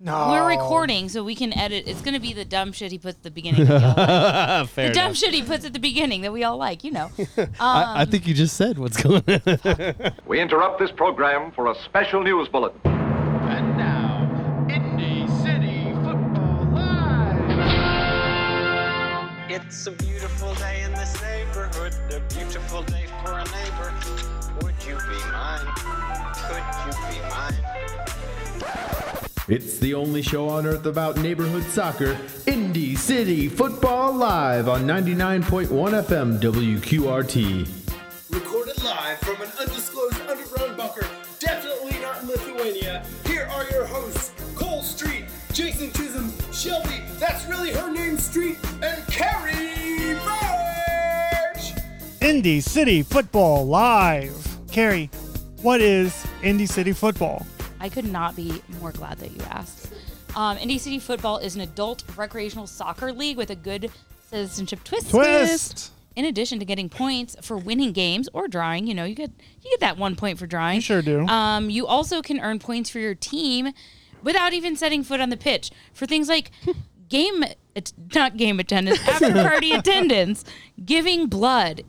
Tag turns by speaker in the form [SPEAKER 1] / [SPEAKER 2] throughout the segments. [SPEAKER 1] No.
[SPEAKER 2] We're recording, so we can edit. It's gonna be the dumb shit he puts at the beginning. that we all like.
[SPEAKER 3] Fair
[SPEAKER 2] the
[SPEAKER 3] enough.
[SPEAKER 2] dumb shit he puts at the beginning that we all like, you know. Um,
[SPEAKER 3] I, I think you just said what's going on.
[SPEAKER 4] We interrupt this program for a special news bulletin.
[SPEAKER 5] And now, Indy City Football Live!
[SPEAKER 6] It's a beautiful day in this neighborhood, a beautiful day for a neighbor. Would you be mine? Could you be mine?
[SPEAKER 5] It's the only show on earth about neighborhood soccer, Indy City Football Live on 99.1 FM WQRT.
[SPEAKER 7] Recorded live from an undisclosed underground bunker, definitely not in Lithuania. Here are your hosts, Cole Street, Jason Chisholm, Shelby, that's really her name, Street, and Carrie Birch!
[SPEAKER 8] Indy City Football Live. Carrie, what is Indy City Football?
[SPEAKER 2] I could not be more glad that you asked. Um, Indy City Football is an adult recreational soccer league with a good citizenship twist.
[SPEAKER 8] Twist.
[SPEAKER 2] In addition to getting points for winning games or drawing, you know, you get you get that one point for drawing.
[SPEAKER 8] You sure do.
[SPEAKER 2] Um, you also can earn points for your team without even setting foot on the pitch for things like game, it's not game attendance, after party attendance, giving blood,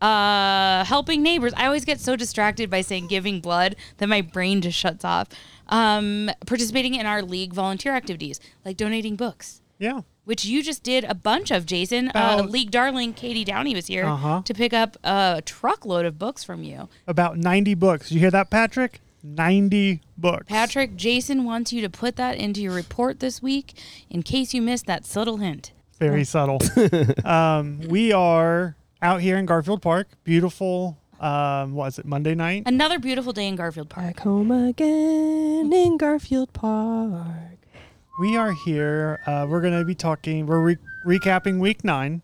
[SPEAKER 2] uh, helping neighbors. I always get so distracted by saying giving blood that my brain just shuts off. Um, participating in our league volunteer activities like donating books.
[SPEAKER 8] Yeah.
[SPEAKER 2] Which you just did a bunch of, Jason. uh,
[SPEAKER 8] About-
[SPEAKER 2] league darling Katie Downey was here
[SPEAKER 8] Uh-huh.
[SPEAKER 2] to pick up a truckload of books from you.
[SPEAKER 8] About 90 books. You hear that, Patrick? 90 books.
[SPEAKER 2] Patrick, Jason wants you to put that into your report this week in case you missed that subtle hint.
[SPEAKER 8] Very subtle. um, we are out here in Garfield Park. Beautiful. Um, what is it, Monday night?
[SPEAKER 2] Another beautiful day in Garfield Park.
[SPEAKER 9] Back home again in Garfield Park.
[SPEAKER 8] We are here. Uh, we're going to be talking, we're re- recapping week nine,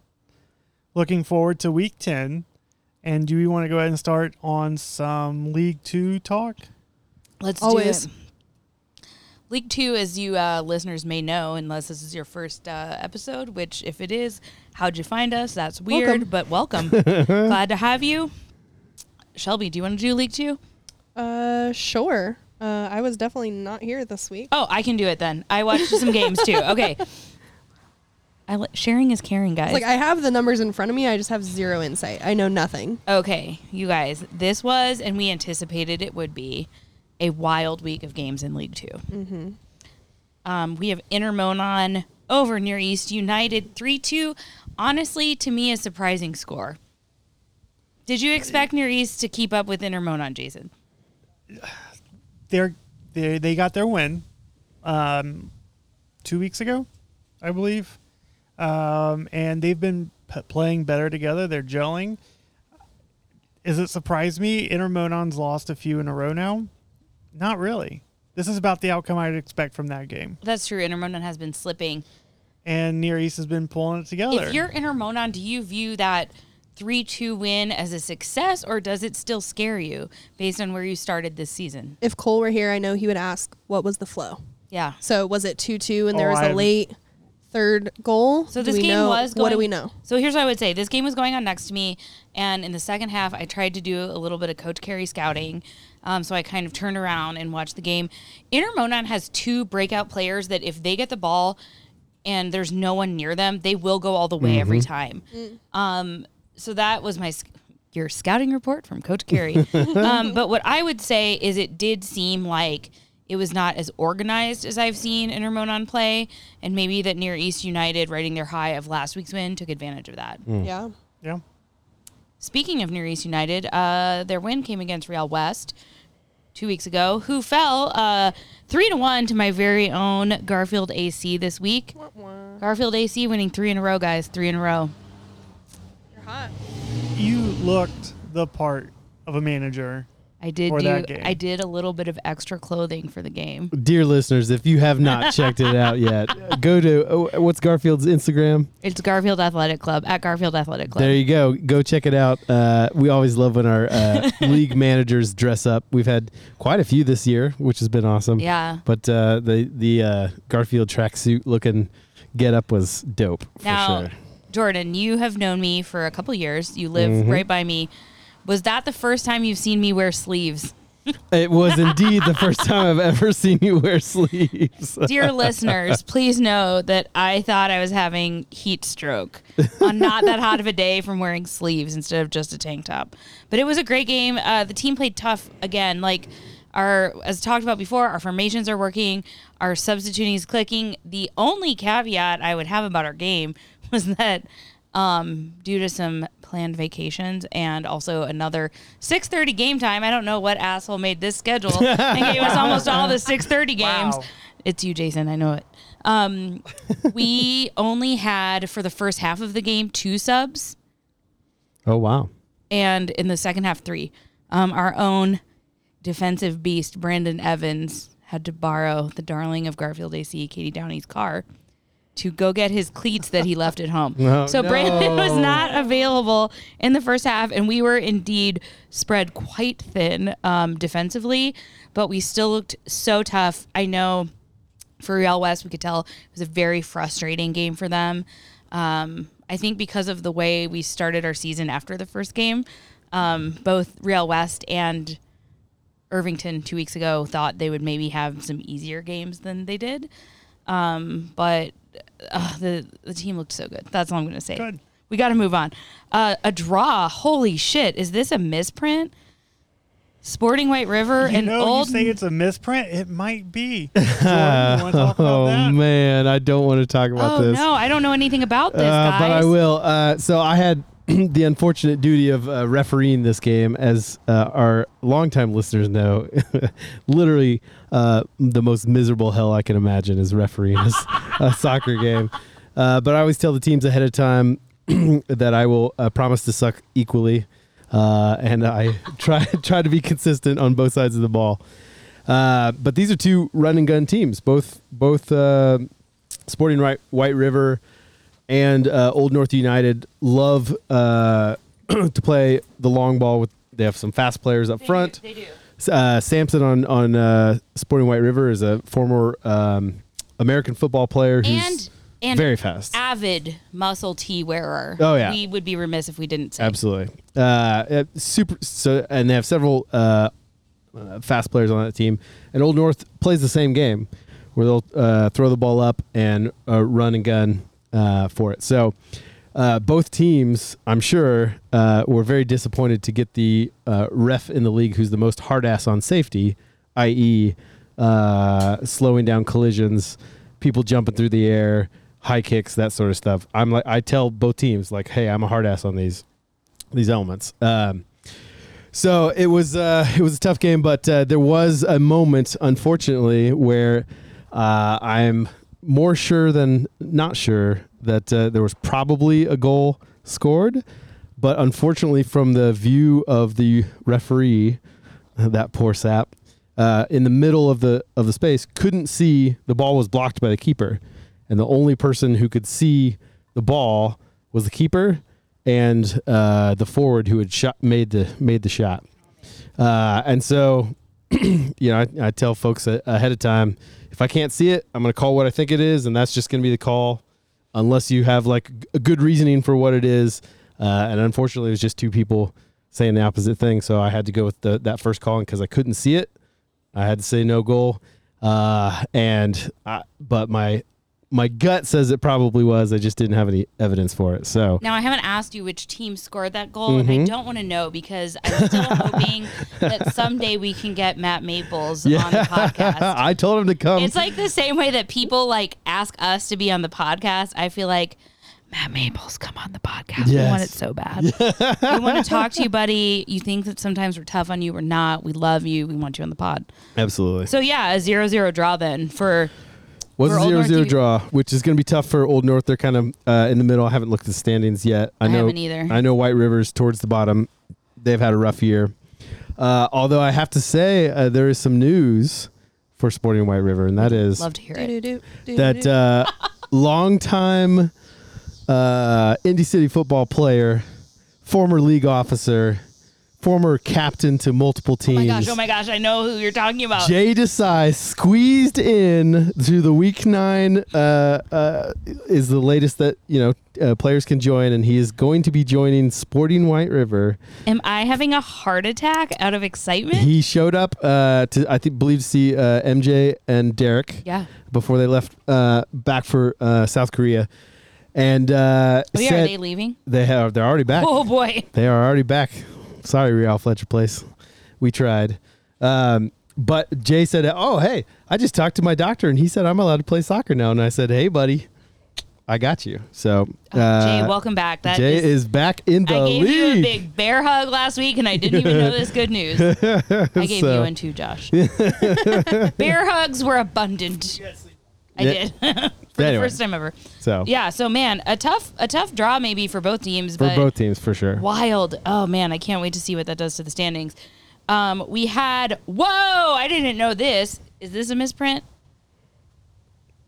[SPEAKER 8] looking forward to week 10. And do we want to go ahead and start on some League Two talk?
[SPEAKER 2] Let's
[SPEAKER 9] Always.
[SPEAKER 2] do it. League Two, as you uh, listeners may know, unless this is your first uh, episode, which if it is, how'd you find us? That's weird,
[SPEAKER 9] Welcome.
[SPEAKER 2] but welcome. Glad to have you. Shelby, do you want to do League Two?
[SPEAKER 9] Uh, sure. Uh, I was definitely not here this week.
[SPEAKER 2] Oh, I can do it then. I watched some games too. Okay. I li- sharing is caring, guys.
[SPEAKER 9] Like I have the numbers in front of me, I just have zero insight. I know nothing.
[SPEAKER 2] Okay, you guys, this was, and we anticipated it would be, a wild week of games in League 2 Mm-hmm. Um, we have Intermonon over near East United 3 2. Honestly, to me, a surprising score. Did you expect Near East to keep up with Intermonon, Jason?
[SPEAKER 8] they're they they got their win um, two weeks ago, I believe, um, and they've been p- playing better together. They're gelling. Is it surprise me? Intermonon's lost a few in a row now. Not really. This is about the outcome I'd expect from that game.
[SPEAKER 2] That's true. Intermonon has been slipping.
[SPEAKER 8] And Near East has been pulling it together.
[SPEAKER 2] If you're Intermonon, do you view that 3 2 win as a success, or does it still scare you based on where you started this season?
[SPEAKER 9] If Cole were here, I know he would ask, "What was the flow?"
[SPEAKER 2] Yeah.
[SPEAKER 9] So was it two-two, and
[SPEAKER 8] Oh,
[SPEAKER 9] there was
[SPEAKER 8] I-
[SPEAKER 9] a late third goal?
[SPEAKER 2] So
[SPEAKER 9] Do
[SPEAKER 2] this
[SPEAKER 9] we
[SPEAKER 2] game
[SPEAKER 9] know-
[SPEAKER 2] was going.
[SPEAKER 9] What do we know?
[SPEAKER 2] So here's what I would say: this game was going on next to me, and in the second half, I tried to do a little bit of Coach Carey scouting. Um, so I kind of turned around and watched the game. Intermonon has two breakout players that if they get the ball and there's no one near them, they will go all the way every
[SPEAKER 9] Mm-hmm.
[SPEAKER 2] time. Um, so that was my sc- your scouting report from Coach Carey. um, but what I would say is it did seem like it was not as organized as I've seen Intermonon play, and maybe that Near East United riding their high of last week's win took advantage of that.
[SPEAKER 3] Hmm.
[SPEAKER 9] Yeah.
[SPEAKER 8] yeah.
[SPEAKER 2] Speaking of Near East United, uh, their win came against Real West two weeks ago, who fell uh, three to one to my very own Garfield AC this week. Garfield AC winning three in a row, guys, three in a row.
[SPEAKER 9] You're hot.
[SPEAKER 8] You looked the part of a manager.
[SPEAKER 2] I did
[SPEAKER 8] For
[SPEAKER 2] do.
[SPEAKER 8] that game.
[SPEAKER 2] I did a little bit of extra clothing for the game.
[SPEAKER 3] Dear listeners, if you have not checked it out yet, go to oh, what's Garfield's Instagram.
[SPEAKER 2] It's Garfield Athletic Club at Garfield Athletic Club.
[SPEAKER 3] There you go. Go check it out. Uh, we always love when our uh, league managers dress up. We've had quite a few this year, which has been awesome.
[SPEAKER 2] Yeah.
[SPEAKER 3] But uh, the the uh, Garfield tracksuit looking get up was dope for
[SPEAKER 2] now,
[SPEAKER 3] sure.
[SPEAKER 2] Jordan, you have known me
[SPEAKER 3] Mm-hmm.
[SPEAKER 2] for a couple years. You live right by me. Was that the first time you've seen me wear sleeves?
[SPEAKER 3] It was indeed the first time I've ever seen you wear sleeves.
[SPEAKER 2] Dear listeners, please know that I thought I was having heat stroke on not that hot of a day from wearing sleeves instead of just a tank top. But it was a great game. Uh, the team played tough again. Like our, as talked about before, our formations are working, our substituting is clicking. The only caveat I would have about our game was that um, due to some planned vacations and also another 6:30 game time. I don't know what asshole made this schedule and gave us almost all the 6:30 games.
[SPEAKER 8] Wow.
[SPEAKER 2] It's you, Jason. I know it. Um, we only had for the first half of the game two subs,
[SPEAKER 3] Oh wow.
[SPEAKER 2] and in the second half three. Um, our own defensive beast Brandon Evans had to borrow the darling of Garfield AC, Katie Downey's car. To go get his cleats that he left at home.
[SPEAKER 3] Oh,
[SPEAKER 2] so Brandon was
[SPEAKER 3] no.
[SPEAKER 2] not available in the first half, and we were indeed spread quite thin um, defensively, but we still looked so tough. I know for Real West, we could tell it was a very frustrating game for them. Um, I think because of the way we started our season after the first game, um, both Real West and Irvington two weeks ago thought they would maybe have some easier games than they did. Um, but uh, the the team looked so good. That's all I'm going to say.
[SPEAKER 8] Good.
[SPEAKER 2] We got to move on. Uh, a draw. Holy shit! Is this a misprint? Sporting White River
[SPEAKER 8] You
[SPEAKER 2] and
[SPEAKER 8] know,
[SPEAKER 2] Old
[SPEAKER 8] you say it's a misprint. It might be. Jordan, you want to talk about
[SPEAKER 3] Oh
[SPEAKER 8] that?
[SPEAKER 3] man, I don't want to talk about
[SPEAKER 2] Oh
[SPEAKER 3] this.
[SPEAKER 2] no, I don't know anything about this,
[SPEAKER 3] Uh,
[SPEAKER 2] guys.
[SPEAKER 3] but I will. Uh, so I had the unfortunate duty of uh, refereeing this game, as uh, our longtime listeners know. literally, uh, the most miserable hell I can imagine is refereeing a, s- a soccer game. Uh, but I always tell the teams ahead of time that I will uh, promise to suck equally, uh, and I try try to be consistent on both sides of the ball. Uh, but these are two run and gun teams, both both uh, Sporting right, White River and uh, Old North United love uh, to play the long ball. With they have some fast players up front.
[SPEAKER 2] They do.
[SPEAKER 3] Uh, Sampson on on uh, Sporting White River is a former um, American football player who's
[SPEAKER 2] And and
[SPEAKER 3] very fast.
[SPEAKER 2] avid muscle tee wearer.
[SPEAKER 3] Oh, yeah.
[SPEAKER 2] we would be remiss if we didn't say.
[SPEAKER 3] Absolutely. Uh, uh, super. So, and they have several uh, uh, fast players on that team. And Old North plays the same game, where they'll uh, throw the ball up and uh, run and gun uh, for it. So, uh, both teams, I'm sure, uh, were very disappointed to get the uh, ref in the league who's the most hard ass on safety, i.e., uh, slowing down collisions, people jumping through the air. High kicks, that sort of stuff. I'm like, I tell both teams, like, hey, I'm a hard ass on these these elements. Um, so it was uh, it was a tough game, but uh, there was a moment, unfortunately, where uh, I'm more sure than not sure that uh, there was probably a goal scored, but unfortunately, from the view of the referee, that poor sap uh, in the middle of the of the space couldn't see the ball was blocked by the keeper, and the only person who could see the ball was the keeper and uh, the forward who had shot made the made the shot. Uh, and so, you know, I, I tell folks a, ahead of time if I can't see it, I'm going to call what I think it is, and that's just going to be the call, unless you have like g- a good reasoning for what it is. Uh, and unfortunately, it was just two people saying the opposite thing, so I had to go with the, that first call because I couldn't see it. I had to say no goal, uh, and I, but my my gut says it probably was. I just didn't have any evidence for it. So
[SPEAKER 2] Now I haven't asked you which team scored that goal, and I
[SPEAKER 3] Mm-hmm.
[SPEAKER 2] don't want to know because I'm still hoping that someday we can get Matt Maples on the podcast.
[SPEAKER 3] I told him to come.
[SPEAKER 2] It's like the same way that people like ask us to be on the podcast. I feel like Matt Maples, come on the podcast. We want
[SPEAKER 3] Yes.
[SPEAKER 2] it so bad. we want to talk to you, buddy. You think that sometimes we're tough on you, we're not. We love you. We want you on the pod.
[SPEAKER 3] Absolutely.
[SPEAKER 2] So yeah, a zero zero draw then for
[SPEAKER 3] was
[SPEAKER 2] for
[SPEAKER 3] a
[SPEAKER 2] Old
[SPEAKER 3] 0
[SPEAKER 2] North
[SPEAKER 3] 0
[SPEAKER 2] you-
[SPEAKER 3] draw, which is going to be tough for Old North. They're kind of uh, in the middle. I haven't looked at the standings yet. I,
[SPEAKER 2] I
[SPEAKER 3] know,
[SPEAKER 2] haven't either.
[SPEAKER 3] I know White River's towards the bottom. They've had a rough year. Uh, although I have to say, uh, there is some news for Sporting White River, and that is
[SPEAKER 2] love to hear it.
[SPEAKER 9] Do-do-do, do-do-do.
[SPEAKER 3] that uh, longtime uh, Indy City football player, former league officer, former captain to multiple
[SPEAKER 2] Oh
[SPEAKER 3] teams.
[SPEAKER 2] my gosh, oh my gosh, I know who you're talking about.
[SPEAKER 3] Jay Desai squeezed in to the week nine uh, uh, is the latest that you know uh, players can join, and he is going to be joining Sporting White River.
[SPEAKER 2] Am I having a heart attack out of excitement?
[SPEAKER 3] He showed up uh, to I think believe to see uh, MJ and Derek
[SPEAKER 2] Yeah.
[SPEAKER 3] before they left uh, back for uh, South Korea, and uh,
[SPEAKER 2] oh, yeah, are
[SPEAKER 3] said-
[SPEAKER 2] they leaving?
[SPEAKER 3] They have they're already back.
[SPEAKER 2] Oh boy.
[SPEAKER 3] They are already back. Sorry, Real Fletcher Place. We tried. Um, but Jay said, Oh, hey, I just talked to my doctor and he said I'm allowed to play soccer now. And I said, Hey, buddy, I got you. So, uh,
[SPEAKER 2] Oh, Jay, welcome back. That
[SPEAKER 3] Jay
[SPEAKER 2] is-
[SPEAKER 3] is, back in the
[SPEAKER 2] I gave
[SPEAKER 3] league.
[SPEAKER 2] you a big bear hug last week, and I didn't even know this good news. I gave
[SPEAKER 3] So-
[SPEAKER 2] you one too, Josh. bear hugs were abundant. I
[SPEAKER 3] Yeah.
[SPEAKER 2] did for the
[SPEAKER 3] Anyway.
[SPEAKER 2] first time ever.
[SPEAKER 3] So,
[SPEAKER 2] Yeah, so man, a tough a tough draw maybe for both teams,
[SPEAKER 3] for
[SPEAKER 2] but
[SPEAKER 3] both teams, for sure.
[SPEAKER 2] wild. Oh man, I can't wait to see what that does to the standings. Um, we had whoa, I didn't know this. Is this a misprint?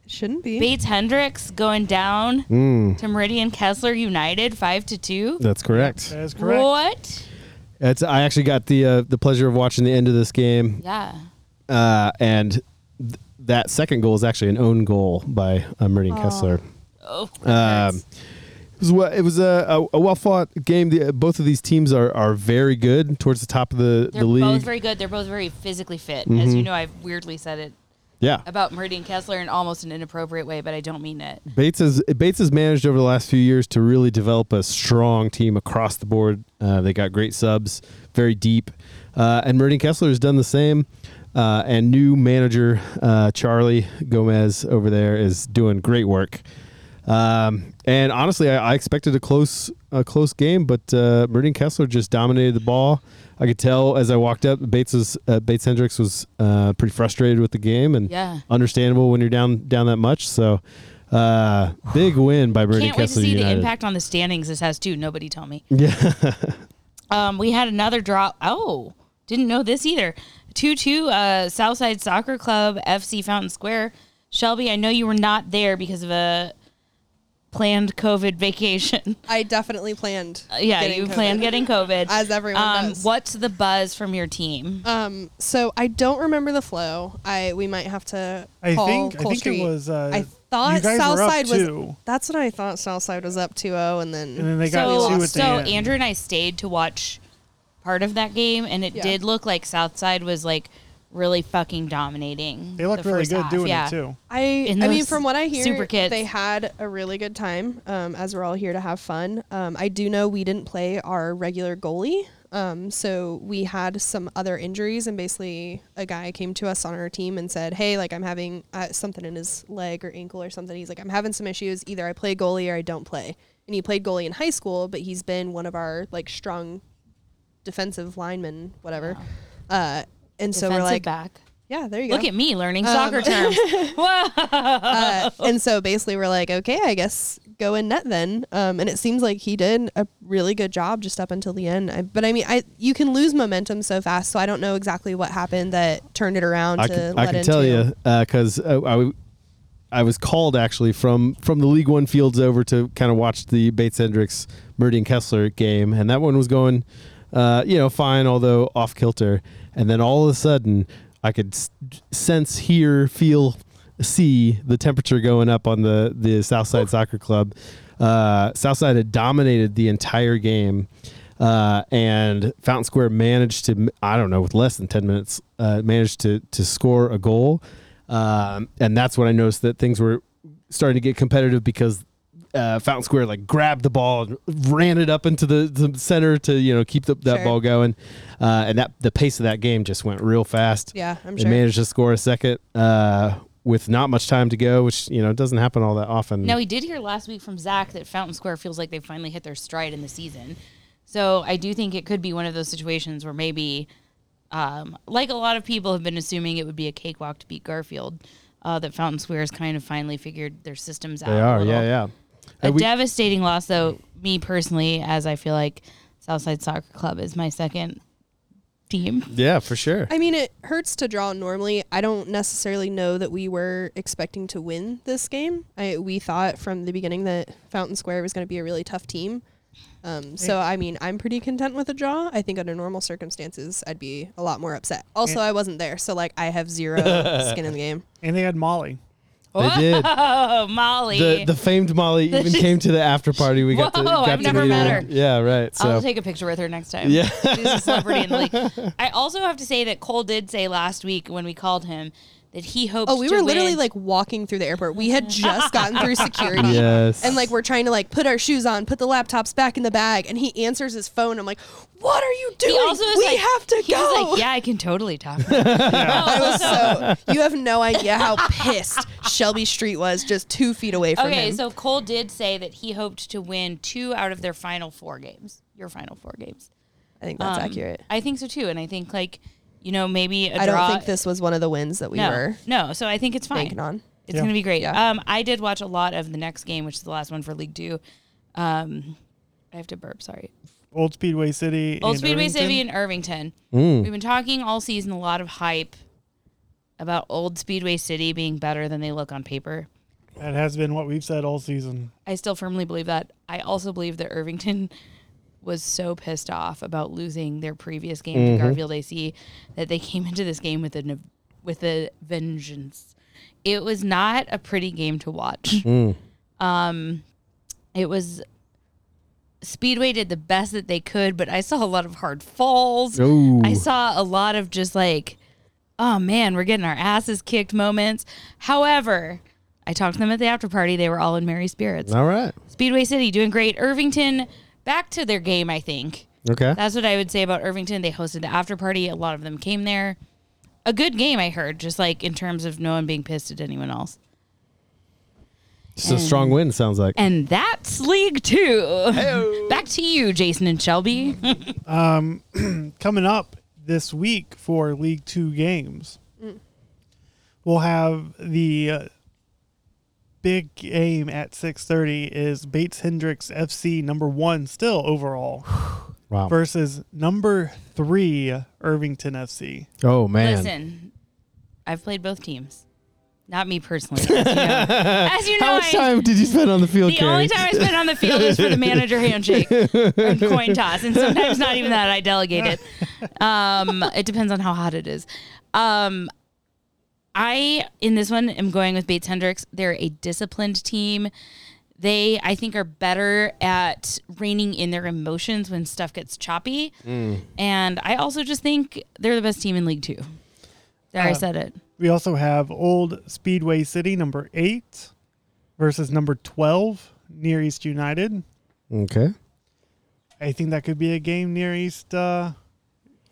[SPEAKER 9] Shouldn't be.
[SPEAKER 2] Bates Hendricks going down
[SPEAKER 3] Hmm.
[SPEAKER 2] to Meridian Kessler United five to two.
[SPEAKER 3] That's correct.
[SPEAKER 8] That is correct.
[SPEAKER 2] What?
[SPEAKER 3] It's, I actually got the uh, the pleasure of watching the end of this game,
[SPEAKER 2] Yeah.
[SPEAKER 3] uh, and th- that second goal is actually an own goal by uh, Meridian Kessler.
[SPEAKER 2] Oh.
[SPEAKER 3] Um, it was, well- it was a, a, a well fought game. The, both of these teams are, are very good towards the top of the,
[SPEAKER 2] They're
[SPEAKER 3] the league. Mm-hmm.
[SPEAKER 2] both very good. They're both very physically fit. As you know, I've weirdly said it
[SPEAKER 3] yeah,
[SPEAKER 2] about Meridian Kessler in almost an inappropriate way, but I don't mean it.
[SPEAKER 3] Bates has Bates has managed over the last few years to really develop a strong team across the board. Uh, they got great subs, very deep, uh, and Meridian Kessler has done the same. Uh, and new manager uh, Charlie Gomez over there is doing great work. Um, and honestly, I, I expected a close a close game, but uh, Meridian Kessler just dominated the ball. I could tell as I walked up, Bates was, uh, Bates Hendricks was uh, pretty frustrated with the game, and
[SPEAKER 2] Yeah.
[SPEAKER 3] understandable when you're down down that much. So, uh, big win by Meridian
[SPEAKER 2] Can't wait to
[SPEAKER 3] Kessler
[SPEAKER 2] see the
[SPEAKER 3] United.
[SPEAKER 2] impact on the standings this has too. Nobody tell me.
[SPEAKER 3] Yeah,
[SPEAKER 2] Um, we had another draw. Oh, didn't know this either. 2 2 uh, Southside Soccer Club, FC Fountain Square. Shelby, I know you were not there because of a planned COVID vacation.
[SPEAKER 9] I definitely planned.
[SPEAKER 2] yeah,
[SPEAKER 9] getting
[SPEAKER 2] you
[SPEAKER 9] COVID.
[SPEAKER 2] planned getting COVID.
[SPEAKER 9] As everyone
[SPEAKER 2] um,
[SPEAKER 9] does.
[SPEAKER 2] What's the buzz from your team?
[SPEAKER 9] Um, so I don't remember the flow. I we might have to.
[SPEAKER 8] I
[SPEAKER 9] call
[SPEAKER 8] think- I
[SPEAKER 9] Cole
[SPEAKER 8] think it
[SPEAKER 9] Street.
[SPEAKER 8] was, uh,
[SPEAKER 9] I thought
[SPEAKER 8] you guys were up
[SPEAKER 9] Southside was.
[SPEAKER 8] two.
[SPEAKER 9] That's what I thought. Southside was up 2-0 and then.
[SPEAKER 8] And then they got
[SPEAKER 2] so,
[SPEAKER 8] two at the
[SPEAKER 2] so
[SPEAKER 8] end.
[SPEAKER 2] Andrew and I stayed to watch part of that game, and it
[SPEAKER 9] Yeah.
[SPEAKER 2] did look like Southside was like really fucking dominating.
[SPEAKER 8] they looked
[SPEAKER 2] the
[SPEAKER 8] really
[SPEAKER 2] first
[SPEAKER 8] good
[SPEAKER 2] half.
[SPEAKER 8] doing
[SPEAKER 2] yeah.
[SPEAKER 8] it too.
[SPEAKER 9] I
[SPEAKER 2] in
[SPEAKER 9] I mean,
[SPEAKER 2] those
[SPEAKER 9] from what I hear,
[SPEAKER 2] super kids.
[SPEAKER 9] they had a really good time. Um, as we're all here to have fun. Um, I do know we didn't play our regular goalie. Um, so we had some other injuries, and basically a guy came to us on our team and said, "Hey, like I'm having uh, something in his leg or ankle or something." He's like, "I'm having some issues. Either I play goalie or I don't play." And he played goalie in high school, but he's been one of our like strong defensive linemen, whatever. Uh, and so we're
[SPEAKER 2] Defensive
[SPEAKER 9] like,
[SPEAKER 2] back.
[SPEAKER 9] "Yeah, Um, there you go."
[SPEAKER 2] Look at me learning soccer terms.
[SPEAKER 9] Uh, and so basically we're like okay i guess go in net then um, and it seems like he did a really good job just up until the end I, but i mean i you can lose momentum so fast so i don't know exactly what happened that turned it around
[SPEAKER 3] I
[SPEAKER 9] to
[SPEAKER 3] can,
[SPEAKER 9] let
[SPEAKER 3] I can
[SPEAKER 9] into
[SPEAKER 3] tell you because uh, I, w- I was called actually from from the League One fields over to kind of watch the Bates Hendricks Meridian Kessler game, and that one was going, uh, you know, fine, although off kilter. And then all of a sudden, I could s- sense, hear, feel, see the temperature going up on the the Southside Soccer Club. Uh, Southside had dominated the entire game. Uh, and Fountain Square managed to, I don't know, with less than 10 minutes, uh, managed to, to score a goal. Um, and that's when I noticed that things were starting to get competitive because uh, Fountain Square like grabbed the ball and ran it up into the, the center to, you know, keep the, that
[SPEAKER 9] Sure.
[SPEAKER 3] ball going. Uh, and that the pace of that game just went real fast.
[SPEAKER 9] Yeah, I'm
[SPEAKER 3] They
[SPEAKER 9] sure.
[SPEAKER 3] managed to score a second uh, with not much time to go, which, you know, doesn't happen all that often.
[SPEAKER 2] now we did hear last week from Zach that Fountain Square feels like they finally hit their stride in the season. So I do think it could be one of those situations where maybe, um, like a lot of people have been assuming, it would be a cakewalk to beat Garfield. Uh, that Fountain Square has kind of finally figured their systems out.
[SPEAKER 3] they
[SPEAKER 2] a
[SPEAKER 3] are.
[SPEAKER 2] little.
[SPEAKER 3] Yeah, yeah.
[SPEAKER 2] A
[SPEAKER 3] And we-
[SPEAKER 2] devastating loss, though. Me personally, as I feel like Southside Soccer Club is my second team.
[SPEAKER 3] yeah, for sure.
[SPEAKER 9] I mean, it hurts to draw normally. I don't necessarily know that we were expecting to win this game. I, we thought from the beginning that Fountain Square was going to be a really tough team. Um, so I mean, I'm pretty content with a draw. I think under normal circumstances, I'd be a lot more upset. Also, I wasn't there, so like I have zero skin in the game.
[SPEAKER 8] And they had Molly.
[SPEAKER 3] They did.
[SPEAKER 2] Oh, Molly.
[SPEAKER 3] The, the famed Molly even came to the after party. We got to,
[SPEAKER 2] Whoa,
[SPEAKER 3] got
[SPEAKER 2] I've
[SPEAKER 3] to
[SPEAKER 2] never
[SPEAKER 3] meet
[SPEAKER 2] met her.
[SPEAKER 3] Yeah, right. So
[SPEAKER 2] I'll take a picture with her next time.
[SPEAKER 3] Yeah.
[SPEAKER 2] She's a celebrity in the league. I also have to say that Cole did say last week when we called him that he hopes
[SPEAKER 9] Oh, we
[SPEAKER 2] to
[SPEAKER 9] were literally
[SPEAKER 2] win.
[SPEAKER 9] like walking through the airport. We had just gotten through security.
[SPEAKER 3] Yes.
[SPEAKER 9] And like we're trying to like put our shoes on, put the laptops back in the bag, and he answers his phone. I'm like, "What are you doing?
[SPEAKER 2] he also was
[SPEAKER 9] we
[SPEAKER 2] like,
[SPEAKER 9] have to
[SPEAKER 2] he was
[SPEAKER 9] go."
[SPEAKER 2] like, yeah, I can totally talk. to her."
[SPEAKER 9] I was so you have no idea how pissed Shelby Street was just two feet away from
[SPEAKER 2] okay,
[SPEAKER 9] him.
[SPEAKER 2] so Cole did say that he hoped to win two out of their final four games. Your final four games.
[SPEAKER 9] I think that's
[SPEAKER 2] Um,
[SPEAKER 9] accurate.
[SPEAKER 2] I think so too, and I think like you know maybe a
[SPEAKER 9] I
[SPEAKER 2] draw.
[SPEAKER 9] don't think this was one of the wins that we
[SPEAKER 2] no,
[SPEAKER 9] were
[SPEAKER 2] no. So I think it's fine.
[SPEAKER 9] banking on.
[SPEAKER 2] It's gonna be great.
[SPEAKER 9] Yeah.
[SPEAKER 2] Um, I did watch a lot of the next game, which is the last one for League Two. Um, I have to burp. Sorry.
[SPEAKER 8] Old Speedway City.
[SPEAKER 2] Old
[SPEAKER 8] and
[SPEAKER 2] Speedway
[SPEAKER 8] Irvington.
[SPEAKER 2] City in Irvington. We've been talking all season a lot of hype about Old Speedway City being better than they look on paper.
[SPEAKER 8] That has been what we've said all season.
[SPEAKER 2] I still firmly believe that. I also believe that Irvington was so pissed off about losing their previous game to Garfield AC that they came into this game with a n- with a vengeance. It was not a pretty game to watch. Um, it was Speedway did the best that they could, but I saw a lot of hard falls.
[SPEAKER 3] Ooh.
[SPEAKER 2] I saw a lot of just like, oh man, we're getting our asses kicked moments. However, I talked to them at the after party. They were all in merry spirits.
[SPEAKER 3] all right.
[SPEAKER 2] Speedway City doing great. Irvington back to their game, I think.
[SPEAKER 3] Okay.
[SPEAKER 2] That's what I would say about Irvington. They hosted the after party. A lot of them came there. A good game, I heard, just like in terms of no one being pissed at anyone else.
[SPEAKER 3] It's a strong win. Sounds like.
[SPEAKER 2] And that's League Two. Back to you, Jason and Shelby.
[SPEAKER 8] coming up this week for League Two games, we'll have the uh, big game at six thirty. Is Bates Hendricks FC number one still overall
[SPEAKER 3] Wow.
[SPEAKER 8] versus number three Irvington FC?
[SPEAKER 3] oh man.
[SPEAKER 2] Listen, I've played both teams. Not me personally. As you know, as you know
[SPEAKER 3] How much
[SPEAKER 2] I-
[SPEAKER 3] time did you spend on the field?
[SPEAKER 2] the only
[SPEAKER 3] Carrie?
[SPEAKER 2] time I spend on the field is for the manager handshake and coin toss, and sometimes not even that. I delegate it. Um, it depends on how hot it is. Um, I in this one am going with Bates Hendricks. They're a disciplined team. They, I think, are better at reining in their emotions when stuff gets choppy. And I also just think they're the best team in League Two. There, I said it.
[SPEAKER 8] We also have Old Speedway City number eight versus number twelve Near East United.
[SPEAKER 3] okay.
[SPEAKER 8] I think that could be a game Near East uh,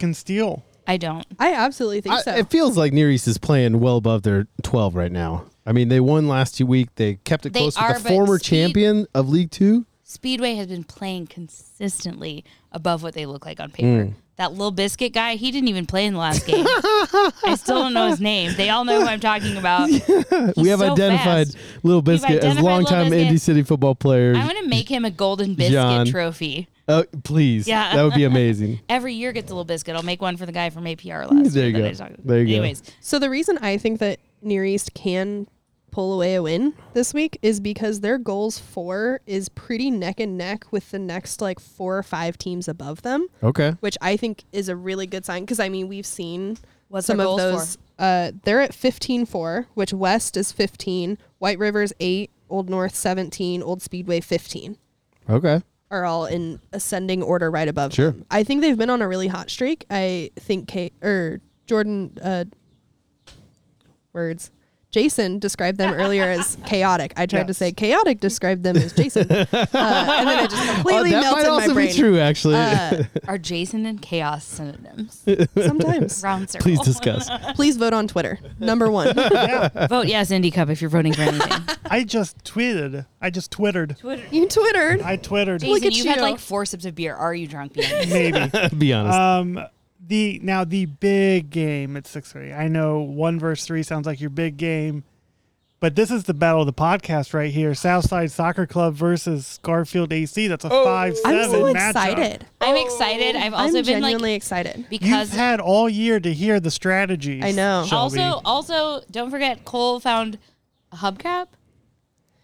[SPEAKER 8] can steal.
[SPEAKER 2] I don't.
[SPEAKER 9] I absolutely think
[SPEAKER 3] I-
[SPEAKER 9] so.
[SPEAKER 3] It feels like Near East is playing well above their 12 right now. I mean, they won last week. They kept it
[SPEAKER 2] They
[SPEAKER 3] close
[SPEAKER 2] are,
[SPEAKER 3] with the
[SPEAKER 2] but
[SPEAKER 3] former
[SPEAKER 2] Speed-
[SPEAKER 3] champion of League Two.
[SPEAKER 2] Speedway has been playing consistently above what they look like on
[SPEAKER 3] Hmm.
[SPEAKER 2] paper. That little biscuit guy, he didn't even play in the last game. I still don't know his name. They all know who I'm talking about.
[SPEAKER 3] we have
[SPEAKER 2] so
[SPEAKER 3] identified
[SPEAKER 2] fast.
[SPEAKER 3] Little Biscuit as
[SPEAKER 2] identified Lil
[SPEAKER 3] longtime
[SPEAKER 2] Biscuit.
[SPEAKER 3] Indy City football players.
[SPEAKER 2] I want to make him a golden biscuit
[SPEAKER 3] John.
[SPEAKER 2] trophy.
[SPEAKER 3] Uh, please,
[SPEAKER 2] Yeah.
[SPEAKER 3] that would be amazing.
[SPEAKER 2] Every year gets a little biscuit. I'll make one for the guy from APR last year.
[SPEAKER 3] There you
[SPEAKER 2] that
[SPEAKER 3] go.
[SPEAKER 2] I was talking about.
[SPEAKER 3] There you go.
[SPEAKER 2] Anyways,
[SPEAKER 9] So the reason I think that Near East can pull away a win this week is because their goals four is pretty neck and neck with the next like four or five teams above them,
[SPEAKER 3] Okay,
[SPEAKER 9] which I think is a really good sign because I mean we've seen
[SPEAKER 2] What's
[SPEAKER 9] some
[SPEAKER 2] their
[SPEAKER 9] of
[SPEAKER 2] goals
[SPEAKER 9] those. Uh, they're at 15-4, which West is 15, White River's 8, Old North 17, Old Speedway 15
[SPEAKER 3] okay.
[SPEAKER 9] are all in ascending order right above.
[SPEAKER 3] Sure.
[SPEAKER 9] them. I think they've been on a really hot streak. I think Kate or Jordan uh, words. Jason described them earlier as chaotic. I tried to
[SPEAKER 8] Yes.
[SPEAKER 9] say chaotic described them as Jason, uh, and then it just completely
[SPEAKER 3] Uh, that
[SPEAKER 9] melted
[SPEAKER 3] might also
[SPEAKER 9] my brain.
[SPEAKER 3] be true, actually.
[SPEAKER 2] are Jason and Chaos synonyms?
[SPEAKER 9] Sometimes,
[SPEAKER 2] Round circle.
[SPEAKER 3] please discuss.
[SPEAKER 9] please vote on Twitter. Number one.
[SPEAKER 2] Vote yes, Indy Cup, if you're voting for anything.
[SPEAKER 8] I just tweeted. I just twittered.
[SPEAKER 9] you Twittered.
[SPEAKER 8] I twittered.
[SPEAKER 2] Jason,
[SPEAKER 9] at
[SPEAKER 2] you've had
[SPEAKER 9] you.
[SPEAKER 2] like four sips of beer. Are you drunk? Bianca?
[SPEAKER 8] Maybe.
[SPEAKER 3] be honest.
[SPEAKER 8] Um, the now the big game at six thirty. I know one verse three sounds like your big game, but this is the battle of the podcast right here. Southside Soccer Club versus Scarfield AC. That's a five seven.
[SPEAKER 9] Oh. I'm so
[SPEAKER 8] matchup.
[SPEAKER 9] excited.
[SPEAKER 2] I'm excited. I've also
[SPEAKER 9] Oh, I'm
[SPEAKER 2] been like
[SPEAKER 9] genuinely excited.
[SPEAKER 8] You've
[SPEAKER 2] because
[SPEAKER 8] had all year to hear the strategies.
[SPEAKER 9] I know.
[SPEAKER 8] Shelby.
[SPEAKER 2] Also, also, don't forget Cole found a hubcap.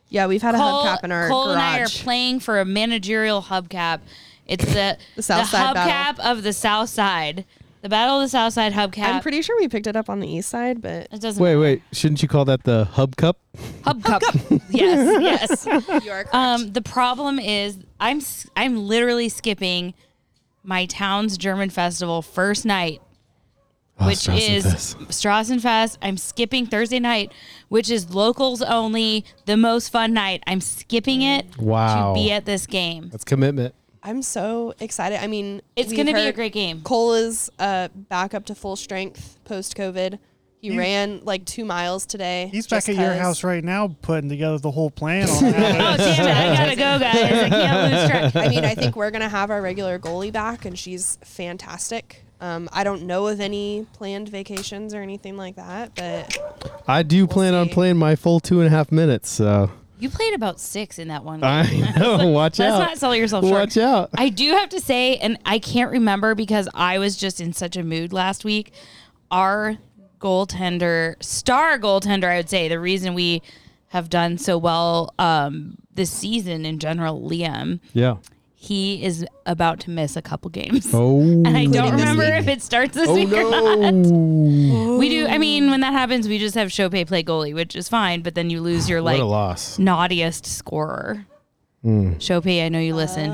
[SPEAKER 9] Yeah, we've had
[SPEAKER 2] Cole,
[SPEAKER 9] a hubcap in our
[SPEAKER 2] Cole
[SPEAKER 9] garage.
[SPEAKER 2] and I are playing for a managerial hubcap. It's the,
[SPEAKER 9] The South Side
[SPEAKER 2] hubcap
[SPEAKER 9] battle.
[SPEAKER 2] of the South Side. The Battle of the South Side hubcap.
[SPEAKER 9] I'm pretty sure we picked it up on the east side, but
[SPEAKER 2] It doesn't
[SPEAKER 3] Wait, wait. Shouldn't you call that the hub cup?
[SPEAKER 2] Hubcap. yes, yes.
[SPEAKER 9] you are correct.
[SPEAKER 2] Um, the problem is I'm s- I'm literally skipping my town's German festival first night,
[SPEAKER 3] Oh,
[SPEAKER 2] which is Strassenfest. I'm skipping Thursday night, which is locals only, the most fun night. I'm skipping it
[SPEAKER 3] Wow.
[SPEAKER 2] to be at this game.
[SPEAKER 3] that's commitment.
[SPEAKER 9] I'm so excited. I mean,
[SPEAKER 2] It's
[SPEAKER 9] we've
[SPEAKER 2] gonna be a
[SPEAKER 9] heard
[SPEAKER 2] great game.
[SPEAKER 9] Cole is uh, back up to full strength post COVID. He ran like two miles today.
[SPEAKER 8] He's
[SPEAKER 9] just
[SPEAKER 8] back at your
[SPEAKER 9] 'cause.
[SPEAKER 8] house right now, putting together the whole plan. On how
[SPEAKER 2] Oh damn it! I gotta go, guys. I can't lose track.
[SPEAKER 9] I mean, I think we're gonna have our regular goalie back, and she's fantastic. Um, I don't know of any planned vacations or anything like that, but
[SPEAKER 3] I do plan on
[SPEAKER 9] see.
[SPEAKER 3] playing my full two and a half minutes, so
[SPEAKER 2] You played about six in that one. game.
[SPEAKER 3] I know. Watch
[SPEAKER 2] Let's
[SPEAKER 3] out.
[SPEAKER 2] not sell yourself short.
[SPEAKER 3] Watch out.
[SPEAKER 2] I do have to say, and I can't remember because I was just in such a mood last week. Our goaltender, star goaltender, I would say, the reason we have done so well um, this season in general, Liam,
[SPEAKER 3] Yeah.
[SPEAKER 2] he is about to miss a couple games.
[SPEAKER 3] Oh.
[SPEAKER 2] And I don't
[SPEAKER 9] Including this
[SPEAKER 2] remember
[SPEAKER 9] week.
[SPEAKER 2] if it starts this
[SPEAKER 3] Oh
[SPEAKER 2] week or not.
[SPEAKER 3] no.
[SPEAKER 2] We do. I mean, when that happens, we just have Chopay play goalie, which is fine. But then you lose your
[SPEAKER 3] what
[SPEAKER 2] like
[SPEAKER 3] a loss. Hmm.
[SPEAKER 2] naughtiest scorer. Chopay, I know you listen.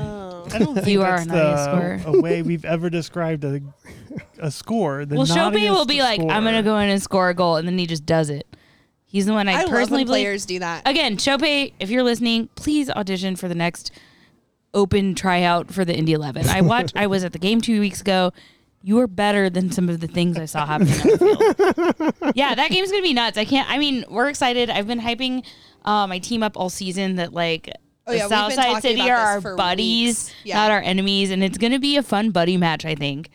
[SPEAKER 8] I don't think
[SPEAKER 2] You are an
[SPEAKER 8] that's the
[SPEAKER 2] IS
[SPEAKER 8] a way we've ever described a a score. The
[SPEAKER 2] Well, Shopee
[SPEAKER 8] naughtiest
[SPEAKER 2] will be like, I'm gonna
[SPEAKER 8] score."
[SPEAKER 2] go in and score a goal, and then he just does it. He's the one I,
[SPEAKER 9] I love
[SPEAKER 2] personally
[SPEAKER 9] when
[SPEAKER 2] believe.
[SPEAKER 9] players do that.
[SPEAKER 2] Again, Chopee, if you're listening, please audition for the next open tryout for the Indy Eleven. I watched. I was at the game two weeks ago. You are better than some of the things I saw happen. on the field. yeah, that game's gonna be nuts. I can't. I mean, we're excited. I've been hyping uh, my team up all season. That like.
[SPEAKER 9] Oh,
[SPEAKER 2] the
[SPEAKER 9] yeah, we've been
[SPEAKER 2] Southside
[SPEAKER 9] talking
[SPEAKER 2] City
[SPEAKER 9] about
[SPEAKER 2] are
[SPEAKER 9] this
[SPEAKER 2] our
[SPEAKER 9] for
[SPEAKER 2] buddies,
[SPEAKER 9] weeks. Yeah.
[SPEAKER 2] not our enemies, and it's going to be a fun buddy match. I think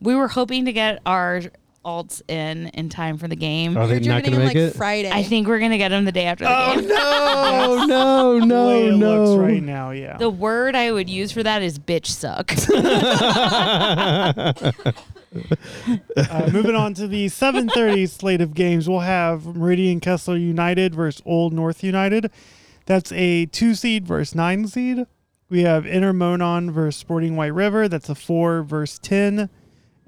[SPEAKER 2] we were hoping to get our alts in in time for the game.
[SPEAKER 3] Are they
[SPEAKER 9] You're
[SPEAKER 3] not
[SPEAKER 9] getting
[SPEAKER 3] going to make
[SPEAKER 9] them, like
[SPEAKER 3] it?
[SPEAKER 9] Friday.
[SPEAKER 2] I think we're gonna get them the day after the game.
[SPEAKER 3] No, Oh, no,
[SPEAKER 8] The
[SPEAKER 3] no,
[SPEAKER 8] way it
[SPEAKER 3] no.
[SPEAKER 8] looks right now. Yeah,
[SPEAKER 2] The word I would use for that is bitch suck.
[SPEAKER 8] Uh, moving on to the 7:30 slate of games, we'll have Meridian Kessler United versus Old North United. That's a two seed versus nine seed. We have Inter Monon versus Sporting White River. That's a four versus ten,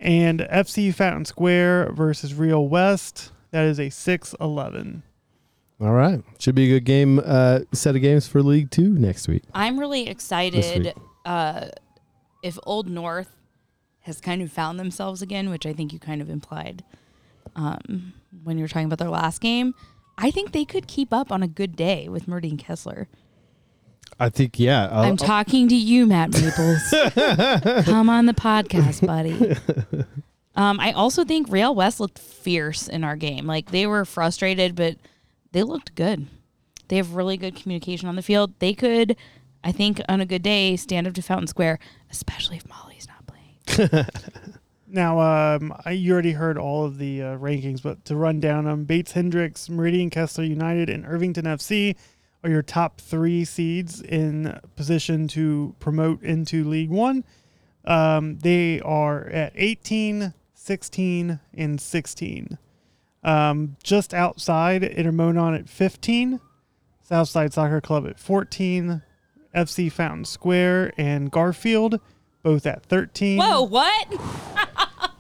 [SPEAKER 8] and FC Fountain Square versus Real West. That is a six eleven.
[SPEAKER 3] All right. Should be a good game uh, set of games for League Two next week.
[SPEAKER 2] I'm really excited
[SPEAKER 3] week.
[SPEAKER 2] uh, if Old North has kind of found themselves again, which I think you kind of implied um, when you were talking about their last game. I think they could keep up on a good day with Merdine Kessler.
[SPEAKER 3] I think, yeah. uh, I'll-
[SPEAKER 10] Oh.
[SPEAKER 2] I'm talking to you, Matt Maples. Come on the podcast, buddy. Um, I also think Real West looked fierce in our game. Like they were frustrated, but they looked good. They have really good communication on the field. They could, I think, on a good day, stand up to Fountain Square, especially if Molly's not playing.
[SPEAKER 8] Now, um, I, you already heard all of the uh, rankings, but to run down them, Bates Hendricks, Meridian Kessler United, and Irvington FC are your top three seeds in position to promote into League One. Um, they are at 18, 16, and 16. Um, just outside, Intermonon at 15, Southside Soccer Club at 14, FC Fountain Square and Garfield both at 13.
[SPEAKER 2] Whoa, what?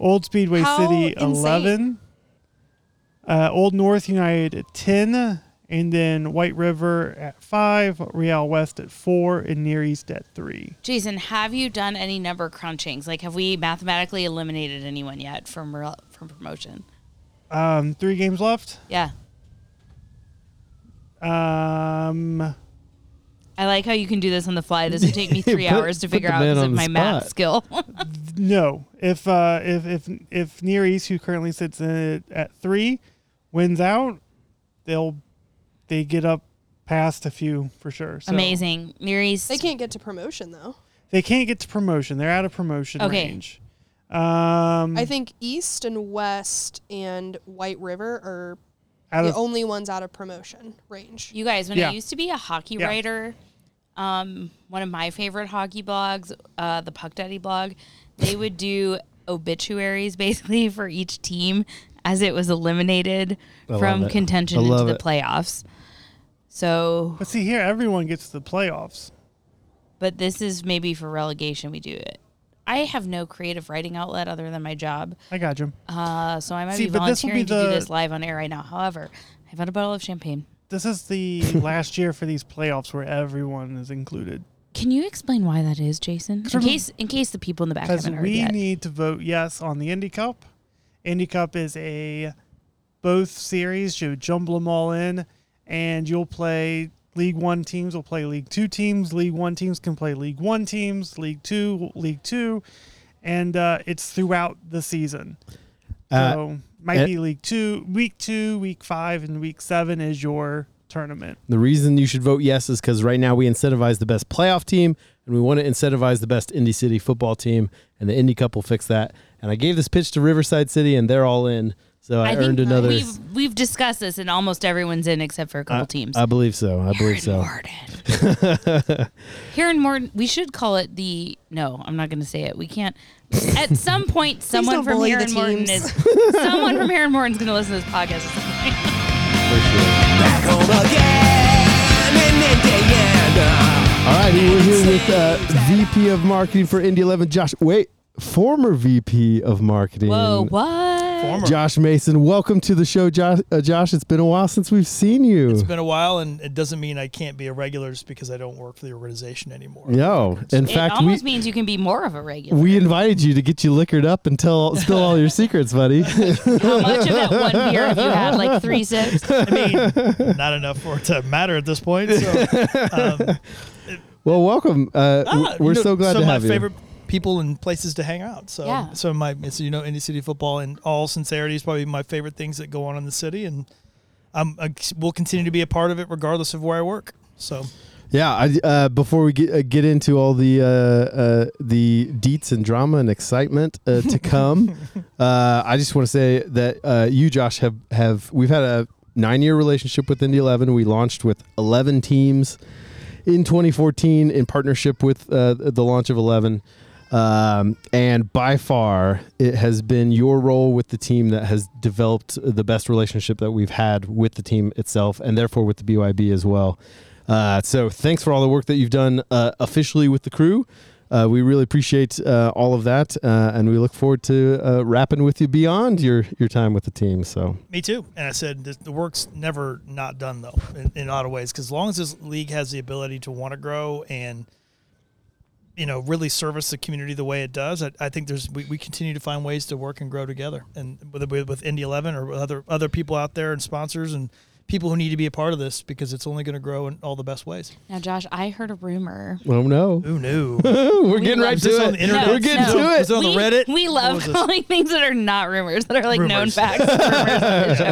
[SPEAKER 8] Old Speedway
[SPEAKER 2] How
[SPEAKER 8] City
[SPEAKER 2] insane.
[SPEAKER 8] 11. Uh, Old North United at 10. And then White River at 5. Real West at 4. And Near East at 3.
[SPEAKER 2] Jason, have you done any number crunchings? Like, have we mathematically eliminated anyone yet from Real- from promotion?
[SPEAKER 8] Um, three games left.
[SPEAKER 2] Yeah.
[SPEAKER 8] Um,
[SPEAKER 2] I like how you can do this on the fly. This would take me three
[SPEAKER 3] Put-
[SPEAKER 2] hours to
[SPEAKER 3] put
[SPEAKER 2] figure
[SPEAKER 3] the
[SPEAKER 2] out
[SPEAKER 3] man
[SPEAKER 2] because of
[SPEAKER 3] on the
[SPEAKER 2] my math
[SPEAKER 3] spot.
[SPEAKER 2] skill.
[SPEAKER 8] no. If, uh, if, if, if Near East, who currently sits at, at 3, wins out, they'll, they get up past a few for sure. So
[SPEAKER 2] Amazing. Miri's.
[SPEAKER 9] they can't get to promotion though.
[SPEAKER 8] They can't get to promotion. They're out of promotion
[SPEAKER 2] Okay.
[SPEAKER 8] range. Um,
[SPEAKER 9] I think East and West and White River are
[SPEAKER 8] out
[SPEAKER 9] the
[SPEAKER 8] of
[SPEAKER 9] only ones out of promotion range.
[SPEAKER 2] You guys, when
[SPEAKER 8] Yeah.
[SPEAKER 2] I used to be a hockey
[SPEAKER 8] Yeah.
[SPEAKER 2] writer, um, one of my favorite hockey blogs, uh, the Puck Daddy blog, they would do obituaries basically for each team as it was eliminated
[SPEAKER 3] I
[SPEAKER 2] from
[SPEAKER 3] love it.
[SPEAKER 2] contention
[SPEAKER 3] I
[SPEAKER 2] into
[SPEAKER 3] love
[SPEAKER 2] the
[SPEAKER 3] it.
[SPEAKER 2] playoffs. So,
[SPEAKER 8] But see here, everyone gets to the playoffs.
[SPEAKER 2] but this is maybe for relegation we do it. I have no creative writing outlet other than my job,
[SPEAKER 8] I got you.
[SPEAKER 2] uh, so I might
[SPEAKER 8] See,
[SPEAKER 2] be
[SPEAKER 8] but this will
[SPEAKER 2] volunteering
[SPEAKER 8] be
[SPEAKER 2] to do
[SPEAKER 8] the-
[SPEAKER 2] this live on air right now. However, I've had a bottle of champagne.
[SPEAKER 8] This is the last year for these playoffs where everyone is included.
[SPEAKER 2] Can you explain why that is, Jason? In
[SPEAKER 8] remem-
[SPEAKER 2] case, in case the people in the back
[SPEAKER 8] Because
[SPEAKER 2] haven't heard
[SPEAKER 8] we
[SPEAKER 2] yet.
[SPEAKER 8] need to vote yes on the Indy Cup. Indy Cup is a both series. You jumble them all in, and you'll play League One teams. Will play League Two teams. League One teams can play League One teams. League Two, League Two, and uh, it's throughout the season.
[SPEAKER 3] Uh,
[SPEAKER 8] so might
[SPEAKER 3] it-
[SPEAKER 8] be League Two, Week Two, Week Five, and Week Seven is your tournament.
[SPEAKER 3] The reason you should vote yes is because right now we incentivize the best playoff team, and we want to incentivize the best Indy City football team, and the Indy Cup will fix that. And I gave this pitch to Riverside City, and they're all in. So I,
[SPEAKER 2] I
[SPEAKER 3] earned
[SPEAKER 2] think
[SPEAKER 3] another.
[SPEAKER 2] we've we've discussed this, and almost everyone's in except for a couple teams.
[SPEAKER 3] I believe so. I believe so.
[SPEAKER 2] Morton. Here in Morton, we should call it the. No, I'm not going to say it. We can't. At some point, someone
[SPEAKER 9] don't
[SPEAKER 2] from
[SPEAKER 9] bully
[SPEAKER 2] here
[SPEAKER 9] the
[SPEAKER 2] in Morton is.
[SPEAKER 9] teams.
[SPEAKER 2] Someone from here in Morton's going to listen to this podcast. or something.
[SPEAKER 3] All right, we're here with uh, VP of Marketing for Indy 11, Josh. Wait, former VP of Marketing.
[SPEAKER 2] Whoa, what?
[SPEAKER 8] Former.
[SPEAKER 3] Josh Mason, welcome to the show, Josh. Uh, Josh, it's been a while since we've seen you.
[SPEAKER 1] It's been a while, and it doesn't mean I can't be a regular just because I don't work for the organization anymore.
[SPEAKER 3] no, Oh, in
[SPEAKER 2] It
[SPEAKER 3] fact, we,
[SPEAKER 2] almost means you can be more of a regular.
[SPEAKER 3] we invited you to get you liquored up and tell spill all your secrets, buddy.
[SPEAKER 2] How much of that one beer have you had? Like three sips?
[SPEAKER 1] I mean, not enough for it to matter at this point. So, um,
[SPEAKER 3] well, welcome. Uh, w-
[SPEAKER 1] ah,
[SPEAKER 3] we're
[SPEAKER 1] you know,
[SPEAKER 3] so glad
[SPEAKER 1] some
[SPEAKER 3] to
[SPEAKER 1] of my
[SPEAKER 3] have you.
[SPEAKER 1] favorite people and places to hang out. So,
[SPEAKER 2] Yeah.
[SPEAKER 1] so my it's you know Indy City football in all sincerity is probably my favorite things that go on in the city, and I'm I will continue to be a part of it regardless of where I work. So,
[SPEAKER 3] Yeah. I, uh, before we get uh, get into all the uh, uh, the deets and drama and excitement uh, to come, uh, I just want to say that uh, you, Josh, have have we've had a nine year relationship with Indy Eleven. We launched with eleven teams in 2014 in partnership with uh, the launch of Eleven. Um, and by far, it has been your role with the team that has developed the best relationship that we've had with the team itself, and therefore with the BYB as well. Uh, so thanks for all the work that you've done uh, officially with the crew. Uh, we really appreciate uh, all of that, uh, and we look forward to uh, rapping with you beyond your your time with the team. So
[SPEAKER 1] Me too. And I said the, the work's never not done though, in, in a lot of ways. Because as long as this league has the ability to want to grow and you know really service the community the way it does, I, I think there's we, we continue to find ways to work and grow together. And with, with, with Indy Eleven or with other other people out there and sponsors and people who need to be a part of this because it's only going to grow in all the best ways.
[SPEAKER 2] Now, Josh, I heard a rumor.
[SPEAKER 3] oh no,
[SPEAKER 1] Who knew?
[SPEAKER 3] we're getting right
[SPEAKER 1] Is this
[SPEAKER 3] to
[SPEAKER 1] on
[SPEAKER 3] it.
[SPEAKER 1] the internet?
[SPEAKER 3] We're getting
[SPEAKER 1] No.
[SPEAKER 3] to it.
[SPEAKER 1] Is it on the
[SPEAKER 2] we,
[SPEAKER 1] Reddit?
[SPEAKER 2] We love
[SPEAKER 1] What was this?
[SPEAKER 2] calling things that are not rumors, that are like known
[SPEAKER 1] Rumors.
[SPEAKER 2] facts. Rumors on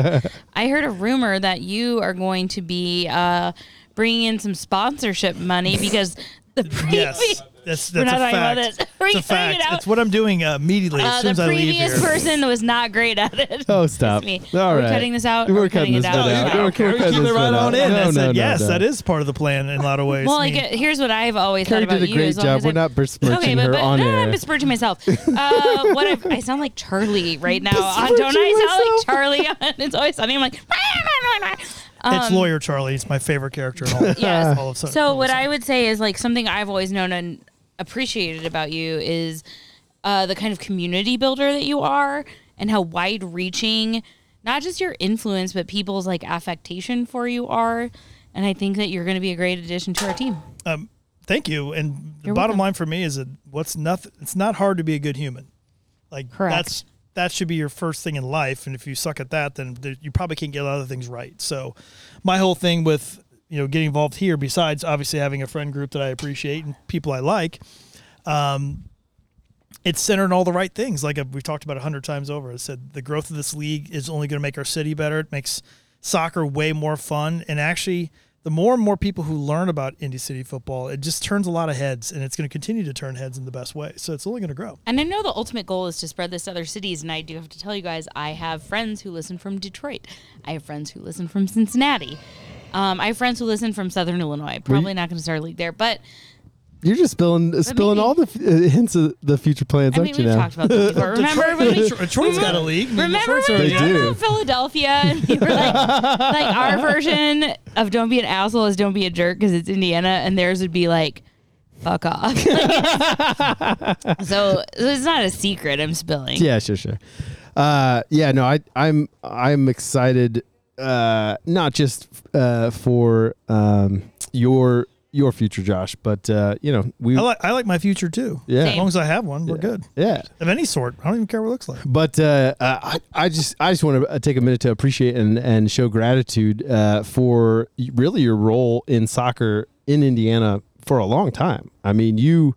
[SPEAKER 2] the show. I heard a rumor that you are going to be uh, bringing in some sponsorship money because the previous.
[SPEAKER 1] yes, that's that's
[SPEAKER 2] We're not
[SPEAKER 1] a
[SPEAKER 2] talking about
[SPEAKER 1] fact.
[SPEAKER 2] this. Are
[SPEAKER 1] It's
[SPEAKER 2] you
[SPEAKER 1] a
[SPEAKER 2] saying it
[SPEAKER 1] fact.
[SPEAKER 2] out?
[SPEAKER 1] It's what I'm doing uh, immediately
[SPEAKER 2] Uh,
[SPEAKER 1] as soon as
[SPEAKER 2] the
[SPEAKER 1] I leave
[SPEAKER 2] previous
[SPEAKER 1] here.
[SPEAKER 2] person was not great at it.
[SPEAKER 3] Oh, stop.
[SPEAKER 2] Excuse me.
[SPEAKER 3] All
[SPEAKER 2] Are we
[SPEAKER 3] right.
[SPEAKER 2] cutting this out?
[SPEAKER 3] We're
[SPEAKER 2] Are we
[SPEAKER 3] cutting this
[SPEAKER 1] No,
[SPEAKER 3] bit
[SPEAKER 1] yeah,
[SPEAKER 3] out.
[SPEAKER 1] I don't
[SPEAKER 3] We're
[SPEAKER 1] care.
[SPEAKER 3] cutting
[SPEAKER 1] Keep
[SPEAKER 3] this
[SPEAKER 1] it
[SPEAKER 3] bit
[SPEAKER 1] right
[SPEAKER 3] out.
[SPEAKER 1] on in.
[SPEAKER 3] No,
[SPEAKER 1] I
[SPEAKER 3] no, no,
[SPEAKER 1] said, yes,
[SPEAKER 3] no.
[SPEAKER 1] that is part of the plan in a lot of ways.
[SPEAKER 2] Well,
[SPEAKER 1] I
[SPEAKER 2] like,
[SPEAKER 1] mean,
[SPEAKER 2] uh, here's what I've always
[SPEAKER 3] Carrie
[SPEAKER 2] thought about
[SPEAKER 3] did a
[SPEAKER 2] you
[SPEAKER 3] great
[SPEAKER 2] as well,
[SPEAKER 3] job.
[SPEAKER 2] 'cause
[SPEAKER 3] We're
[SPEAKER 2] I-
[SPEAKER 3] not besmirching
[SPEAKER 2] okay, but,
[SPEAKER 3] her
[SPEAKER 2] but,
[SPEAKER 3] on
[SPEAKER 2] no,
[SPEAKER 3] air.
[SPEAKER 2] I'm besmirching myself. Uh, what if I sound like Charlie right now? Uh, don't I sound like Charlie? it's always sunny. I'm like.
[SPEAKER 1] it's lawyer Charlie. It's my favorite character. In all,
[SPEAKER 2] Yes.
[SPEAKER 1] all of Sun- all
[SPEAKER 2] um, So
[SPEAKER 1] of
[SPEAKER 2] what
[SPEAKER 1] Sun-
[SPEAKER 2] I would say is like something I've always known and appreciated about you is uh, the kind of community builder that you are and how wide reaching not just your influence but people's like affectation for you are and I think that you're going to be a great addition to our team.
[SPEAKER 1] Um, thank you. And the bottom line for me is that what's nothing. It's not hard to be a good human. Like
[SPEAKER 2] Correct.
[SPEAKER 1] that's that should be your first thing in life. And if you suck at that, then there, you probably can't get other things right. So my whole thing with you know getting involved here, besides obviously having a friend group that I appreciate and people I like, um, it's centered on all the right things. Like uh, we've talked about a hundred times over. I said the growth of this league is only going to make our city better. It makes soccer way more fun. And actually, the more and more people who learn about Indy City football, it just turns a lot of heads, and it's going to continue to turn heads in the best way. So it's only going to grow.
[SPEAKER 2] And I know the ultimate goal is to spread this to other cities. And I do have to tell you guys, I have friends who listen from Detroit. I have friends who listen from Cincinnati. Um, I have friends who listen from Southern Illinois. Probably not going to start a league there, but
[SPEAKER 3] You're just spilling spilling
[SPEAKER 2] maybe-
[SPEAKER 3] all the f- uh, hints of the future plans,
[SPEAKER 2] I mean,
[SPEAKER 3] aren't you
[SPEAKER 2] we've
[SPEAKER 3] now?
[SPEAKER 2] talked about this before. Remember when we,
[SPEAKER 1] Detroit's got a league. I mean,
[SPEAKER 2] remember
[SPEAKER 1] Detroit's
[SPEAKER 2] when
[SPEAKER 1] already-
[SPEAKER 2] we
[SPEAKER 3] They
[SPEAKER 2] talked
[SPEAKER 3] do.
[SPEAKER 2] about Philadelphia and we were like, like our version of "Don't be an asshole" is "Don't be a jerk" because it's Indiana, and theirs would be like, "Fuck off." Like, it's- so it's not a secret. I'm spilling.
[SPEAKER 3] yeah, sure, sure. Uh, yeah, no, I, I'm I'm excited, uh, not just uh, for um, your your future, Josh, but uh, you know we
[SPEAKER 1] I like I like my future too.
[SPEAKER 3] Yeah.
[SPEAKER 1] As long as I have one, we're good.
[SPEAKER 3] yeah.
[SPEAKER 1] Of any sort. I don't even care what it looks like.
[SPEAKER 3] But uh, uh, I, I just I just want to take a minute to appreciate and, and show gratitude uh, for really your role in soccer in Indiana for a long time. I mean, you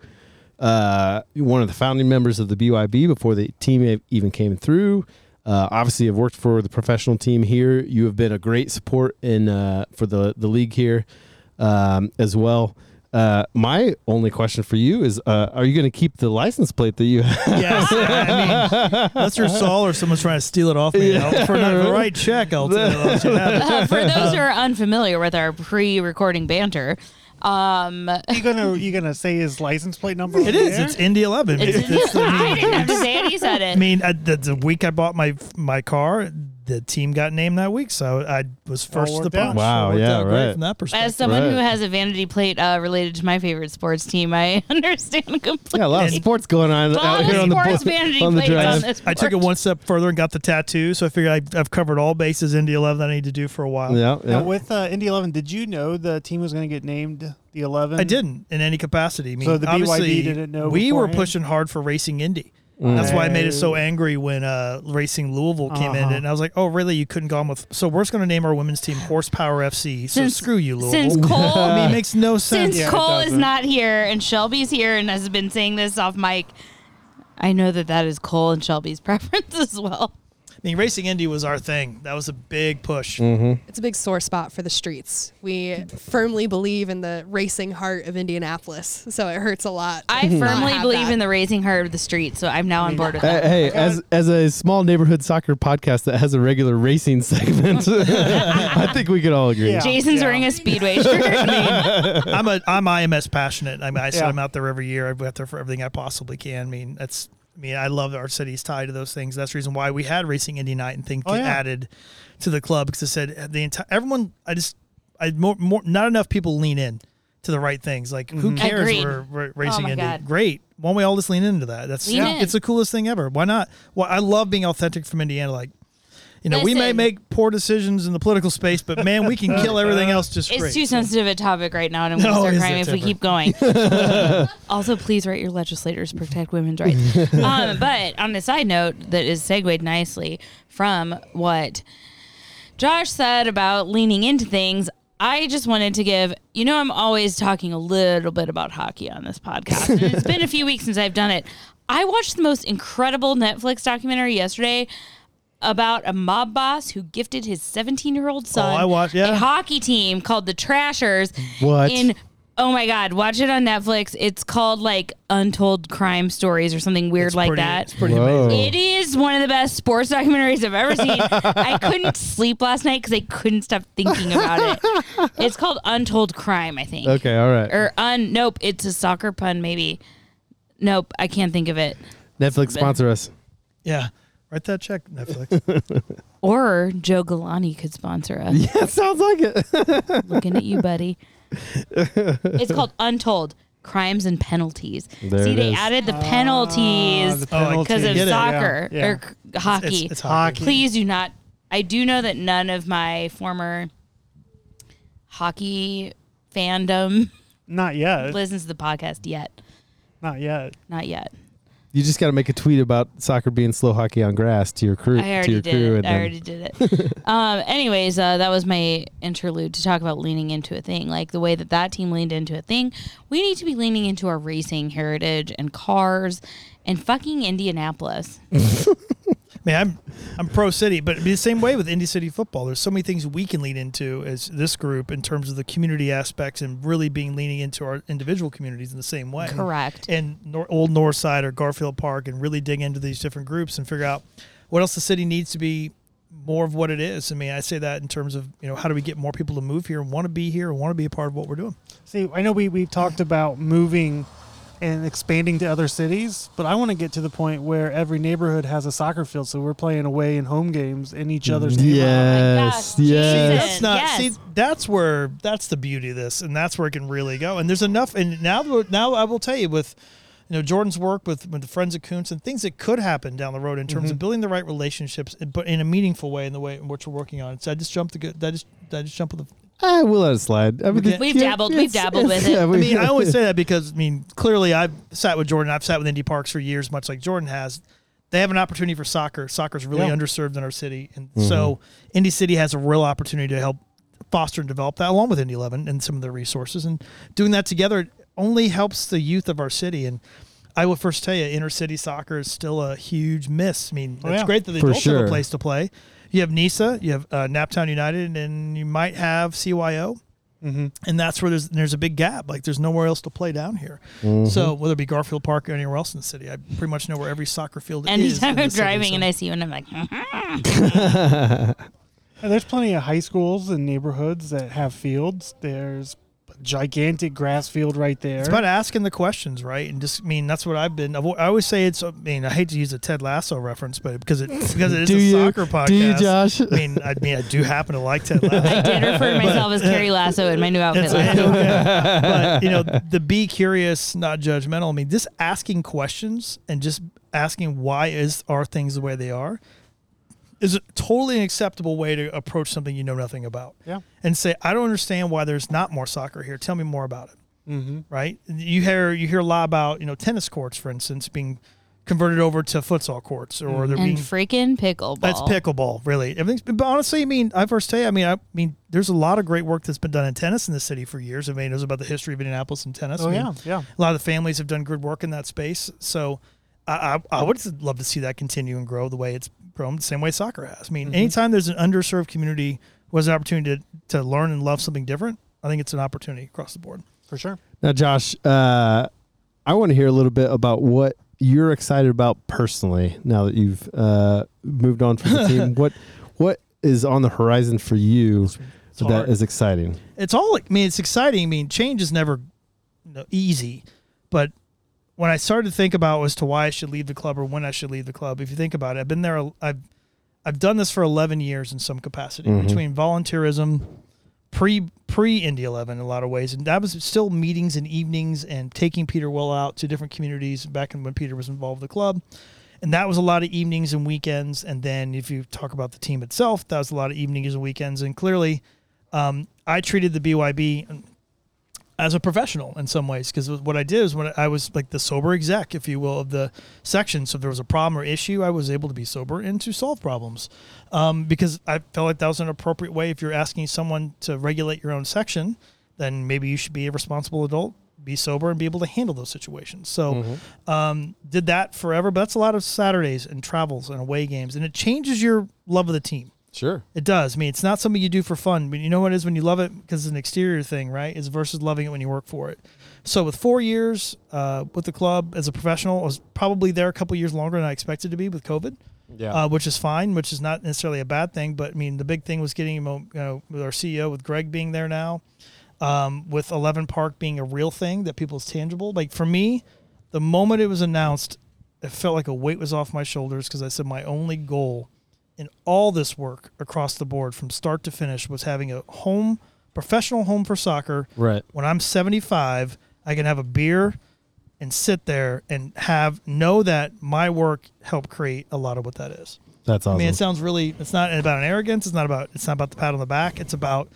[SPEAKER 3] uh, you're one of the founding members of the BYB before the team e- even came through. Uh, obviously, have worked for the professional team here. You have been a great support in uh, for the the league here um, as well. Uh, my only question for you is: uh, Are you going to keep the license plate that you have?
[SPEAKER 1] Yes. I mean, unless you're Saul or someone's trying to steal it off me I'll- for not the right check, I'll, I'll let you have it.
[SPEAKER 2] Uh, for those who are unfamiliar with our pre-recording banter, um,
[SPEAKER 8] You gonna you gonna say his license plate number?
[SPEAKER 1] It is. It's Indy 11. It's- it's-
[SPEAKER 2] I didn't have to say it. He said
[SPEAKER 1] I
[SPEAKER 2] it.
[SPEAKER 1] mean, I, the, the week I bought my my car, the team got named that week, so I was first to the
[SPEAKER 8] worked out.
[SPEAKER 1] punch. It
[SPEAKER 3] Wow,
[SPEAKER 1] worked
[SPEAKER 3] yeah,
[SPEAKER 1] out great
[SPEAKER 3] right.
[SPEAKER 1] From that perspective,
[SPEAKER 2] As someone who
[SPEAKER 3] Right.
[SPEAKER 2] has a vanity plate uh, related to my favorite sports team, I understand completely.
[SPEAKER 3] Yeah, a lot of sports going on
[SPEAKER 2] lot
[SPEAKER 3] out
[SPEAKER 2] of
[SPEAKER 3] here on the,
[SPEAKER 2] sports
[SPEAKER 3] bo-
[SPEAKER 2] vanity
[SPEAKER 3] on the
[SPEAKER 2] plates
[SPEAKER 3] drive.
[SPEAKER 2] on this
[SPEAKER 1] I took it
[SPEAKER 2] board.
[SPEAKER 1] one step further and got the tattoo, so I figured I, I've covered all bases Indy 11 that I need to do for a while.
[SPEAKER 3] yeah, yeah.
[SPEAKER 8] Now, with uh, Indy Eleven, did you know the team was gonna get named the Eleven?
[SPEAKER 1] I didn't in any capacity. I mean,
[SPEAKER 8] So the BYB
[SPEAKER 1] obviously,
[SPEAKER 8] didn't know
[SPEAKER 1] we were
[SPEAKER 8] beforehand? Oh.
[SPEAKER 1] pushing hard for Racing Indy. That's why I made it so angry when uh, Racing Louisville came in,
[SPEAKER 8] Uh-huh.
[SPEAKER 1] and I was like, "Oh, really? You couldn't go on with?" So we're just going to name our women's team Horsepower FC. So
[SPEAKER 2] Since-
[SPEAKER 1] screw you, Louisville.
[SPEAKER 2] Since Cole,
[SPEAKER 1] I mean, it makes no sense.
[SPEAKER 2] since
[SPEAKER 8] Yeah, it
[SPEAKER 2] Cole is
[SPEAKER 8] doesn't.
[SPEAKER 2] not here and Shelby's here and has been saying this off mic, I know that that is Cole and Shelby's preference as well.
[SPEAKER 1] I mean, Racing Indy was our thing. That was a big push.
[SPEAKER 9] It's a big sore spot for the streets. We firmly believe in the racing heart of Indianapolis, so it hurts a lot.
[SPEAKER 2] I firmly
[SPEAKER 9] have
[SPEAKER 2] believe
[SPEAKER 9] that.
[SPEAKER 2] in the raising heart of the street, so I'm now on board with
[SPEAKER 3] Hey,
[SPEAKER 2] that.
[SPEAKER 3] hey, as as a small neighborhood soccer podcast that has a regular racing segment, I think we could all agree.
[SPEAKER 8] Yeah.
[SPEAKER 2] Jason's wearing a speedway shirt.
[SPEAKER 1] I'm a I'm IMS passionate. I mean, I said
[SPEAKER 8] Yeah.
[SPEAKER 1] I'm out there every year. I go out there for everything I possibly can. I mean, that's I mean, I love that our city's tied to those things. That's the reason why we had Racing Indy Night and things
[SPEAKER 8] Oh,
[SPEAKER 1] get
[SPEAKER 8] yeah.
[SPEAKER 1] added to the club because it said the entire everyone. I just I more, more not enough people lean in to the right things. Like
[SPEAKER 8] Mm-hmm.
[SPEAKER 1] who cares?
[SPEAKER 2] Agreed. Oh
[SPEAKER 1] We're, we're Racing
[SPEAKER 2] my
[SPEAKER 1] Indy.
[SPEAKER 2] God.
[SPEAKER 1] Great. Why don't we all just lean into that? That's
[SPEAKER 2] Lean in.
[SPEAKER 1] it's the coolest thing ever. Why not? Well, I love being authentic from Indiana. Like. You know, we may
[SPEAKER 2] Listen.
[SPEAKER 1] make poor decisions in the political space, but man, we can kill everything else just
[SPEAKER 2] It's
[SPEAKER 1] great.
[SPEAKER 2] too sensitive a topic right now, and I'm going
[SPEAKER 1] No,
[SPEAKER 2] to start
[SPEAKER 1] is
[SPEAKER 2] crying
[SPEAKER 1] it
[SPEAKER 2] if we
[SPEAKER 1] ever?
[SPEAKER 2] keep going. also, please write your legislators to protect women's rights. um, but on a side note, that is segued nicely from what Josh said about leaning into things. I just wanted to give, you know, I'm always talking a little bit about hockey on this podcast. and it's been a few weeks since I've done it. I watched the most incredible Netflix documentary yesterday about a mob boss who gifted his 17 year old son
[SPEAKER 1] Oh, I watched- yeah.
[SPEAKER 2] a hockey team called the Trashers.
[SPEAKER 3] What?
[SPEAKER 2] In oh my god, watch it on Netflix. It's called like Untold Crime Stories or something weird like
[SPEAKER 1] pretty-
[SPEAKER 2] that.
[SPEAKER 1] It's pretty
[SPEAKER 3] Whoa.
[SPEAKER 1] amazing.
[SPEAKER 2] It is one of the best sports documentaries I've ever seen. I couldn't sleep last night because I couldn't stop thinking about it. It's called Untold Crime, I think.
[SPEAKER 3] Okay, all right.
[SPEAKER 2] Or un nope, it's a soccer pun maybe. Nope, I can't think of it.
[SPEAKER 3] Netflix sponsor us.
[SPEAKER 1] Yeah. Write that check, Netflix.
[SPEAKER 2] Or Joe Galani could sponsor us.
[SPEAKER 3] That sounds like it.
[SPEAKER 2] Looking at you, buddy. It's called Untold Crimes and Penalties.
[SPEAKER 3] There
[SPEAKER 2] See,
[SPEAKER 3] it
[SPEAKER 2] they
[SPEAKER 3] is.
[SPEAKER 2] added the penalties
[SPEAKER 1] Oh, I
[SPEAKER 2] because of
[SPEAKER 1] get it, yeah,
[SPEAKER 2] soccer
[SPEAKER 8] yeah.
[SPEAKER 2] or c- hockey.
[SPEAKER 1] it's, it's hockey.
[SPEAKER 2] Please do not. I do know that none of my former hockey fandom
[SPEAKER 8] Not yet.
[SPEAKER 2] listens to the podcast yet.
[SPEAKER 8] Not yet.
[SPEAKER 2] Not yet.
[SPEAKER 3] You just got to make a tweet about soccer being slow hockey on grass to your crew.
[SPEAKER 2] I
[SPEAKER 3] to
[SPEAKER 2] already
[SPEAKER 3] your
[SPEAKER 2] did
[SPEAKER 3] crew
[SPEAKER 2] it.
[SPEAKER 3] and
[SPEAKER 2] I
[SPEAKER 3] then-
[SPEAKER 2] already did it. um, anyways, uh, that was my interlude to talk about leaning into a thing. Like the way that that team leaned into a thing, we need to be leaning into our racing heritage and cars and fucking Indianapolis.
[SPEAKER 1] Man, I'm I'm pro city, but it'd be the same way with Indy City football. There's so many things we can lean into as this group in terms of the community aspects and really being leaning into our individual communities in the same way.
[SPEAKER 2] Correct.
[SPEAKER 1] And nor- old North Side or Garfield Park and really dig into these different groups and figure out what else the city needs to be more of what it is. I mean, I say that in terms of you know how do we get more people to move here and want to be here and want to be a part of what we're doing.
[SPEAKER 8] See, I know we we've talked about moving and expanding to other cities, but I want to get to the point where every neighborhood has a soccer field, so we're playing away and home games in each other's.
[SPEAKER 1] Mm,
[SPEAKER 8] neighborhood.
[SPEAKER 3] Yes,
[SPEAKER 2] gosh,
[SPEAKER 3] yes.
[SPEAKER 2] Jesus.
[SPEAKER 1] That's not
[SPEAKER 2] Yes.
[SPEAKER 1] see. That's where that's the beauty of this, and that's where it can really go. And there's enough. And now, now I will tell you with, you know, Jordan's work with with the friends of Koontz and things that could happen down the road in terms of building the right relationships, and- but in a meaningful way in the way in which we're working on it. So I just jumped the good. That just that just jumped with the.
[SPEAKER 3] Ah, we'll let it slide. I mean,
[SPEAKER 1] Okay.
[SPEAKER 2] We've
[SPEAKER 3] yeah,
[SPEAKER 2] dabbled- we've
[SPEAKER 3] it's-
[SPEAKER 2] dabbled
[SPEAKER 3] it's-
[SPEAKER 2] with it.
[SPEAKER 3] yeah,
[SPEAKER 2] I
[SPEAKER 1] I
[SPEAKER 3] we-
[SPEAKER 1] mean, I always say that because I mean, clearly I've sat with Jordan. I've sat with Indy Parks for years, much like Jordan has. They have an opportunity for soccer. Soccer's really
[SPEAKER 8] Yeah.
[SPEAKER 1] underserved in our city, and
[SPEAKER 3] Mm-hmm.
[SPEAKER 1] so Indy City has a real opportunity to help foster and develop that, along with Indy Eleven and some of their resources. And doing that together only helps the youth of our city. And I will first tell you, inner city soccer is still a huge miss. I mean, it's
[SPEAKER 8] yeah.
[SPEAKER 1] great that the
[SPEAKER 3] Oh, For
[SPEAKER 1] adults have
[SPEAKER 3] sure.
[SPEAKER 1] a place to play. You have NISA, you have uh, Naptown United, and you might have CYO and that's where there's there's a big gap. Like there's nowhere else to play down here.
[SPEAKER 3] Mm-hmm.
[SPEAKER 1] So whether it be Garfield Park or anywhere else in the city, I pretty much know where every soccer field is.
[SPEAKER 2] Anytime I'm driving and
[SPEAKER 1] and
[SPEAKER 2] I see one, I'm like, "Mhm."
[SPEAKER 8] And there's plenty of high schools and neighborhoods that have fields. There's a gigantic grass field right there.
[SPEAKER 1] it's about asking the questions, right? And just I mean that's what I've been. I've, al- I always say it's. I mean I hate to use a Ted Lasso reference, but because it because it is
[SPEAKER 3] Do
[SPEAKER 1] a
[SPEAKER 3] you-
[SPEAKER 1] soccer podcast.
[SPEAKER 3] do you, Josh?
[SPEAKER 1] I mean I mean I do happen to like Ted Lasso.
[SPEAKER 2] I did refer to myself as Carrie Lasso in my new outfit.
[SPEAKER 1] It's
[SPEAKER 2] last
[SPEAKER 1] okay.
[SPEAKER 2] week.
[SPEAKER 1] but you know, the be curious, not judgmental. I mean, just asking questions and just asking why is are things the way they are is a totally an acceptable way to approach something you know nothing about.
[SPEAKER 8] Yeah.
[SPEAKER 1] And say, I don't understand why there's not more soccer here. Tell me more about it. Mm-hmm. Right. You hear you hear a lot about you know tennis courts, for instance, being converted over to futsal courts, or they're
[SPEAKER 2] And
[SPEAKER 1] being
[SPEAKER 2] freaking pickleball.
[SPEAKER 1] that's pickleball, really. Everything's, but honestly, I mean, I first tell you, I mean, I mean, there's a lot of great work that's been done in tennis in the city for years. I mean, it was about the history of Indianapolis and tennis.
[SPEAKER 8] Oh,
[SPEAKER 1] I mean,
[SPEAKER 8] yeah, yeah.
[SPEAKER 1] A lot of the families have done good work in that space. So, I, I, I would love to see that continue and grow the way it's grown, the same way soccer has. I mean,
[SPEAKER 8] Mm-hmm.
[SPEAKER 1] anytime there's an underserved community who has an opportunity to, to learn and love something different, I think it's an opportunity across the board.
[SPEAKER 8] for sure.
[SPEAKER 3] Now, Josh, uh, I want to hear a little bit about what you're excited about personally. Now that you've uh, moved on from the team, what what is on the horizon for you that is
[SPEAKER 1] hard.
[SPEAKER 3] exciting?
[SPEAKER 1] it's all I mean, it's exciting. I mean, change is never you know, easy, but when I started to think about as to why I should leave the club or when I should leave the club, if you think about it, I've been there. I've I've done this for 11 years in some capacity between volunteerism, pre pre Indy 11 in a lot of ways, and that was still meetings and evenings and taking Peter Will out to different communities back in when Peter was involved with the club. And that was a lot of evenings and weekends. And then if you talk about the team itself, that was a lot of evenings and weekends. And clearly, um, I treated the BYB as a professional in some ways because what I did is when I was like the sober exec, if you will, of the section. So if there was a problem or issue, I was able to be sober and to solve problems um, because I felt like that was an appropriate way. If you're asking someone to regulate your own section, then maybe you should be a responsible adult, be sober, and be able to handle those situations. So um, did that forever, but that's a lot of Saturdays and travels and away games, and it changes your love of the team.
[SPEAKER 3] Sure.
[SPEAKER 1] It does. I mean, it's not something you do for fun, but you know what it is when you love it because it's an exterior thing, right? Is versus loving it when you work for it. So with four years uh, with the club as a professional, I was probably there a couple years longer than I expected to be with COVID,
[SPEAKER 3] Yeah.
[SPEAKER 1] uh, which is fine, which is not necessarily a bad thing. But I mean, the big thing was getting you know with our CEO with Greg being there now, um, with Eleven Park being a real thing that people's tangible. Like for me, the moment it was announced, it felt like a weight was off my shoulders because I said my only goal in all this work across the board from start to finish was having a home, professional home for soccer.
[SPEAKER 3] Right.
[SPEAKER 1] When I'm 75, I can have a beer and sit there and have know that my work helped create a lot of what that is.
[SPEAKER 3] That's awesome.
[SPEAKER 1] I mean, it sounds really. It's not about an arrogance. It's not about. It's not about the pat on the back. It's about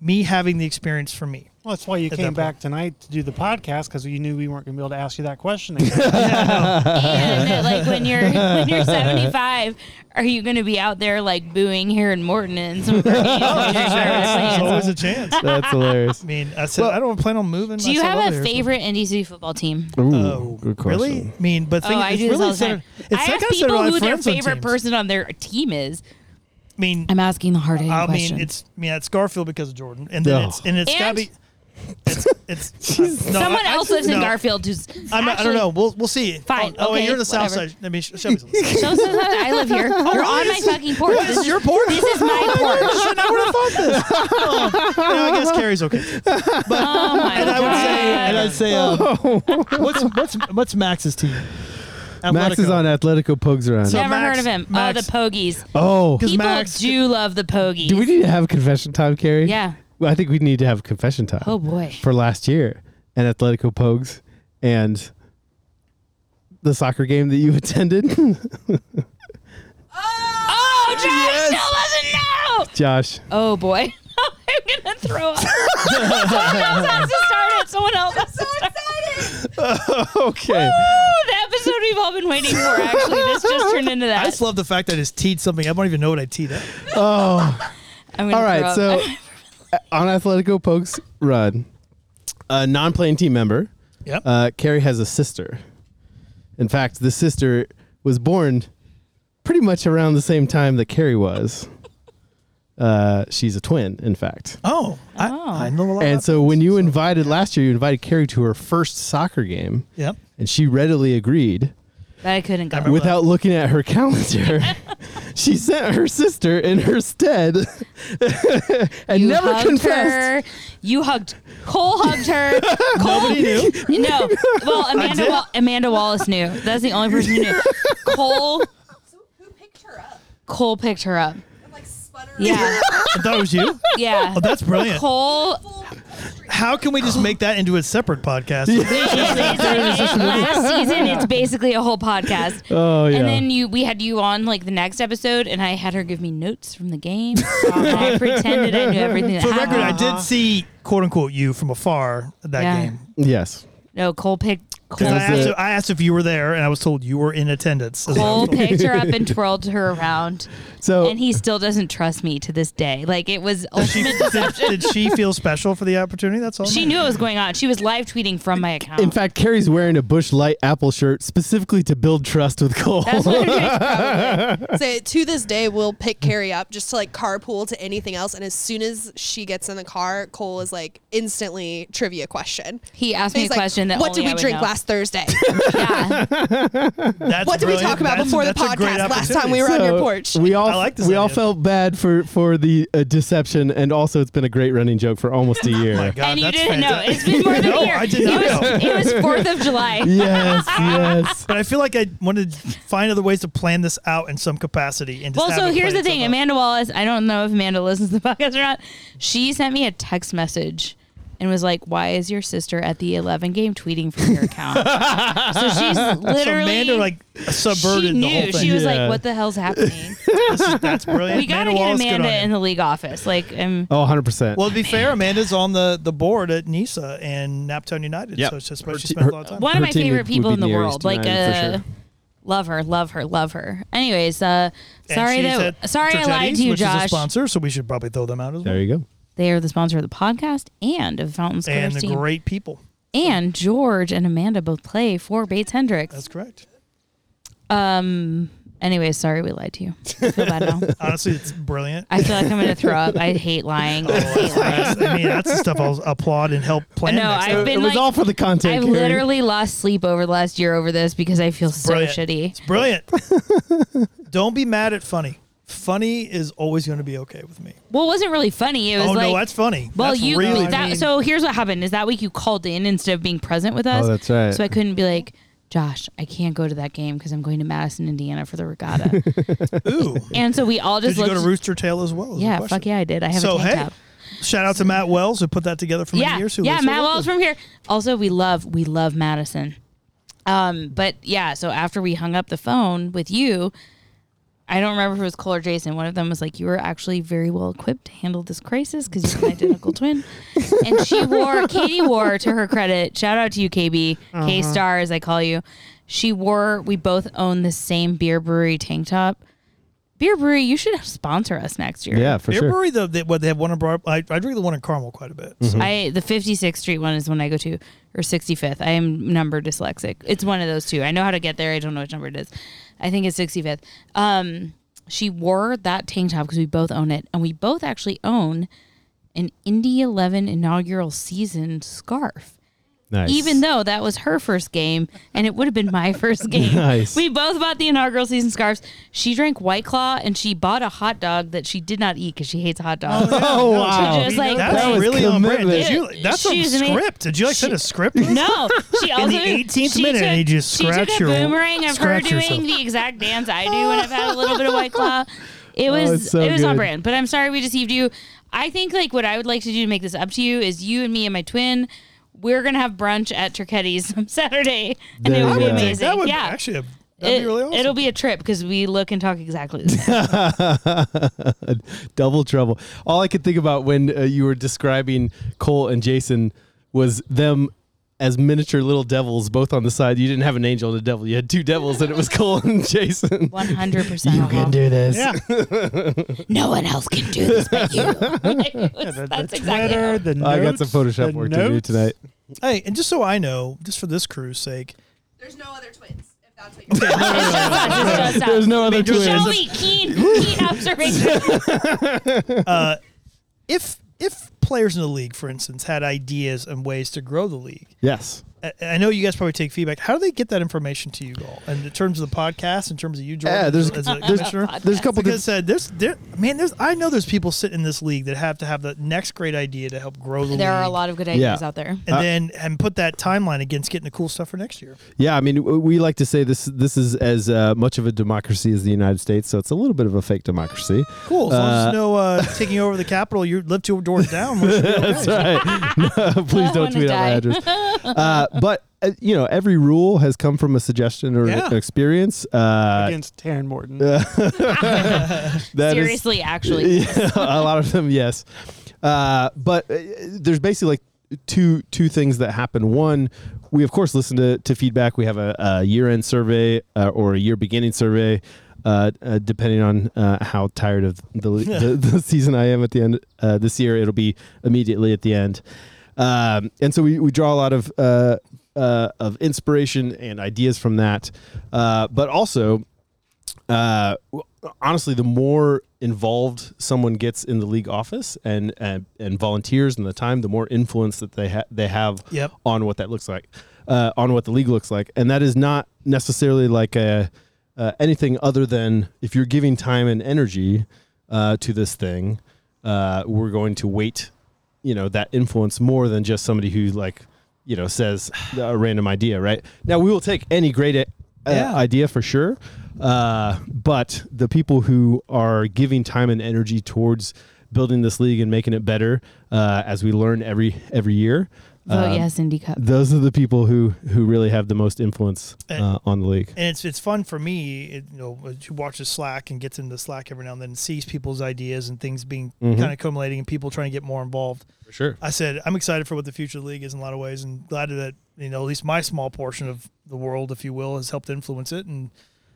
[SPEAKER 1] me having the experience for me.
[SPEAKER 8] Well, that's why you
[SPEAKER 1] that
[SPEAKER 8] came
[SPEAKER 1] point.
[SPEAKER 8] back tonight to do the podcast because you knew we weren't going to be able to ask you that question. again.
[SPEAKER 2] and that, like when you're when you're 75, are you going to be out there like booing here in Morton and some? Oh,
[SPEAKER 1] Oh, There's always a chance. I
[SPEAKER 3] That's hilarious.
[SPEAKER 1] mean, I said I don't plan on moving.
[SPEAKER 2] Do you
[SPEAKER 1] myself
[SPEAKER 2] have
[SPEAKER 1] over
[SPEAKER 2] a
[SPEAKER 1] here, so-
[SPEAKER 2] favorite Indy City football team?
[SPEAKER 3] Ooh,
[SPEAKER 1] Oh,
[SPEAKER 3] Hmm, good question.
[SPEAKER 1] really? I mean, but think,
[SPEAKER 2] oh, I
[SPEAKER 1] it's
[SPEAKER 2] do this
[SPEAKER 1] really
[SPEAKER 2] all the time.
[SPEAKER 1] centered- It's
[SPEAKER 2] I
[SPEAKER 1] kind
[SPEAKER 2] ask
[SPEAKER 1] of centered
[SPEAKER 2] people
[SPEAKER 1] on
[SPEAKER 2] who their
[SPEAKER 1] friends on
[SPEAKER 2] favorite
[SPEAKER 1] teams.
[SPEAKER 2] person on their team is.
[SPEAKER 1] I mean,
[SPEAKER 2] I'm asking the hard hitting
[SPEAKER 1] I
[SPEAKER 2] question.
[SPEAKER 1] mean, it's I mean, it's Garfield because of Jordan, and then
[SPEAKER 3] Yeah.
[SPEAKER 1] it's and it's got to
[SPEAKER 2] And-
[SPEAKER 1] be It's, it's no,
[SPEAKER 2] Someone
[SPEAKER 1] I- I-
[SPEAKER 2] else lives in
[SPEAKER 1] no.
[SPEAKER 2] Garfield who's.
[SPEAKER 1] I'm not, I don't
[SPEAKER 2] actually-
[SPEAKER 1] know. We'll we'll see.
[SPEAKER 2] Fine,
[SPEAKER 1] Oh, oh wait,
[SPEAKER 2] okay,
[SPEAKER 1] you're in the south
[SPEAKER 2] whatever.
[SPEAKER 1] side. Let me sh- show me something.
[SPEAKER 2] No, no, no, no, I live here. You're on my fucking porch. This is your porch. This is my porch.
[SPEAKER 1] I never thought this. Oh, no, I guess Carrie's okay. too.
[SPEAKER 2] Oh my
[SPEAKER 1] And I would say,
[SPEAKER 2] God.
[SPEAKER 1] and I'd say, um, what's what's what's Max's team?
[SPEAKER 3] Max is
[SPEAKER 1] Atletico.
[SPEAKER 3] on Atletico Pugs Run.
[SPEAKER 1] So-
[SPEAKER 2] Never
[SPEAKER 1] Max-
[SPEAKER 2] heard of him.
[SPEAKER 1] Max-
[SPEAKER 2] uh, the Pogies.
[SPEAKER 3] oh,
[SPEAKER 1] Because
[SPEAKER 2] People
[SPEAKER 1] Max-
[SPEAKER 2] do love the Pogies.
[SPEAKER 3] do we need to have confession time, Carrie?
[SPEAKER 2] Yeah.
[SPEAKER 3] Well, I think we need to have confession time.
[SPEAKER 2] Oh, boy.
[SPEAKER 3] For last year and Atletico Pogs and the soccer game that you attended,
[SPEAKER 2] oh, Josh still doesn't know.
[SPEAKER 3] Josh.
[SPEAKER 2] Oh boy. I'm gonna throw up. Someone else has to start it. Someone else has to start it.
[SPEAKER 3] Okay.
[SPEAKER 2] Oh, the episode we've all been waiting for. Actually, this just turned into
[SPEAKER 1] I
[SPEAKER 2] that.
[SPEAKER 1] just love the fact that I just teed something. I don't even know what I teed up.
[SPEAKER 2] I'm gonna
[SPEAKER 3] All
[SPEAKER 2] throw
[SPEAKER 3] right.
[SPEAKER 2] up.
[SPEAKER 3] So on Atletico Pogs Run, a non-playing team member.
[SPEAKER 1] Yep.
[SPEAKER 3] Uh, Carrie has a sister. In fact, the sister was born pretty much around the same time that Carrie was. Uh, she's a twin, in fact.
[SPEAKER 1] oh, I, I know a lot.
[SPEAKER 3] And
[SPEAKER 1] about-
[SPEAKER 3] so when you invited last year, you invited Carrie to her first soccer game,
[SPEAKER 1] yep.
[SPEAKER 3] and she readily agreed
[SPEAKER 2] that I couldn't go.
[SPEAKER 1] remember-
[SPEAKER 3] without looking at her calendar. she sent her sister in her stead and
[SPEAKER 2] You
[SPEAKER 3] never
[SPEAKER 2] hugged
[SPEAKER 3] confessed.
[SPEAKER 2] Her. You hugged. Cole hugged her. Cole Nobody knew. No. Well, Amanda. Wa- Amanda Wallace knew. That's the only person who knew. Cole.
[SPEAKER 9] Who picked her up?
[SPEAKER 2] Cole picked her up.
[SPEAKER 9] And, like spun her
[SPEAKER 2] Yeah.
[SPEAKER 1] I thought it was you.
[SPEAKER 2] Yeah.
[SPEAKER 1] Oh, that's brilliant.
[SPEAKER 2] Cole
[SPEAKER 1] How can we just make that into a separate podcast?
[SPEAKER 2] It's like- it- last season it's basically a whole podcast
[SPEAKER 3] Oh yeah.
[SPEAKER 2] and then you we had you on like the next episode and i had her give me notes from the game and i pretended i knew everything that
[SPEAKER 1] For the
[SPEAKER 2] happened
[SPEAKER 1] record, I did see "quote unquote" you from afar at that
[SPEAKER 2] Yeah.
[SPEAKER 1] game.
[SPEAKER 3] yes.
[SPEAKER 2] no cole picked
[SPEAKER 1] Because I,
[SPEAKER 2] cole,
[SPEAKER 3] That was
[SPEAKER 1] asked
[SPEAKER 3] it.
[SPEAKER 1] if- I asked if you were there, and I was told you were in attendance. That's what I was
[SPEAKER 2] cole
[SPEAKER 1] told.
[SPEAKER 2] picked her up and twirled her around
[SPEAKER 3] So
[SPEAKER 2] and he still doesn't trust me to this day like it was ultimate
[SPEAKER 1] did, did she feel special for the opportunity? That's all.
[SPEAKER 2] she knew what was going on she was live tweeting from my account
[SPEAKER 3] In fact, Carrie's wearing a Bush Light Apple shirt specifically to build trust with Cole.
[SPEAKER 2] that's what it is.
[SPEAKER 9] So to this day, we'll pick Carrie up just to like carpool to anything else. And as soon as she gets in the car, Cole is like instantly trivia question.
[SPEAKER 2] he asked
[SPEAKER 9] So
[SPEAKER 2] me a
[SPEAKER 9] he's like,
[SPEAKER 2] question that
[SPEAKER 9] what
[SPEAKER 2] only
[SPEAKER 9] did we
[SPEAKER 2] I would
[SPEAKER 9] drink
[SPEAKER 2] know.
[SPEAKER 9] last Thursday?
[SPEAKER 2] yeah
[SPEAKER 1] That's
[SPEAKER 9] what did we
[SPEAKER 1] brilliant.
[SPEAKER 9] talk about
[SPEAKER 1] That's-
[SPEAKER 9] before the
[SPEAKER 1] that's a great
[SPEAKER 9] podcast last time we
[SPEAKER 1] opportunity.
[SPEAKER 9] were on your porch?
[SPEAKER 3] We all
[SPEAKER 1] I like this
[SPEAKER 3] we all
[SPEAKER 1] idea.
[SPEAKER 3] felt bad for for the uh, deception, and also it's been a great running joke for almost a year.
[SPEAKER 1] Oh My God,
[SPEAKER 2] and you
[SPEAKER 1] that's
[SPEAKER 2] didn't know
[SPEAKER 1] fantastic.
[SPEAKER 2] it's been more than
[SPEAKER 1] No,
[SPEAKER 2] a year
[SPEAKER 1] I did not
[SPEAKER 2] it was, it was fourth of july
[SPEAKER 3] Yes, yes.
[SPEAKER 1] But I feel like I wanted to find other ways to plan this out in some capacity. And just
[SPEAKER 2] Well,
[SPEAKER 1] have
[SPEAKER 2] so
[SPEAKER 1] it
[SPEAKER 2] here's the
[SPEAKER 1] planned
[SPEAKER 2] thing.
[SPEAKER 1] out.
[SPEAKER 2] Amanda Wallace, I don't know if Amanda listens to the podcast or not. She sent me a text message and was like, Why is your sister at the 11 game tweeting from your account? so she's literally.
[SPEAKER 1] So Amanda like subverted
[SPEAKER 2] she knew.
[SPEAKER 1] the whole thing.
[SPEAKER 2] She was
[SPEAKER 3] Yeah.
[SPEAKER 2] like, What the hell's happening?
[SPEAKER 1] This is- that's brilliant.
[SPEAKER 2] we got to
[SPEAKER 1] Amanda
[SPEAKER 2] get
[SPEAKER 1] Wallace, good on
[SPEAKER 2] Amanda
[SPEAKER 1] you.
[SPEAKER 2] in the league office. Like, um,
[SPEAKER 3] Oh, 100%.
[SPEAKER 1] Well, to be fair, Amanda's on the, the board at NISA and Naptown United,
[SPEAKER 3] Yep.
[SPEAKER 1] so it's just where she
[SPEAKER 3] Her te-
[SPEAKER 1] spends
[SPEAKER 3] her-
[SPEAKER 1] a lot of time.
[SPEAKER 2] one of
[SPEAKER 3] her
[SPEAKER 2] my
[SPEAKER 3] team
[SPEAKER 2] favorite
[SPEAKER 3] would-
[SPEAKER 2] people
[SPEAKER 3] would
[SPEAKER 2] in
[SPEAKER 3] be
[SPEAKER 2] the
[SPEAKER 3] nearest
[SPEAKER 2] world. Like,
[SPEAKER 3] tonight, for
[SPEAKER 2] uh,
[SPEAKER 3] sure.
[SPEAKER 2] love her, love her, love her. Anyways, uh,
[SPEAKER 1] And
[SPEAKER 2] sorry
[SPEAKER 1] she's
[SPEAKER 2] that,
[SPEAKER 1] at
[SPEAKER 2] sorry I lied
[SPEAKER 1] Giorgetti's,
[SPEAKER 2] to you,
[SPEAKER 1] which Is a
[SPEAKER 2] Josh.
[SPEAKER 1] sponsor, so we should probably throw them out as well.
[SPEAKER 3] there you go.
[SPEAKER 2] They are the sponsor of the podcast and of Fountain Square
[SPEAKER 1] And the
[SPEAKER 2] team.
[SPEAKER 1] great people.
[SPEAKER 2] And George and Amanda both play for Bates Hendricks.
[SPEAKER 1] That's correct.
[SPEAKER 2] Um. Anyway, sorry we lied to you. I feel bad now.
[SPEAKER 1] Honestly, it's brilliant.
[SPEAKER 2] I feel like I'm gonna throw up. I hate lying.
[SPEAKER 1] Oh,
[SPEAKER 2] I hate lying.
[SPEAKER 1] I mean, that's the stuff I'll applaud and help plan.
[SPEAKER 2] No,
[SPEAKER 1] next
[SPEAKER 2] I've
[SPEAKER 1] time.
[SPEAKER 2] been
[SPEAKER 3] it was
[SPEAKER 2] like-
[SPEAKER 3] all for the content.
[SPEAKER 2] I've
[SPEAKER 3] Carrie.
[SPEAKER 2] literally lost sleep over the last year over this because I feel so
[SPEAKER 1] Brilliant.
[SPEAKER 2] shitty.
[SPEAKER 1] It's brilliant. Don't be mad at funny. Funny is always going to be okay with me.
[SPEAKER 2] Well, it wasn't really funny. It was
[SPEAKER 1] Oh
[SPEAKER 2] like,
[SPEAKER 1] no, that's funny.
[SPEAKER 2] well,
[SPEAKER 1] That's
[SPEAKER 2] you
[SPEAKER 1] really
[SPEAKER 2] that.
[SPEAKER 1] funny.
[SPEAKER 2] So here's what happened: is that week you called in instead of being present with us.
[SPEAKER 3] Oh, that's right.
[SPEAKER 2] So I couldn't be like, Josh, I can't go to that game because I'm going to Madison, Indiana for the regatta.
[SPEAKER 1] Ooh.
[SPEAKER 2] and so we all just
[SPEAKER 1] Did you go
[SPEAKER 2] looked.
[SPEAKER 1] to Rooster Tail as well? is the
[SPEAKER 2] yeah,
[SPEAKER 1] question.
[SPEAKER 2] fuck yeah, I did. I have
[SPEAKER 1] So
[SPEAKER 2] a tank
[SPEAKER 1] hey,
[SPEAKER 2] top.
[SPEAKER 1] shout out to Matt Wells who put that together for many
[SPEAKER 2] yeah,
[SPEAKER 1] years. Who
[SPEAKER 2] yeah,
[SPEAKER 1] lives here
[SPEAKER 2] Matt
[SPEAKER 1] locally.
[SPEAKER 2] Wells from here. Also, we love we love Madison. Um, but yeah, so after we hung up the phone with you, I don't remember if it was Cole or Jason. One of them was like, "You were actually very well equipped to handle this crisis because you're an identical twin." And she wore Katie wore to her credit. Shout out to you, KB K Star as I call you. She wore. We both own the same beer brewery tank top. Beer brewery, you should sponsor us next year.
[SPEAKER 3] Yeah, for
[SPEAKER 1] Beer
[SPEAKER 3] sure.
[SPEAKER 1] brewery though, they, what they have one in Bar. I, I drink the one in Carmel quite a bit. So
[SPEAKER 2] Mm-hmm. I the 56th Street one is one I go to, or 65th. I am number dyslexic. It's one of those two. I know how to get there. I don't know which number it is. I think it's 65th. Um, she wore that tank top because we both own it, and we both actually own an Indy 11 inaugural season scarf.
[SPEAKER 3] Nice.
[SPEAKER 2] Even though that was her first game, and it would have been my first game.
[SPEAKER 3] Nice.
[SPEAKER 2] We both bought the inaugural season scarves. She drank White Claw, and she bought a hot dog that she did not eat because she hates hot dogs.
[SPEAKER 3] Oh, wow.
[SPEAKER 2] She just, like,
[SPEAKER 1] that's
[SPEAKER 2] That was
[SPEAKER 1] really on brand. Did
[SPEAKER 2] commitment.
[SPEAKER 1] you, that's on
[SPEAKER 2] She's ama-
[SPEAKER 1] script. Did you like send a script? with that?
[SPEAKER 2] No, she also
[SPEAKER 1] the 18th
[SPEAKER 2] she
[SPEAKER 1] minute,
[SPEAKER 2] took,
[SPEAKER 1] and you just
[SPEAKER 2] she took
[SPEAKER 1] scratch
[SPEAKER 2] a
[SPEAKER 1] your-
[SPEAKER 2] boomerang of her
[SPEAKER 1] scratch
[SPEAKER 2] doing
[SPEAKER 1] yourself.
[SPEAKER 2] the exact dance I do when I've had a little bit of white claw.
[SPEAKER 1] Oh,
[SPEAKER 2] It was
[SPEAKER 3] it's so
[SPEAKER 2] it was on
[SPEAKER 3] good.
[SPEAKER 2] brand, but I'm sorry we deceived you. I think like what I would like to do to make this up to you is you and me and my twin. We're gonna have brunch at Turchetti's on Saturday, and
[SPEAKER 3] There
[SPEAKER 2] it will
[SPEAKER 3] you
[SPEAKER 2] be
[SPEAKER 3] go.
[SPEAKER 2] amazing.
[SPEAKER 1] That would
[SPEAKER 2] yeah,
[SPEAKER 1] actually have, that'd
[SPEAKER 2] It-
[SPEAKER 1] be really awesome.
[SPEAKER 2] It'll be a trip because we look and talk exactly the same.
[SPEAKER 3] Double trouble. All I could think about when uh, you were describing Cole and Jason was them as miniature little devils, both on the side. You didn't have an angel and a devil. You had two devils, and it was Cole and Jason.
[SPEAKER 2] One hundred percent.
[SPEAKER 3] You can do this.
[SPEAKER 8] Yeah.
[SPEAKER 2] No one else can do this but you. Like, it was-
[SPEAKER 8] The,
[SPEAKER 2] that's
[SPEAKER 8] the
[SPEAKER 2] exactly.
[SPEAKER 8] Twitter, the notes,
[SPEAKER 3] I got some Photoshop
[SPEAKER 8] the
[SPEAKER 3] work to do
[SPEAKER 8] notes.
[SPEAKER 3] tonight.
[SPEAKER 1] hey, and just so I know, just for this crew's sake,
[SPEAKER 9] There's no other twins. If that's what you're saying.
[SPEAKER 2] It's just us, it's just us.
[SPEAKER 3] There's no other twins.
[SPEAKER 2] Shelby, keen, keen observation.
[SPEAKER 1] if if players in the league, for instance, had ideas and ways to grow the league,
[SPEAKER 3] Yes.
[SPEAKER 1] I- I know you guys probably take feedback. How do they get that information to you all? And in terms of the podcast, in terms of you, Jordan,
[SPEAKER 3] Yeah, there's-
[SPEAKER 1] as a
[SPEAKER 3] there's-
[SPEAKER 1] commissioner?
[SPEAKER 3] there's a couple
[SPEAKER 1] because uh, there's there man, there's I know there's people sitting in this league that have to have the next great idea to help grow the league.
[SPEAKER 2] There are a lot of good ideas
[SPEAKER 3] Mm-hmm. Yeah.
[SPEAKER 2] out there.
[SPEAKER 1] and then and put that timeline against getting the cool stuff for next year.
[SPEAKER 3] Yeah, I mean, w- we like to say this. This is as uh, much of a democracy as the United States, so it's a little bit of a fake democracy.
[SPEAKER 1] Cool. As long as there's no uh, taking over the capital, you live two doors down. we should be okay.
[SPEAKER 3] Right. No, please
[SPEAKER 2] wanna
[SPEAKER 3] don't tweet out
[SPEAKER 2] die.
[SPEAKER 3] my address. Uh, but uh, you know, every rule has come from a suggestion or
[SPEAKER 1] Yeah.
[SPEAKER 3] an experience. Uh,
[SPEAKER 8] against Taryn Morton.
[SPEAKER 3] that is-
[SPEAKER 2] Seriously, actually.
[SPEAKER 3] Yeah, a lot of them, yes. Uh, but uh, there's basically like two two things that happen. One, we of course listen to, to feedback. We have a, a year end survey uh, or a year beginning survey, uh, uh, depending on uh, how tired of the, the, the season I am at the end uh, this year. It'll be immediately at the end. Um, and so we, we draw a lot of uh, uh, of inspiration and ideas from that, uh, but also uh, w- honestly, the more involved someone gets in the league office and and, and volunteers and the time, the more influence that they ha- they have
[SPEAKER 1] Yep.
[SPEAKER 3] on what that looks like, uh, on what the league looks like, and that is not necessarily like a uh, anything other than if you're giving time and energy uh, to this thing, uh, we're going to wait, you know, that influence more than just somebody who like, you know, says a random idea, right? Now we will take any great uh,
[SPEAKER 1] Yeah.
[SPEAKER 3] idea for sure, uh, but the people who are giving time and energy towards building this league and making it better uh, as we learn every every year.
[SPEAKER 2] Vote
[SPEAKER 3] um,
[SPEAKER 2] yes, Indy Cup.
[SPEAKER 3] Those are the people who who really have the most influence uh, on the league.
[SPEAKER 1] and it's it's fun for me. It, you know, who watches Slack and gets into Slack every now and then, and sees people's ideas and things being
[SPEAKER 3] Mm-hmm.
[SPEAKER 1] kind of accumulating, and people trying to get more involved.
[SPEAKER 3] For sure.
[SPEAKER 1] I said I'm excited for what the future of the league is in a lot of ways, and glad that you know at least my small portion of the world, if you will, has helped influence it, and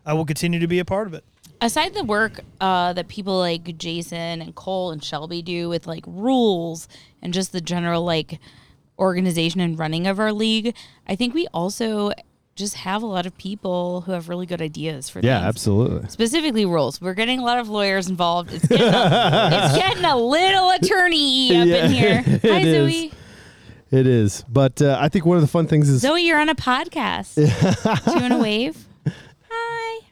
[SPEAKER 1] I will continue to be a part of it.
[SPEAKER 2] aside the work uh, that people like Jason and Cole and Shelby do with like rules and just the general like organization and running of our league, I think we also just have a lot of people who have really good ideas for
[SPEAKER 3] Yeah,
[SPEAKER 2] things.
[SPEAKER 3] absolutely.
[SPEAKER 2] Specifically, rules. We're getting a lot of lawyers involved. It's getting a, it's getting a little attorney up
[SPEAKER 3] Yeah,
[SPEAKER 2] in here.
[SPEAKER 3] it
[SPEAKER 2] Hi,
[SPEAKER 3] is.
[SPEAKER 2] Zoe.
[SPEAKER 3] It is, but uh, I think one of the fun things is
[SPEAKER 2] Zoe, you're on a podcast. do you want to wave? Hi.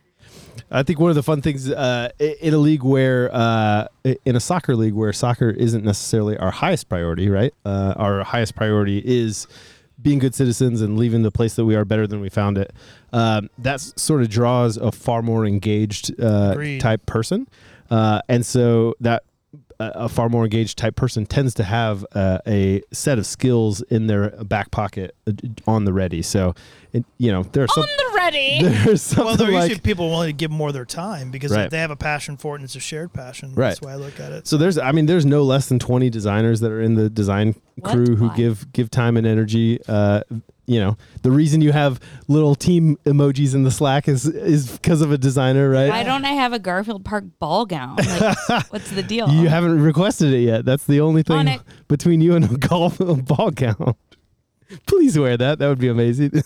[SPEAKER 3] I think one of the fun things uh, i- in a league where, uh, i- in a soccer league where soccer isn't necessarily our highest priority, right? Uh, our highest priority is being good citizens and leaving the place that we are better than we found it. Um, that sort of draws a far more engaged uh,
[SPEAKER 1] Agreed.
[SPEAKER 3] type person. Uh, and so that a a far more engaged type person tends to have uh, a set of skills in their back pocket uh, d- on the ready. So, it, you know, there are some.
[SPEAKER 2] On the ready.
[SPEAKER 3] There's something
[SPEAKER 1] Oh, Well, there are
[SPEAKER 3] like,
[SPEAKER 1] usually people willing to give more of their time because
[SPEAKER 3] Right.
[SPEAKER 1] if they have a passion for it and it's a shared passion.
[SPEAKER 3] Right.
[SPEAKER 1] That's the way I look at it.
[SPEAKER 3] So there's, I mean, there's no less than 20 designers that are in the design
[SPEAKER 2] What?
[SPEAKER 3] crew who
[SPEAKER 2] Why?
[SPEAKER 3] give give time and energy. Uh, you know, the reason you have little team emojis in the Slack is is because of a designer, right?
[SPEAKER 2] Why don't I have a Garfield Park ball gown? Like, what's the deal?
[SPEAKER 3] you haven't requested it yet. That's the only
[SPEAKER 2] On
[SPEAKER 3] thing
[SPEAKER 2] it.
[SPEAKER 3] between you and a golf ball gown. Please wear that. That would be amazing.
[SPEAKER 1] And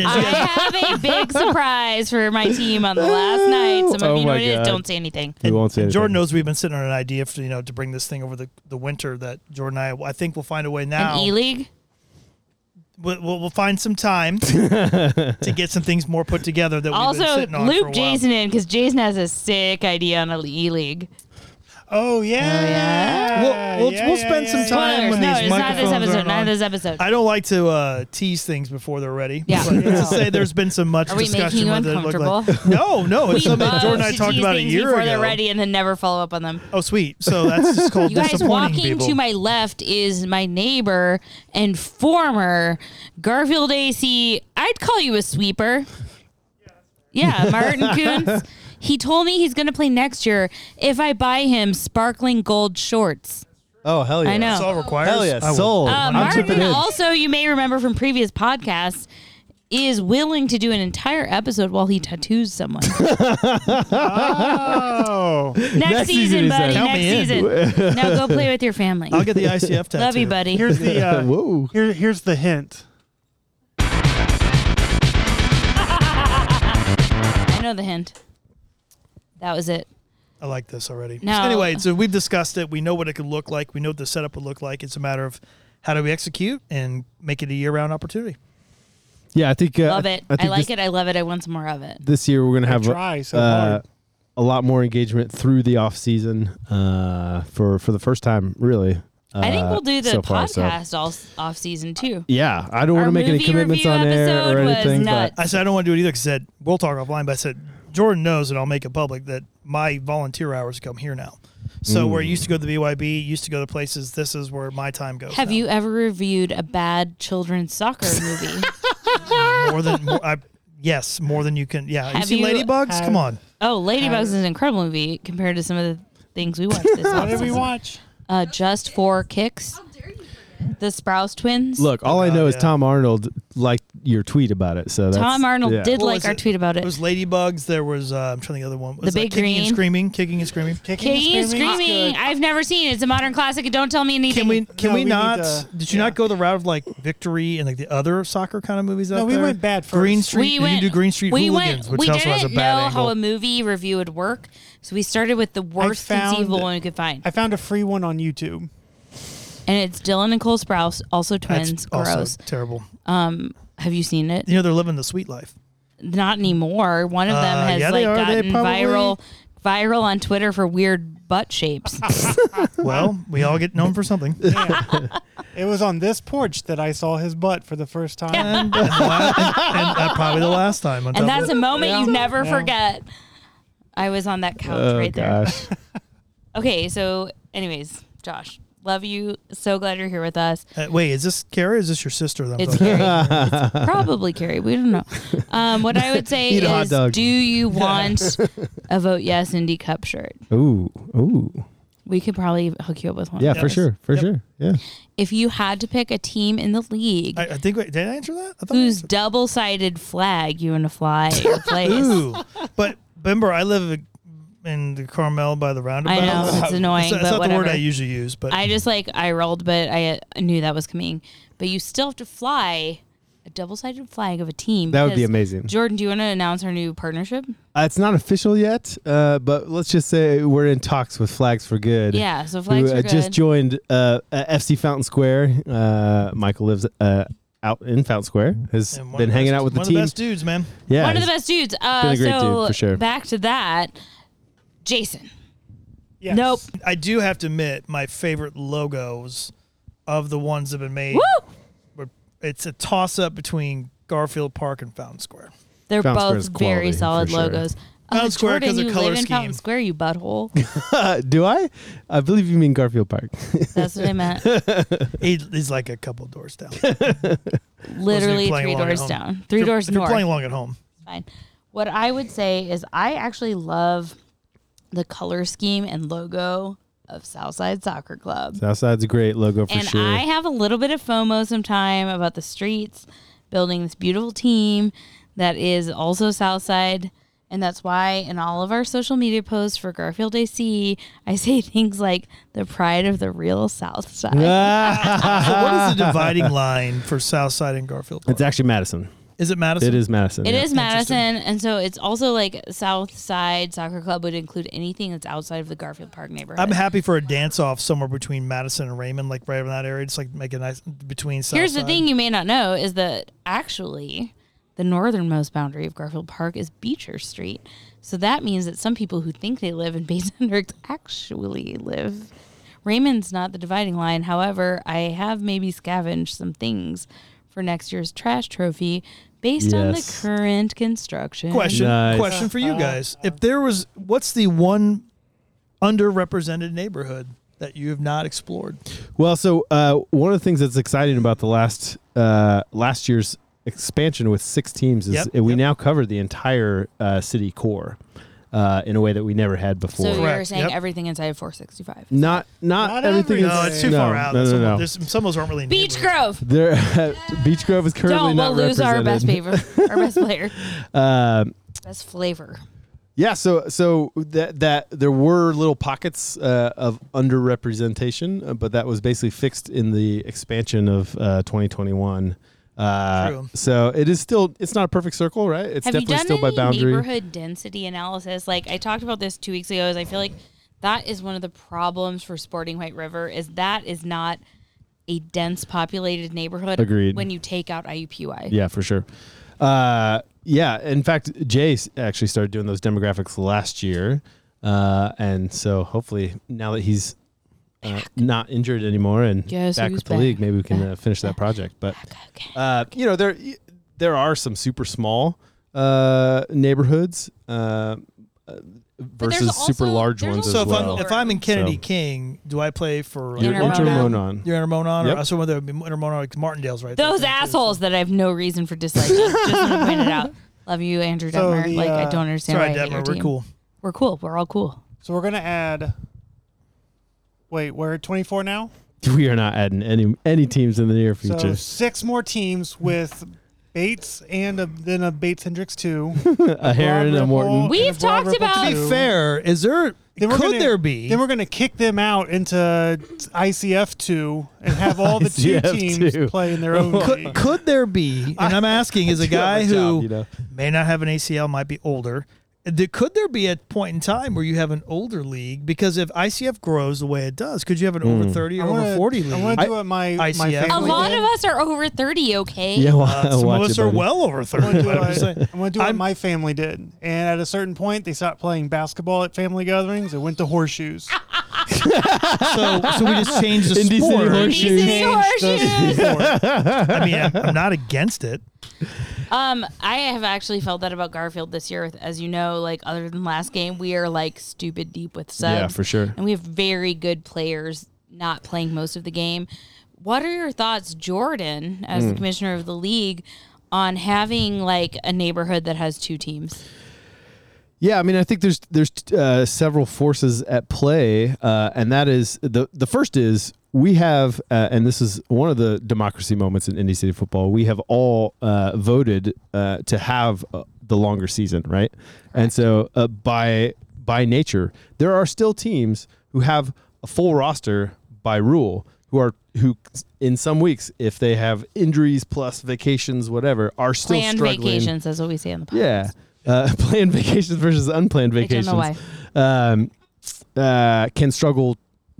[SPEAKER 1] it's,
[SPEAKER 2] I have a big surprise for my team on the last night. Some
[SPEAKER 3] Oh
[SPEAKER 2] of you know
[SPEAKER 3] my
[SPEAKER 2] what it
[SPEAKER 3] God.
[SPEAKER 2] is. Don't say anything.
[SPEAKER 3] We won't say
[SPEAKER 1] and Jordan
[SPEAKER 3] anything.
[SPEAKER 1] knows we've been sitting on an idea for you know to bring this thing over the, the winter. That Jordan and I, I think we'll find a way now.
[SPEAKER 2] An E League?
[SPEAKER 1] we'll, we'll, we'll find some time to get some things more put together that we've been
[SPEAKER 2] Also,
[SPEAKER 1] sitting on for a
[SPEAKER 2] loop
[SPEAKER 1] while.
[SPEAKER 2] Jason in because Jason has a sick idea on an E League.
[SPEAKER 8] Oh yeah.
[SPEAKER 1] We'll- we'll- we'll spend some time
[SPEAKER 2] Spoilers.
[SPEAKER 1] when
[SPEAKER 2] No,
[SPEAKER 1] these
[SPEAKER 2] it's not this
[SPEAKER 1] microphones
[SPEAKER 2] episode.
[SPEAKER 1] aren't
[SPEAKER 2] Not
[SPEAKER 1] on.
[SPEAKER 2] this episode.
[SPEAKER 1] I don't like to uh, tease things before they're ready.
[SPEAKER 2] Yeah.
[SPEAKER 1] But let's just say there's been some much
[SPEAKER 2] Are we making
[SPEAKER 1] discussion
[SPEAKER 2] you
[SPEAKER 1] with it. Look like, no, no,
[SPEAKER 2] we
[SPEAKER 1] it's something
[SPEAKER 2] love
[SPEAKER 1] Jordan and I
[SPEAKER 2] to
[SPEAKER 1] talked
[SPEAKER 2] tease
[SPEAKER 1] about a
[SPEAKER 2] things
[SPEAKER 1] year
[SPEAKER 2] before they're
[SPEAKER 1] ago.
[SPEAKER 2] ready and then never follow up on them.
[SPEAKER 1] Oh, sweet. So that's just called
[SPEAKER 2] You guys,
[SPEAKER 1] disappointing
[SPEAKER 2] walking
[SPEAKER 1] people.
[SPEAKER 2] to my left is my neighbor and former Garfield AC. I'd call you a sweeper. Yeah, Martin Coons. He told me he's going to play next year if I buy him sparkling gold shorts.
[SPEAKER 10] Oh hell yeah!
[SPEAKER 2] I know.
[SPEAKER 1] That's all required.
[SPEAKER 10] Hell yeah!
[SPEAKER 1] I will-
[SPEAKER 10] Sold.
[SPEAKER 2] Uh,
[SPEAKER 10] I'm tipping
[SPEAKER 2] Martin,
[SPEAKER 10] in.
[SPEAKER 2] also, you may remember from previous podcasts, is willing to do an entire episode while he tattoos someone.
[SPEAKER 8] Oh.
[SPEAKER 2] Next,
[SPEAKER 3] Next season,
[SPEAKER 2] season,
[SPEAKER 3] he
[SPEAKER 2] buddy.
[SPEAKER 3] said.
[SPEAKER 1] Count
[SPEAKER 2] Next
[SPEAKER 1] me in.
[SPEAKER 2] season. now go play with your family.
[SPEAKER 1] I'll get the ICF tattoo.
[SPEAKER 2] Love you, buddy.
[SPEAKER 8] Here's the uh,
[SPEAKER 3] Whoa.
[SPEAKER 8] here here's the hint.
[SPEAKER 2] I know the hint. That was it.
[SPEAKER 1] I like this already.
[SPEAKER 2] No.
[SPEAKER 1] Anyway, so we've discussed it. We know what it could look like. We know what the setup would look like. It's a matter of how do we execute and make it a year-round opportunity.
[SPEAKER 3] Yeah, I think. Uh,
[SPEAKER 2] Love it. I,
[SPEAKER 3] think
[SPEAKER 2] like
[SPEAKER 3] this,
[SPEAKER 2] it. I love it. I want some more of it.
[SPEAKER 3] This year we're gonna have
[SPEAKER 8] try so
[SPEAKER 3] uh,
[SPEAKER 8] hard.
[SPEAKER 3] a lot more engagement through the off season uh, for for the first time, really. Uh,
[SPEAKER 2] I think we'll do the
[SPEAKER 3] so far, so-
[SPEAKER 2] podcast all off season too.
[SPEAKER 3] Yeah, I don't want
[SPEAKER 2] Our
[SPEAKER 3] to make any
[SPEAKER 2] movie
[SPEAKER 3] commitments
[SPEAKER 2] review
[SPEAKER 3] on air or
[SPEAKER 2] episode was
[SPEAKER 3] anything. but-
[SPEAKER 2] nuts.
[SPEAKER 1] I said I don't want to do it either because I said we'll talk offline. But I said Jordan knows, and I'll make it public that my volunteer hours come here now. So where I used to go to the BYB, used to go to places. This is where my time goes.
[SPEAKER 2] Have
[SPEAKER 1] now.
[SPEAKER 2] you ever reviewed a bad children's soccer movie?
[SPEAKER 1] more than more, I, yes, more than you can? Yeah, you
[SPEAKER 2] Have
[SPEAKER 1] see
[SPEAKER 2] you-
[SPEAKER 1] ladybugs?
[SPEAKER 8] have-
[SPEAKER 1] come on,
[SPEAKER 2] oh, Ladybugs is an incredible movie compared to some of the things we watched this
[SPEAKER 8] What did we
[SPEAKER 2] off
[SPEAKER 8] watch?
[SPEAKER 2] uh, Just for kicks. The Sprouse twins.
[SPEAKER 3] Look, all I know is
[SPEAKER 1] yeah.
[SPEAKER 3] Tom Arnold liked your tweet about it. So that's,
[SPEAKER 2] Tom Arnold
[SPEAKER 3] yeah.
[SPEAKER 2] did
[SPEAKER 1] What
[SPEAKER 2] like
[SPEAKER 1] was
[SPEAKER 2] our
[SPEAKER 1] it?
[SPEAKER 2] tweet about
[SPEAKER 1] It
[SPEAKER 2] it.
[SPEAKER 1] was ladybugs. There was uh, I'm trying to think of the other one. It was
[SPEAKER 2] The
[SPEAKER 1] like
[SPEAKER 2] Big
[SPEAKER 1] kicking and
[SPEAKER 2] Green.
[SPEAKER 1] screaming, kicking and screaming.
[SPEAKER 2] Kicking and screaming. I've never seen it. It's a modern classic. and Don't tell me anything.
[SPEAKER 1] Can we can
[SPEAKER 8] No,
[SPEAKER 1] we,
[SPEAKER 8] we need
[SPEAKER 1] not?
[SPEAKER 8] to-
[SPEAKER 1] did you not go the route of like victory and like the other soccer kind of movies?
[SPEAKER 8] No,
[SPEAKER 1] out
[SPEAKER 8] we
[SPEAKER 1] there?
[SPEAKER 8] went bad
[SPEAKER 1] Green
[SPEAKER 8] first.
[SPEAKER 1] Street. you can do Green Street
[SPEAKER 2] we
[SPEAKER 1] Hooligans,
[SPEAKER 2] went,
[SPEAKER 1] which
[SPEAKER 2] we
[SPEAKER 1] also
[SPEAKER 2] didn't
[SPEAKER 1] has a bad
[SPEAKER 2] know
[SPEAKER 1] angle.
[SPEAKER 2] how a movie review would work, so we started with the worst
[SPEAKER 8] found-
[SPEAKER 2] conceivable one we could find,
[SPEAKER 8] I found a free one on YouTube.
[SPEAKER 2] and it's Dylan and Cole Sprouse, also
[SPEAKER 1] That's
[SPEAKER 2] twins.
[SPEAKER 1] also
[SPEAKER 2] gross.
[SPEAKER 1] terrible.
[SPEAKER 2] Have you seen it?
[SPEAKER 1] You know they're living the sweet life.
[SPEAKER 2] Not anymore. One of them
[SPEAKER 1] Uh,
[SPEAKER 2] has
[SPEAKER 1] yeah, they
[SPEAKER 2] like
[SPEAKER 1] are. They
[SPEAKER 2] gotten
[SPEAKER 1] probably-
[SPEAKER 2] viral, viral on Twitter for weird butt shapes.
[SPEAKER 1] Well, we all get known for something.
[SPEAKER 8] It was on this porch that I saw his butt for the first time.
[SPEAKER 1] and, the la- and, and, uh, probably the last time. On top
[SPEAKER 2] and that's
[SPEAKER 1] of
[SPEAKER 2] a
[SPEAKER 1] it.
[SPEAKER 2] moment you never
[SPEAKER 8] Yeah.
[SPEAKER 2] forget. I was on that couch
[SPEAKER 3] Oh
[SPEAKER 2] right there.
[SPEAKER 3] gosh.
[SPEAKER 2] Okay, so anyways, Josh, love you. So glad you're here with us.
[SPEAKER 1] Uh, wait, is this Carrie? Is this your sister? That I'm
[SPEAKER 2] It's
[SPEAKER 1] talking to?
[SPEAKER 2] Carrie. It's probably Carrie. We don't know. Um, what I would say
[SPEAKER 3] Eat a hot
[SPEAKER 2] is,
[SPEAKER 3] dog.
[SPEAKER 2] do you want a vote yes Indy Cup shirt?
[SPEAKER 3] Ooh, ooh.
[SPEAKER 2] We could probably hook you up with one.
[SPEAKER 3] Yeah,
[SPEAKER 2] of
[SPEAKER 3] for
[SPEAKER 2] those.
[SPEAKER 3] sure, for
[SPEAKER 1] Yep.
[SPEAKER 3] sure. Yeah.
[SPEAKER 2] If you had to pick a team in the league
[SPEAKER 1] I, I think. Wait, did I answer that? I thought I
[SPEAKER 2] whose
[SPEAKER 1] answered-
[SPEAKER 2] double-sided flag you want to fly at your place,
[SPEAKER 1] Ooh, but remember, I live in the Carmel by the roundabout.
[SPEAKER 2] I know it's annoying,
[SPEAKER 1] It's, it's
[SPEAKER 2] but
[SPEAKER 1] not
[SPEAKER 2] whatever.
[SPEAKER 1] the word I usually use, but
[SPEAKER 2] I just like I rolled, but I uh, knew that was coming. But you still have to fly a double-sided flag of a team.
[SPEAKER 3] That would be
[SPEAKER 2] because-
[SPEAKER 3] amazing.
[SPEAKER 2] Jordan, do you want to announce our new partnership?
[SPEAKER 3] Uh, it's not official yet, uh, but let's just say we're in talks with Flags for Good.
[SPEAKER 2] Yeah, so Flags
[SPEAKER 3] who,
[SPEAKER 2] for
[SPEAKER 3] uh, just
[SPEAKER 2] Good.
[SPEAKER 3] joined uh, uh, FC Fountain Square. Uh, Michael lives uh, out in Fountain Square. Has
[SPEAKER 1] and one
[SPEAKER 3] been
[SPEAKER 1] of
[SPEAKER 3] hanging
[SPEAKER 1] best-
[SPEAKER 3] out with the
[SPEAKER 1] one
[SPEAKER 3] team.
[SPEAKER 1] of the best dudes, man.
[SPEAKER 3] yeah,
[SPEAKER 2] One of the
[SPEAKER 3] he's-
[SPEAKER 2] best dudes. Uh,
[SPEAKER 3] been a great
[SPEAKER 2] so
[SPEAKER 3] dude, for sure.
[SPEAKER 2] back to that, Jason.
[SPEAKER 8] Yes.
[SPEAKER 2] Nope.
[SPEAKER 1] I do have to admit, my favorite logos of the ones that have been made.
[SPEAKER 2] Woo!
[SPEAKER 1] were- It's a toss up between Garfield Park and Fountain Square.
[SPEAKER 2] They're
[SPEAKER 3] Fountain Square
[SPEAKER 2] both
[SPEAKER 3] is
[SPEAKER 2] very
[SPEAKER 3] quality,
[SPEAKER 2] solid
[SPEAKER 3] for sure.
[SPEAKER 2] logos.
[SPEAKER 1] Fountain
[SPEAKER 2] Uh,
[SPEAKER 1] Square 'cause
[SPEAKER 2] Jordan,
[SPEAKER 1] of
[SPEAKER 2] you
[SPEAKER 1] color
[SPEAKER 2] live in Fountain
[SPEAKER 1] scheme.
[SPEAKER 2] Square, you butthole.
[SPEAKER 3] Uh, do I? I believe you mean Garfield Park.
[SPEAKER 2] That's what I meant.
[SPEAKER 1] He, he's like a couple doors down.
[SPEAKER 2] Literally
[SPEAKER 1] Playing
[SPEAKER 2] three
[SPEAKER 1] along at
[SPEAKER 2] doors
[SPEAKER 1] home.
[SPEAKER 2] down.
[SPEAKER 1] If
[SPEAKER 2] Three
[SPEAKER 1] you're-
[SPEAKER 2] doors
[SPEAKER 1] if you're
[SPEAKER 2] north.
[SPEAKER 1] playing along at home.
[SPEAKER 2] fine. What I would say is I actually love the color scheme and logo of Southside Soccer Club.
[SPEAKER 3] Southside's a great logo for
[SPEAKER 2] and
[SPEAKER 3] sure.
[SPEAKER 2] I have a little bit of FOMO sometime about the streets building this beautiful team that is also Southside. And that's why in all of our social media posts for Garfield AC, I say things like the pride of the real Southside.
[SPEAKER 3] Ah,
[SPEAKER 1] So what is the dividing line for Southside and Garfield?
[SPEAKER 3] it's actually Madison.
[SPEAKER 1] Is it Madison?
[SPEAKER 3] It is Madison.
[SPEAKER 2] It
[SPEAKER 3] yeah.
[SPEAKER 2] is Madison, and so it's also like South Side Soccer Club would include anything that's outside of the Garfield Park neighborhood.
[SPEAKER 1] I'm happy for a dance off somewhere between Madison and Raymond, like right around that area. Just like make a nice between.
[SPEAKER 2] Here's the
[SPEAKER 1] Southside.
[SPEAKER 2] thing you may not know is that actually the northernmost boundary of Garfield Park is Beecher Street. So that means that some people who think they live in Basendrick actually live. Raymond's not the dividing line. However, I have maybe scavenged some things for next year's trash trophy based on the
[SPEAKER 3] Yes.
[SPEAKER 2] current construction.
[SPEAKER 1] Question.
[SPEAKER 3] Nice.
[SPEAKER 1] Question for you guys: If there was, what's the one underrepresented neighborhood that you have not explored?
[SPEAKER 3] Well, so uh, one of the things that's exciting about the last uh, last year's expansion with six teams is
[SPEAKER 1] Yep,
[SPEAKER 3] that we
[SPEAKER 1] yep.
[SPEAKER 3] now cover the entire uh, city core uh, in a way that we never had before.
[SPEAKER 2] So you're
[SPEAKER 1] Correct,
[SPEAKER 2] saying
[SPEAKER 1] yep.
[SPEAKER 2] everything inside of 465.
[SPEAKER 3] not not
[SPEAKER 8] Not
[SPEAKER 3] everything. is-
[SPEAKER 8] everything.
[SPEAKER 1] No, it's too
[SPEAKER 3] no,
[SPEAKER 1] far out.
[SPEAKER 3] No,
[SPEAKER 1] some,
[SPEAKER 3] no, no.
[SPEAKER 1] There's, some of those aren't really
[SPEAKER 2] Beach
[SPEAKER 1] neighborhoods.
[SPEAKER 2] Grove.
[SPEAKER 3] There, Beach Grove is currently
[SPEAKER 2] Don't
[SPEAKER 3] not
[SPEAKER 2] we'll lose our best
[SPEAKER 3] represented.
[SPEAKER 2] flavor, our best player,
[SPEAKER 3] Um,
[SPEAKER 2] best flavor.
[SPEAKER 3] Yeah, so so that that there were little pockets uh, of underrepresentation, uh, but that was basically fixed in the expansion of uh, 2021. Uh,
[SPEAKER 1] True.
[SPEAKER 3] So it is still it's not a perfect circle, right? It's
[SPEAKER 2] Have you
[SPEAKER 3] definitely
[SPEAKER 2] done
[SPEAKER 3] still
[SPEAKER 2] any
[SPEAKER 3] by boundary.
[SPEAKER 2] neighborhood density analysis? Like I talked about this two weeks ago. Is I feel like that is one of the problems for Sporting White River is that is not a dense populated neighborhood.
[SPEAKER 3] Agreed.
[SPEAKER 2] When you take out IUPUI,
[SPEAKER 3] Yeah, for sure. Uh, yeah, in fact, Jay s- actually started doing those demographics last year, uh, and so hopefully now that he's uh, not injured anymore and
[SPEAKER 2] Guess
[SPEAKER 3] back
[SPEAKER 2] who's
[SPEAKER 3] with the
[SPEAKER 2] back?
[SPEAKER 3] league, maybe we can
[SPEAKER 2] Back,
[SPEAKER 3] uh, finish that project. But
[SPEAKER 2] okay.
[SPEAKER 3] uh, you know there there are some super small uh, neighborhoods uh,
[SPEAKER 2] there's
[SPEAKER 3] versus super
[SPEAKER 2] also-
[SPEAKER 3] large
[SPEAKER 2] there's
[SPEAKER 3] ones
[SPEAKER 2] also
[SPEAKER 1] So
[SPEAKER 3] as
[SPEAKER 1] if
[SPEAKER 3] well.
[SPEAKER 1] I'm if I'm in Kennedy
[SPEAKER 3] So-
[SPEAKER 1] King, do I play for
[SPEAKER 3] You're
[SPEAKER 2] Intermonon.
[SPEAKER 3] Intermonon.
[SPEAKER 1] Your Intermonon,
[SPEAKER 3] Yep.
[SPEAKER 1] or also whether it be Intermonon or Martindale's, right?
[SPEAKER 2] Those
[SPEAKER 1] there, too, so-
[SPEAKER 2] assholes that I have no reason for disliking. just want to point it out. Love you, Andrew
[SPEAKER 8] So
[SPEAKER 2] Detmer.
[SPEAKER 8] the,
[SPEAKER 2] like I
[SPEAKER 8] uh,
[SPEAKER 2] don't understand
[SPEAKER 1] Sorry,
[SPEAKER 2] why I hate your
[SPEAKER 1] Detmer, we're
[SPEAKER 2] team.
[SPEAKER 1] cool.
[SPEAKER 2] We're cool. We're all cool.
[SPEAKER 8] So we're gonna add. Wait, we're at 24 now.
[SPEAKER 3] We are not adding any any teams in the near
[SPEAKER 8] So
[SPEAKER 3] future.
[SPEAKER 8] six more teams with Bates and a, then a Bates Hendricks two.
[SPEAKER 3] a Heron, a
[SPEAKER 8] Broad
[SPEAKER 3] Morton.
[SPEAKER 8] Ripple,
[SPEAKER 2] We've
[SPEAKER 8] and a Broad
[SPEAKER 2] talked
[SPEAKER 8] Ripple
[SPEAKER 2] about-
[SPEAKER 1] To
[SPEAKER 8] two.
[SPEAKER 1] be fair, is there
[SPEAKER 8] Then we're
[SPEAKER 1] could
[SPEAKER 8] gonna-
[SPEAKER 1] there be?
[SPEAKER 8] Then we're going to kick them out into ICF two and have all the two
[SPEAKER 3] ICF
[SPEAKER 8] teams
[SPEAKER 3] two. Oh
[SPEAKER 8] play in their own
[SPEAKER 1] could,
[SPEAKER 8] league.
[SPEAKER 1] could there be? And I'm asking, is a
[SPEAKER 3] do have
[SPEAKER 1] guy
[SPEAKER 3] my
[SPEAKER 1] who
[SPEAKER 3] job, you know.
[SPEAKER 1] may not have an ACL, might be older. uh, th- Could there be a point in time where you have an older league? Because if ICF grows the way it does, could you have an
[SPEAKER 3] Hmm.
[SPEAKER 1] over 30
[SPEAKER 8] I
[SPEAKER 1] or
[SPEAKER 8] wanna-
[SPEAKER 1] over 40
[SPEAKER 8] I
[SPEAKER 1] league?
[SPEAKER 8] want to do what my my
[SPEAKER 1] ICF. A
[SPEAKER 8] family.
[SPEAKER 2] A lot
[SPEAKER 8] did.
[SPEAKER 2] of us are over thirty. Okay.
[SPEAKER 3] Yeah, well,
[SPEAKER 1] Uh, some of us
[SPEAKER 3] watch it,
[SPEAKER 1] are
[SPEAKER 3] buddy.
[SPEAKER 1] well over
[SPEAKER 8] I'm gonna
[SPEAKER 1] 30.
[SPEAKER 8] do
[SPEAKER 1] but I'm just
[SPEAKER 8] what-
[SPEAKER 1] saying.
[SPEAKER 8] I'm gonna do what
[SPEAKER 1] I'm-
[SPEAKER 8] my family did, and at a certain point, they stopped playing basketball at family gatherings and went to horseshoes.
[SPEAKER 2] Ah,
[SPEAKER 1] So, so we just changed the
[SPEAKER 3] Indy City
[SPEAKER 1] sport.
[SPEAKER 3] Horseshoe. Horseshoes.
[SPEAKER 2] These are horseshoes.
[SPEAKER 1] I mean, I'm, I'm not against it.
[SPEAKER 2] Um, I have actually felt that about Garfield this year. As you know, like other than last game, we are like stupid deep with subs.
[SPEAKER 3] Yeah, for sure.
[SPEAKER 2] And we have very good players not playing most of the game. What are your thoughts, Jordan, as
[SPEAKER 3] Hmm.
[SPEAKER 2] the commissioner of the league, on having like a neighborhood that has two teams?
[SPEAKER 3] Yeah, I mean, I think there's there's uh, several forces at play, uh, and that is the the first is we have, uh, and this is one of the democracy moments in Indy City football. We have all uh, voted uh, to have uh, the longer season, right? And so uh, by by nature, there are still teams who have a full roster by rule who are who in some weeks if they have injuries plus vacations whatever are still
[SPEAKER 2] Planned
[SPEAKER 3] struggling
[SPEAKER 2] vacations, that's what we say on the podcast.
[SPEAKER 3] yeah. Uh, planned vacations versus unplanned
[SPEAKER 2] don't
[SPEAKER 3] vacations.
[SPEAKER 2] know
[SPEAKER 3] Um, uh, can struggle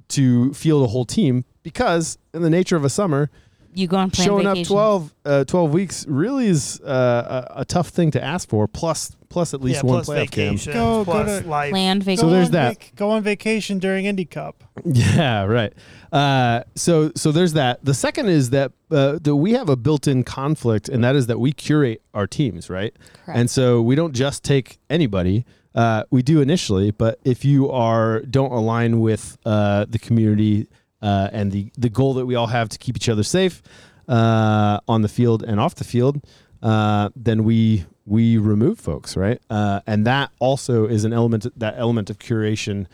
[SPEAKER 3] to field a whole team because, in the nature of a summer,
[SPEAKER 2] You go on planned
[SPEAKER 3] showing
[SPEAKER 2] vacation.
[SPEAKER 3] up 12, uh, 12 weeks really is uh, a, a tough thing to ask for. Plus, plus at least
[SPEAKER 1] yeah,
[SPEAKER 3] one
[SPEAKER 1] plus
[SPEAKER 3] playoff game.
[SPEAKER 1] vacation,
[SPEAKER 8] Go- go
[SPEAKER 1] plus
[SPEAKER 8] to-
[SPEAKER 1] life.
[SPEAKER 2] Planned vacation.
[SPEAKER 3] So
[SPEAKER 8] Go
[SPEAKER 3] there's
[SPEAKER 8] on
[SPEAKER 3] that.
[SPEAKER 8] vac- go on vacation during Indy Cup.
[SPEAKER 3] Yeah, right. Uh, so, so there's that. The second is that uh, that we have a built-in conflict, and that is that we curate our teams, right?
[SPEAKER 2] Correct.
[SPEAKER 3] And so we don't just take anybody. Uh, we do initially, but if you are don't align with uh, the community uh, and the the goal that we all have to keep each other safe uh, on the field and off the field, uh, then we we remove folks, right? Uh, and that also is an element that element of curation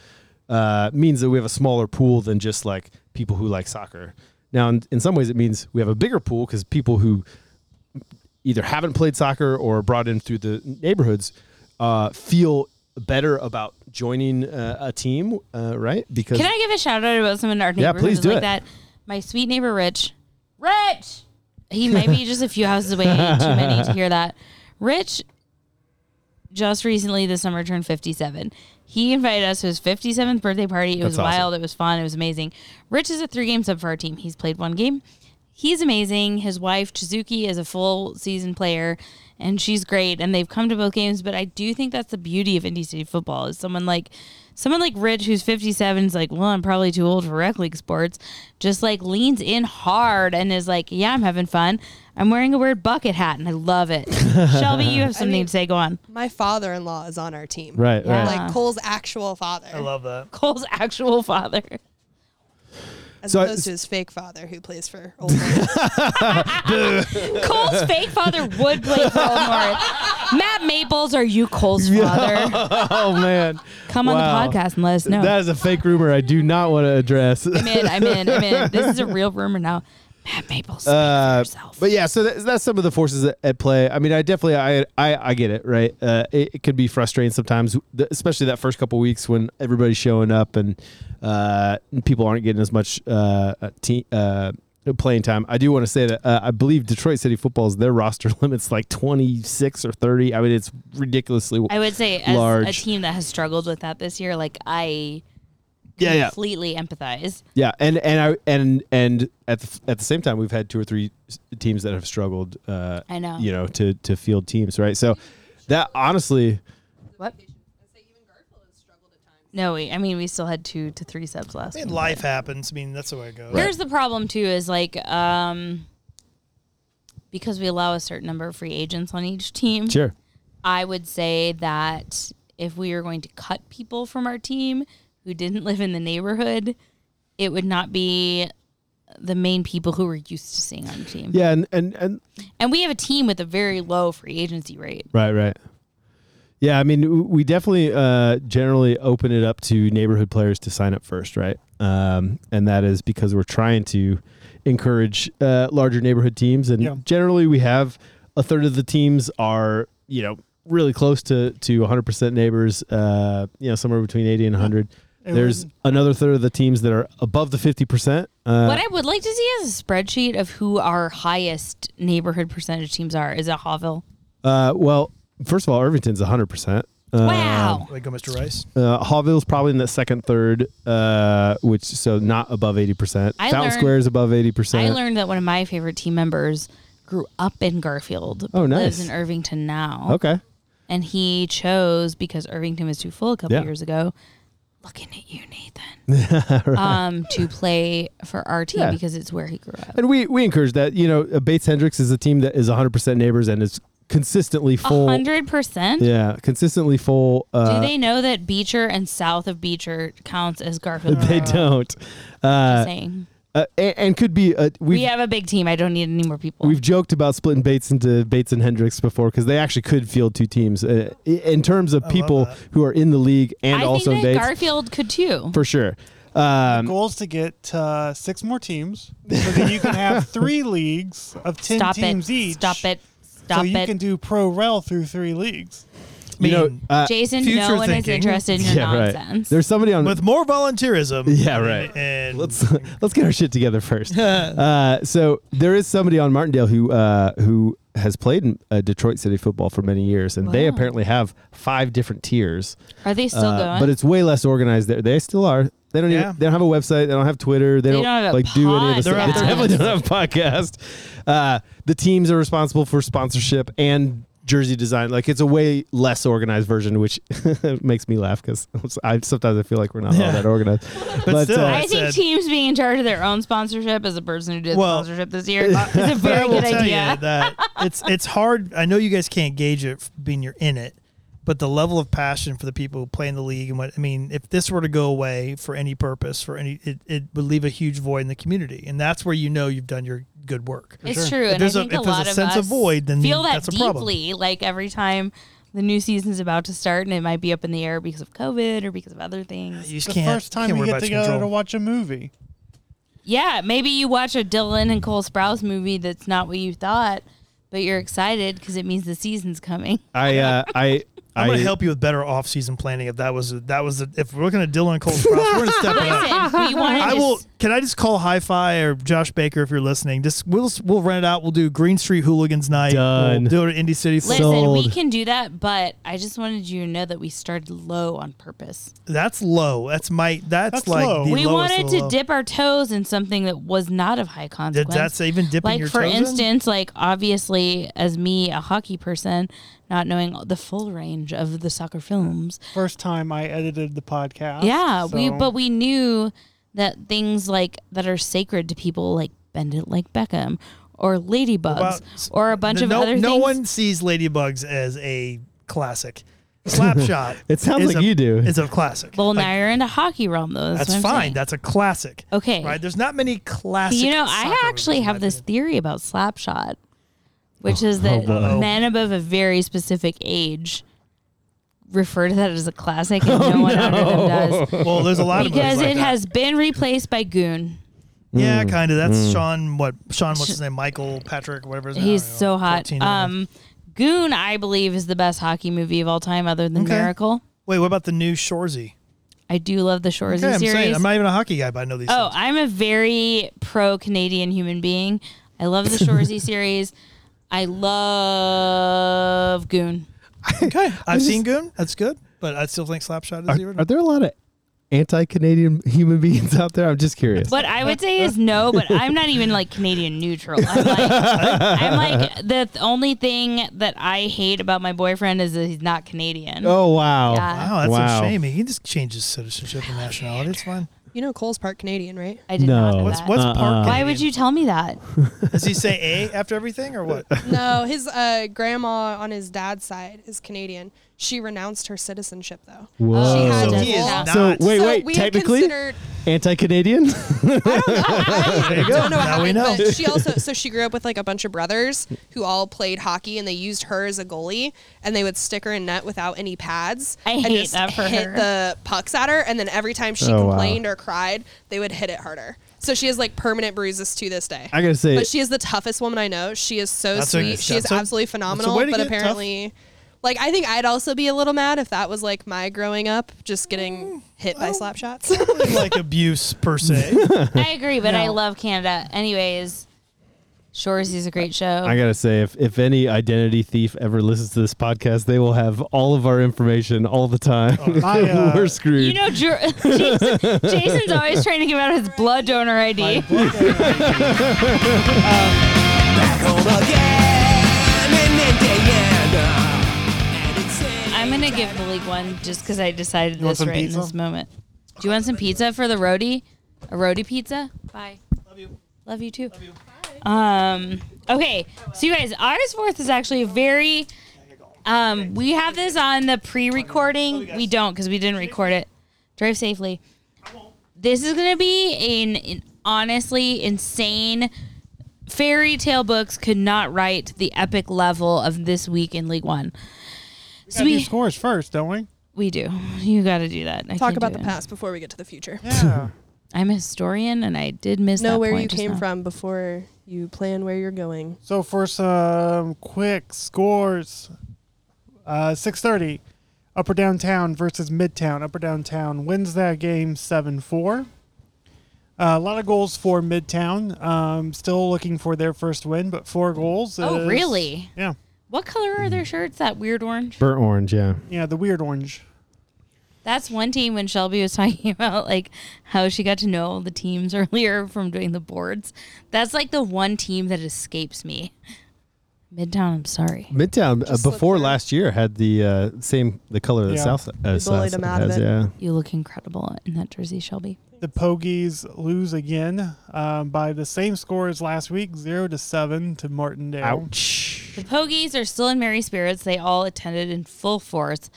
[SPEAKER 3] uh, means that we have a smaller pool than just like people who like soccer. Now, in, in some ways, it means we have a bigger pool because people who either haven't played soccer or brought in through the neighborhoods uh, feel better about joining uh, a team, uh, right? Because
[SPEAKER 2] Can I give a shout out about someone in our neighborhood?
[SPEAKER 3] please
[SPEAKER 2] is
[SPEAKER 3] do
[SPEAKER 2] like
[SPEAKER 3] it.
[SPEAKER 2] that? My sweet neighbor Rich. Rich! He might be just a few houses away. Ain't Too many to hear that. Rich just recently this summer turned 57. He invited us to his 57th birthday party. It was
[SPEAKER 3] That's awesome.
[SPEAKER 2] wild. It was fun. It was amazing. Rich is a three game sub for our team. He's played one game. He's amazing. His wife, Chizuki, is a full season player and she's great. And they've come to both games. But I do think that's the beauty of Indy City football is someone like someone like Rich who's 57 is like, well, I'm probably too old for rec league sports, just like leans in hard and is like, yeah, I'm having fun. I'm wearing a weird bucket hat and I love it. Shelby, you have something
[SPEAKER 9] mean-
[SPEAKER 2] to say. Go on.
[SPEAKER 9] My father-in-law is on our team.
[SPEAKER 3] Right,
[SPEAKER 2] Yeah.
[SPEAKER 3] right.
[SPEAKER 9] Like Cole's actual father,
[SPEAKER 1] I love that.
[SPEAKER 2] Cole's actual father.
[SPEAKER 9] as
[SPEAKER 3] So I-
[SPEAKER 9] opposed to his fake father who plays for Old North.
[SPEAKER 2] Cole's fake father would play for Old North. Matt Maples, are you Cole's father?
[SPEAKER 3] Oh man,
[SPEAKER 2] Come on the
[SPEAKER 3] Wow.
[SPEAKER 2] podcast and let us know.
[SPEAKER 3] that is a fake rumor. I do not want to address.
[SPEAKER 2] I'm in, I'm in, I'm in. This is a real rumor now. Matt Maples, speak for
[SPEAKER 3] Uh,
[SPEAKER 2] yourself.
[SPEAKER 3] but yeah, so that, that's some of the forces at, at play. I mean, I definitely, I, I, I get it, right? Uh, it, it could be frustrating sometimes, th- especially that first couple weeks when everybody's showing up and uh, people aren't getting as much uh, uh, te- uh, playing time. I do want to say that uh, I believe Detroit City Football's their roster limits like twenty six or thirty. I mean, it's ridiculously.
[SPEAKER 2] I would say as a
[SPEAKER 3] large.
[SPEAKER 2] team that has struggled with that this year, like I
[SPEAKER 3] Yeah, yeah.
[SPEAKER 2] completely empathize.
[SPEAKER 3] Yeah, and and I and and at the, at the same time, we've had two or three s- teams that have struggled. Uh,
[SPEAKER 2] I know.
[SPEAKER 3] you know, to to field teams, right? So that honestly,
[SPEAKER 2] What? No, we, I mean we still had two to three subs last.
[SPEAKER 1] I mean,
[SPEAKER 2] week.
[SPEAKER 1] life happens. I mean, that's the way it goes.
[SPEAKER 2] Here's the problem too is like um because we allow a certain number of free agents on each team.
[SPEAKER 3] sure,
[SPEAKER 2] I would say that if we were going to cut people from our team who didn't live in the neighborhood, it would not be the main people who were used to seeing on the team.
[SPEAKER 3] yeah, and and and
[SPEAKER 2] And we have a team with a very low free agency rate.
[SPEAKER 3] right, right. Yeah, I mean, w- we definitely uh, generally open it up to neighborhood players to sign up first, right? Um, and that is because we're trying to encourage uh, larger neighborhood teams, and
[SPEAKER 8] Yeah.
[SPEAKER 3] generally we have a third of the teams are you know really close to to 100% neighbors, uh, you know somewhere between 80 and 100.
[SPEAKER 8] And
[SPEAKER 3] There's
[SPEAKER 8] when-
[SPEAKER 3] another third of the teams that are above the 50%. Uh,
[SPEAKER 2] what I would like to see is a spreadsheet of who our highest neighborhood percentage teams are. Is it Hawville?
[SPEAKER 3] Uh, well, first of all, Irvington's 100%. Uh,
[SPEAKER 2] Wow.
[SPEAKER 1] Way to go, Mr. Rice.
[SPEAKER 3] Uh, Hallville's probably in the second third, uh, which so not above 80%.
[SPEAKER 2] I
[SPEAKER 3] Fountain
[SPEAKER 2] learned-
[SPEAKER 3] Square is above 80%.
[SPEAKER 2] I learned that one of my favorite team members grew up in Garfield. but
[SPEAKER 3] Oh,
[SPEAKER 2] Lives
[SPEAKER 3] nice.
[SPEAKER 2] in Irvington now.
[SPEAKER 3] Okay.
[SPEAKER 2] And he chose because Irvington was too full a couple
[SPEAKER 3] Yeah.
[SPEAKER 2] years ago. Looking at you, Nathan. um, to play for our team
[SPEAKER 3] Yeah.
[SPEAKER 2] because it's where he grew up.
[SPEAKER 3] And we, we encourage that. You know, uh, Bates Hendricks is a team that is 100% neighbors and is consistently full.
[SPEAKER 2] hundred percent.
[SPEAKER 3] Yeah, consistently full.
[SPEAKER 2] Do
[SPEAKER 3] Uh,
[SPEAKER 2] they know that Beecher and south of Beecher counts as Garfield?
[SPEAKER 3] they don't. Uh,
[SPEAKER 2] saying
[SPEAKER 3] uh, and, and could be. Uh,
[SPEAKER 2] we
[SPEAKER 3] we've,
[SPEAKER 2] have a big team. I don't need any more people.
[SPEAKER 3] We've joked about splitting Bates into Bates and Hendricks before because they actually could field two teams uh, i- in terms of people
[SPEAKER 1] that.
[SPEAKER 3] who are in the league and
[SPEAKER 2] I
[SPEAKER 3] also
[SPEAKER 2] think that
[SPEAKER 3] Bates
[SPEAKER 2] Garfield could too.
[SPEAKER 3] for sure. Um,
[SPEAKER 8] goal is to get uh, six more teams, so that you can have three leagues of ten
[SPEAKER 2] Stop
[SPEAKER 8] teams
[SPEAKER 2] it.
[SPEAKER 8] each.
[SPEAKER 2] Stop it.
[SPEAKER 8] So
[SPEAKER 2] Stop
[SPEAKER 8] you
[SPEAKER 2] it.
[SPEAKER 8] can do pro rel through three leagues.
[SPEAKER 1] I mean,
[SPEAKER 3] you know, uh,
[SPEAKER 2] Jason,
[SPEAKER 1] future
[SPEAKER 2] no one is
[SPEAKER 1] thinking.
[SPEAKER 2] interested in your
[SPEAKER 3] yeah, right.
[SPEAKER 2] nonsense.
[SPEAKER 3] There's somebody on.
[SPEAKER 1] with more volunteerism.
[SPEAKER 3] Yeah, right.
[SPEAKER 1] And
[SPEAKER 3] let's let's get our shit together first. uh, so there is somebody on Martindale who uh, who has played in uh, Detroit City football for many years, and they
[SPEAKER 2] Wow.
[SPEAKER 3] apparently have five different tiers.
[SPEAKER 2] Are they still
[SPEAKER 3] Uh,
[SPEAKER 2] going?
[SPEAKER 3] But it's way less organized there. They still are. They don't
[SPEAKER 1] Yeah.
[SPEAKER 3] even. They don't have a website. They don't have Twitter. They,
[SPEAKER 2] They
[SPEAKER 3] don't,
[SPEAKER 2] don't have a
[SPEAKER 3] like do any of the
[SPEAKER 1] They're
[SPEAKER 2] pod.
[SPEAKER 3] stuff. They definitely
[SPEAKER 2] out
[SPEAKER 3] don't have a podcast. Uh, the teams are responsible for sponsorship and jersey design. Like it's a way less organized version, which makes me laugh because I sometimes I feel like we're not all
[SPEAKER 1] Yeah.
[SPEAKER 3] that organized. but uh,
[SPEAKER 1] still,
[SPEAKER 2] I
[SPEAKER 1] I
[SPEAKER 2] think
[SPEAKER 1] said-
[SPEAKER 2] teams being in charge of their own sponsorship as a person who did
[SPEAKER 1] Well,
[SPEAKER 2] sponsorship this year uh, is a very
[SPEAKER 1] I will
[SPEAKER 2] good
[SPEAKER 1] tell
[SPEAKER 2] idea.
[SPEAKER 1] you that it's it's hard. I know you guys can't gauge it from being you're in it, but the level of passion for the people who play in the league and what I mean, if this were to go away for any purpose, for any, it, it would leave a huge void in the community, and that's where you know you've done your good work.
[SPEAKER 2] It's true, and I
[SPEAKER 1] there's a-
[SPEAKER 2] think a,
[SPEAKER 1] if there's a
[SPEAKER 2] lot of
[SPEAKER 1] sense
[SPEAKER 2] us
[SPEAKER 1] of void, then
[SPEAKER 2] feel that
[SPEAKER 1] that's a problem.
[SPEAKER 2] deeply. Like every time the new season's about to start, and it might be up in the air because of COVID or because of other things.
[SPEAKER 1] You just
[SPEAKER 8] The
[SPEAKER 1] can't.
[SPEAKER 8] first time
[SPEAKER 1] can't
[SPEAKER 8] we
[SPEAKER 1] worry
[SPEAKER 8] get
[SPEAKER 1] about
[SPEAKER 8] together
[SPEAKER 1] control.
[SPEAKER 8] to watch a movie.
[SPEAKER 2] Yeah, maybe you watch a Dylan and Cole Sprouse movie that's not what you thought, but you're excited because it means the season's coming.
[SPEAKER 3] I uh, I
[SPEAKER 1] I'm going
[SPEAKER 3] I-
[SPEAKER 1] to help you with better off-season planning. If that was that was if we're looking at Dylan Cole's props, we're going to step it up.
[SPEAKER 2] Listen, we want
[SPEAKER 1] I will. Can I just call Hi-Fi or Josh Baker if you're listening? Just we'll we'll rent it out. We'll do Green Street Hooligans Night.
[SPEAKER 3] Done.
[SPEAKER 1] We'll do it at Indy City.
[SPEAKER 2] Listen, we
[SPEAKER 3] Sold.
[SPEAKER 2] can do that, but I just wanted you to know that we started low on purpose.
[SPEAKER 1] That's low. That's my. That's,
[SPEAKER 8] That's
[SPEAKER 1] like
[SPEAKER 8] low.
[SPEAKER 1] the
[SPEAKER 2] we
[SPEAKER 1] lowest
[SPEAKER 2] wanted
[SPEAKER 1] of
[SPEAKER 2] to
[SPEAKER 1] low.
[SPEAKER 2] dip our toes in something that was not of high
[SPEAKER 1] Did
[SPEAKER 2] consequence.
[SPEAKER 1] that's even dipping
[SPEAKER 2] like
[SPEAKER 1] your
[SPEAKER 2] for
[SPEAKER 1] toes in?
[SPEAKER 2] instance, like obviously as me, a hockey person, not knowing the full range of the soccer films.
[SPEAKER 8] First time I edited the podcast.
[SPEAKER 1] Oh,
[SPEAKER 2] yeah, we
[SPEAKER 8] so-
[SPEAKER 2] but we knew that things like that are sacred to people like Bend It Like Beckham or Ladybugs
[SPEAKER 1] Well,
[SPEAKER 2] or a bunch of
[SPEAKER 1] no,
[SPEAKER 2] other
[SPEAKER 1] no
[SPEAKER 2] things.
[SPEAKER 1] one sees Ladybugs as a classic. Slapshot.
[SPEAKER 3] It sounds
[SPEAKER 1] is
[SPEAKER 3] like
[SPEAKER 1] a-
[SPEAKER 3] you do.
[SPEAKER 1] Is a classic.
[SPEAKER 2] well,
[SPEAKER 1] Like,
[SPEAKER 2] now you're in the hockey realm though. That's,
[SPEAKER 1] that's
[SPEAKER 2] what I'm
[SPEAKER 1] fine.
[SPEAKER 2] saying.
[SPEAKER 1] That's a classic.
[SPEAKER 2] Okay.
[SPEAKER 1] Right. There's not many classic.
[SPEAKER 2] you know,
[SPEAKER 1] soccer
[SPEAKER 2] I
[SPEAKER 1] movies,
[SPEAKER 2] actually
[SPEAKER 1] in
[SPEAKER 2] have
[SPEAKER 1] my
[SPEAKER 2] this
[SPEAKER 1] opinion.
[SPEAKER 2] theory about Slapshot, which is that
[SPEAKER 1] oh, boy.
[SPEAKER 2] men above a very specific age refer to that as a classic, and no one under them does
[SPEAKER 1] Well, there's Oh, a lot of movies
[SPEAKER 2] because
[SPEAKER 1] like
[SPEAKER 2] it
[SPEAKER 1] that.
[SPEAKER 2] has been replaced by Goon.
[SPEAKER 3] Hmm.
[SPEAKER 1] Yeah, kind of. That's Sean. What Sean? What's his name? Michael Patrick. Whatever. His name, I
[SPEAKER 2] He's
[SPEAKER 1] don't know,
[SPEAKER 2] so hot.
[SPEAKER 1] 14 year old.
[SPEAKER 2] Um, Goon, I believe, is the best hockey movie of all time, other than
[SPEAKER 1] Okay.
[SPEAKER 2] Miracle.
[SPEAKER 1] Wait, what about the new Shorzy?
[SPEAKER 2] I do love the Shorzy
[SPEAKER 1] Okay, I'm
[SPEAKER 2] series.
[SPEAKER 1] saying I'm not even a hockey guy, but I know these.
[SPEAKER 2] Oh,
[SPEAKER 1] things.
[SPEAKER 2] I'm a very pro Canadian human being. I love the Shorzy series. I love Goon.
[SPEAKER 1] okay. I've seen Goon. That's good, but I still think Slapshot is
[SPEAKER 3] Are,
[SPEAKER 1] even.
[SPEAKER 3] are there a lot of anti-Canadian human beings out there? I'm just curious.
[SPEAKER 2] What I would say is no, but I'm not even like Canadian neutral. I'm like, I'm like the th- only thing that I hate about my boyfriend is that he's not Canadian.
[SPEAKER 3] Oh wow!
[SPEAKER 2] Yeah.
[SPEAKER 1] Wow, that's
[SPEAKER 3] Wow.
[SPEAKER 1] a shame. He just changes citizenship and nationality. It's fine.
[SPEAKER 9] You know Cole's Park Canadian, right?
[SPEAKER 2] I did
[SPEAKER 3] No.
[SPEAKER 2] not know
[SPEAKER 3] What's-
[SPEAKER 2] that.
[SPEAKER 1] What's
[SPEAKER 3] Uh-uh.
[SPEAKER 1] Park?
[SPEAKER 2] Why would you tell me that?
[SPEAKER 1] Does he say A after everything or what?
[SPEAKER 9] no, his uh, grandma on his dad's side is Canadian. She renounced her citizenship though.
[SPEAKER 3] Whoa.
[SPEAKER 2] She
[SPEAKER 1] so
[SPEAKER 2] had
[SPEAKER 1] he is
[SPEAKER 2] that.
[SPEAKER 1] not.
[SPEAKER 3] So wait,
[SPEAKER 9] so
[SPEAKER 3] wait.
[SPEAKER 9] we had
[SPEAKER 3] Technically,
[SPEAKER 9] considered
[SPEAKER 3] anti-Canadian.
[SPEAKER 1] there you go.
[SPEAKER 9] don't know what
[SPEAKER 1] now we know.
[SPEAKER 9] happened, but she also so she grew up with like a bunch of brothers who all played hockey and they used her as a goalie and they would stick her in net without any pads.
[SPEAKER 2] I
[SPEAKER 9] and
[SPEAKER 2] hate
[SPEAKER 9] just
[SPEAKER 2] that for
[SPEAKER 9] hit
[SPEAKER 2] her.
[SPEAKER 9] the pucks at her and then every time she
[SPEAKER 3] Oh, wow.
[SPEAKER 9] complained or cried, they would hit it harder. So she has like permanent bruises to this day.
[SPEAKER 3] I gotta say,
[SPEAKER 9] But she is the toughest woman I know. She is so
[SPEAKER 1] That's a-
[SPEAKER 9] sweet. she is
[SPEAKER 1] that's a-
[SPEAKER 9] absolutely phenomenal.
[SPEAKER 1] way to
[SPEAKER 9] But
[SPEAKER 1] get tough.
[SPEAKER 9] apparently like I think I'd also be a little mad if that was like my growing up, just
[SPEAKER 2] Mm,
[SPEAKER 9] getting hit by slap shots.
[SPEAKER 1] like abuse per se.
[SPEAKER 2] I agree, but I love Canada. Anyways, Shorzy is a great show.
[SPEAKER 3] I gotta say, if if any identity thief ever listens to this podcast, they will have all of our information all the time.
[SPEAKER 8] My, uh,
[SPEAKER 3] We're screwed.
[SPEAKER 2] you know, Jer- Jason, Jason's always trying to give out his blood donor ID. I'm gonna give the league one just because I decided
[SPEAKER 8] want
[SPEAKER 2] this
[SPEAKER 8] some
[SPEAKER 2] right
[SPEAKER 8] pizza?
[SPEAKER 2] in this moment. Do you want some pizza for the roadie? A roadie pizza? Bye. Love you. Love you too. Um. Okay. So you guys, August fourth is actually a very. Um. We have this on the pre-recording. We don't because we didn't record it. Drive safely. This is gonna be an, an honestly insane. Fairy tale books could not write the epic level of this week in League One. So
[SPEAKER 8] Gotta do scores first, don't we?
[SPEAKER 2] we do. You got to do that. I
[SPEAKER 9] Talk
[SPEAKER 2] can't
[SPEAKER 9] about
[SPEAKER 2] do
[SPEAKER 9] the
[SPEAKER 2] it.
[SPEAKER 9] past before we get to the future.
[SPEAKER 8] Yeah.
[SPEAKER 2] I'm a historian, and I did miss
[SPEAKER 9] know
[SPEAKER 2] that
[SPEAKER 9] where
[SPEAKER 2] point
[SPEAKER 9] you
[SPEAKER 2] just
[SPEAKER 9] came
[SPEAKER 2] now.
[SPEAKER 9] from before you plan where you're going.
[SPEAKER 8] So for some quick scores, uh, six thirty, Upper Downtown versus Midtown. Upper Downtown wins that game seven four. Uh, a lot of goals for Midtown. Um, still looking for their first win, but four goals.
[SPEAKER 2] Oh,
[SPEAKER 8] is-
[SPEAKER 2] really?
[SPEAKER 8] Yeah,
[SPEAKER 2] What color are their shirts? That weird orange.
[SPEAKER 3] Burnt orange, yeah.
[SPEAKER 8] yeah. The weird orange.
[SPEAKER 2] That's one team when Shelby was talking about like how she got to know all the teams earlier from doing the boards. That's like the one team that escapes me. Midtown. I'm sorry.
[SPEAKER 3] Midtown uh,
[SPEAKER 9] Just look
[SPEAKER 3] before
[SPEAKER 9] there.
[SPEAKER 3] last year had the uh, same the color that
[SPEAKER 8] Yeah.
[SPEAKER 3] South uh, South
[SPEAKER 9] bullied 'em out of
[SPEAKER 3] has.
[SPEAKER 9] it.
[SPEAKER 3] Yeah,
[SPEAKER 2] You look incredible in that jersey, Shelby.
[SPEAKER 8] The Pogies lose again um, by the same score as last week, zero to seven to Martindale.
[SPEAKER 3] ouch.
[SPEAKER 2] The Pogies are still in merry spirits. They all attended in full force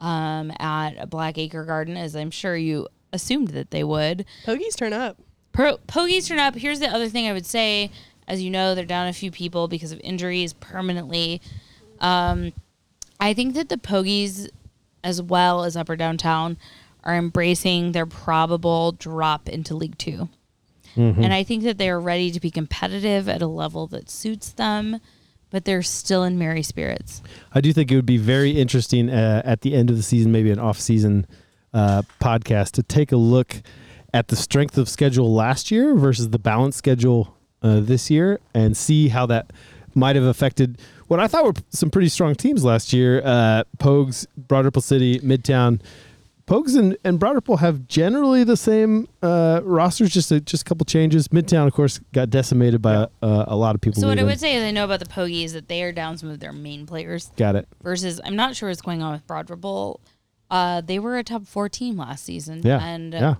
[SPEAKER 2] um, at Blackacre Garden, as I'm sure you assumed that they would.
[SPEAKER 9] Pogies turn up.
[SPEAKER 2] Pro- Pogies turn up. Here's the other thing I would say. As you know, they're down a few people because of injuries permanently. Um, I think that the Pogies, as well as Upper Downtown, are embracing their probable drop into League 2 And I think that they are ready to be competitive at a level that suits them but they're still in merry spirits.
[SPEAKER 3] I do think it would be very interesting uh, at the end of the season, maybe an off-season uh, podcast, to take a look at the strength of schedule last year versus the balanced schedule uh, this year, and see how that might have affected what I thought were some pretty strong teams last year: uh, Pogues, Broad Ripple City, Midtown. Pogues and, and Broad Ripple have generally the same uh, rosters, just a, just a couple changes. Midtown, of course, got decimated by uh, a lot of people.
[SPEAKER 2] So what I
[SPEAKER 3] leaving.
[SPEAKER 2] would say is I know about the Pogies that they are down some of their main players
[SPEAKER 3] got it.
[SPEAKER 2] versus I'm not sure what's going on with Broad Ripple. Uh, they were a top four team last season.
[SPEAKER 3] Yeah.
[SPEAKER 2] And uh,
[SPEAKER 3] yeah.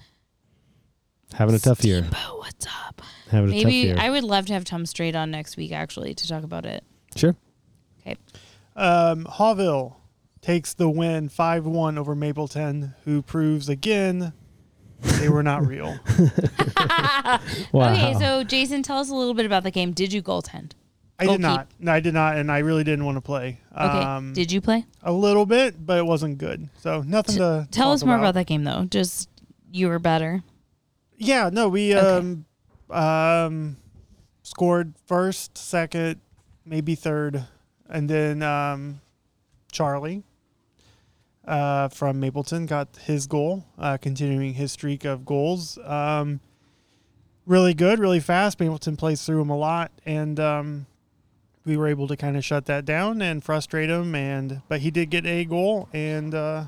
[SPEAKER 3] Having a tough year.
[SPEAKER 2] Steamboat, what's up?
[SPEAKER 3] Having a tough
[SPEAKER 2] Maybe
[SPEAKER 3] year.
[SPEAKER 2] I would love to have Tom Straight on next week actually to talk about it.
[SPEAKER 3] sure.
[SPEAKER 2] Okay.
[SPEAKER 8] Um, Hawville takes the win 5 1 over Mapleton, who proves again they were not real.
[SPEAKER 3] Wow.
[SPEAKER 2] Okay, so Jason, tell us a little bit about the game. Did you goaltend?
[SPEAKER 8] I
[SPEAKER 2] Goal
[SPEAKER 8] did not. No, I did not, and I really didn't want to play.
[SPEAKER 2] Okay.
[SPEAKER 8] Um,
[SPEAKER 2] Did you play?
[SPEAKER 8] a little bit, but it wasn't good. So nothing to
[SPEAKER 2] Tell
[SPEAKER 8] talk
[SPEAKER 2] us more about. that game though. Just you were better.
[SPEAKER 8] Yeah, no, we
[SPEAKER 2] Okay.
[SPEAKER 8] um, um, scored first, second, maybe third, and then um, Charlie uh, from Mapleton got his goal, uh, continuing his streak of goals. Um, really good, really fast. Mapleton plays through him a lot, and um, we were able to kind of shut that down and frustrate him. And but he did get a goal, and uh,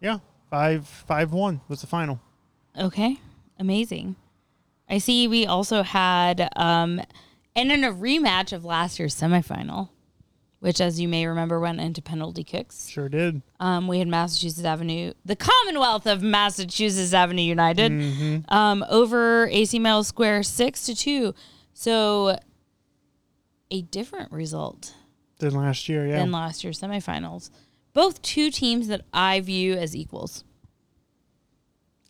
[SPEAKER 8] yeah, five five one was the final.
[SPEAKER 2] Okay. Amazing. I see we also had um and in a rematch of last year's semifinal, which as you may remember went into penalty kicks.
[SPEAKER 8] Sure did.
[SPEAKER 2] Um, we had Massachusetts Avenue, the Commonwealth of Massachusetts Avenue United,
[SPEAKER 8] Mm-hmm.
[SPEAKER 2] um, over AC Mill Square six to two. So a different result
[SPEAKER 8] than last year. Yeah,
[SPEAKER 2] than last year's semifinals. Both two teams that I view as equals.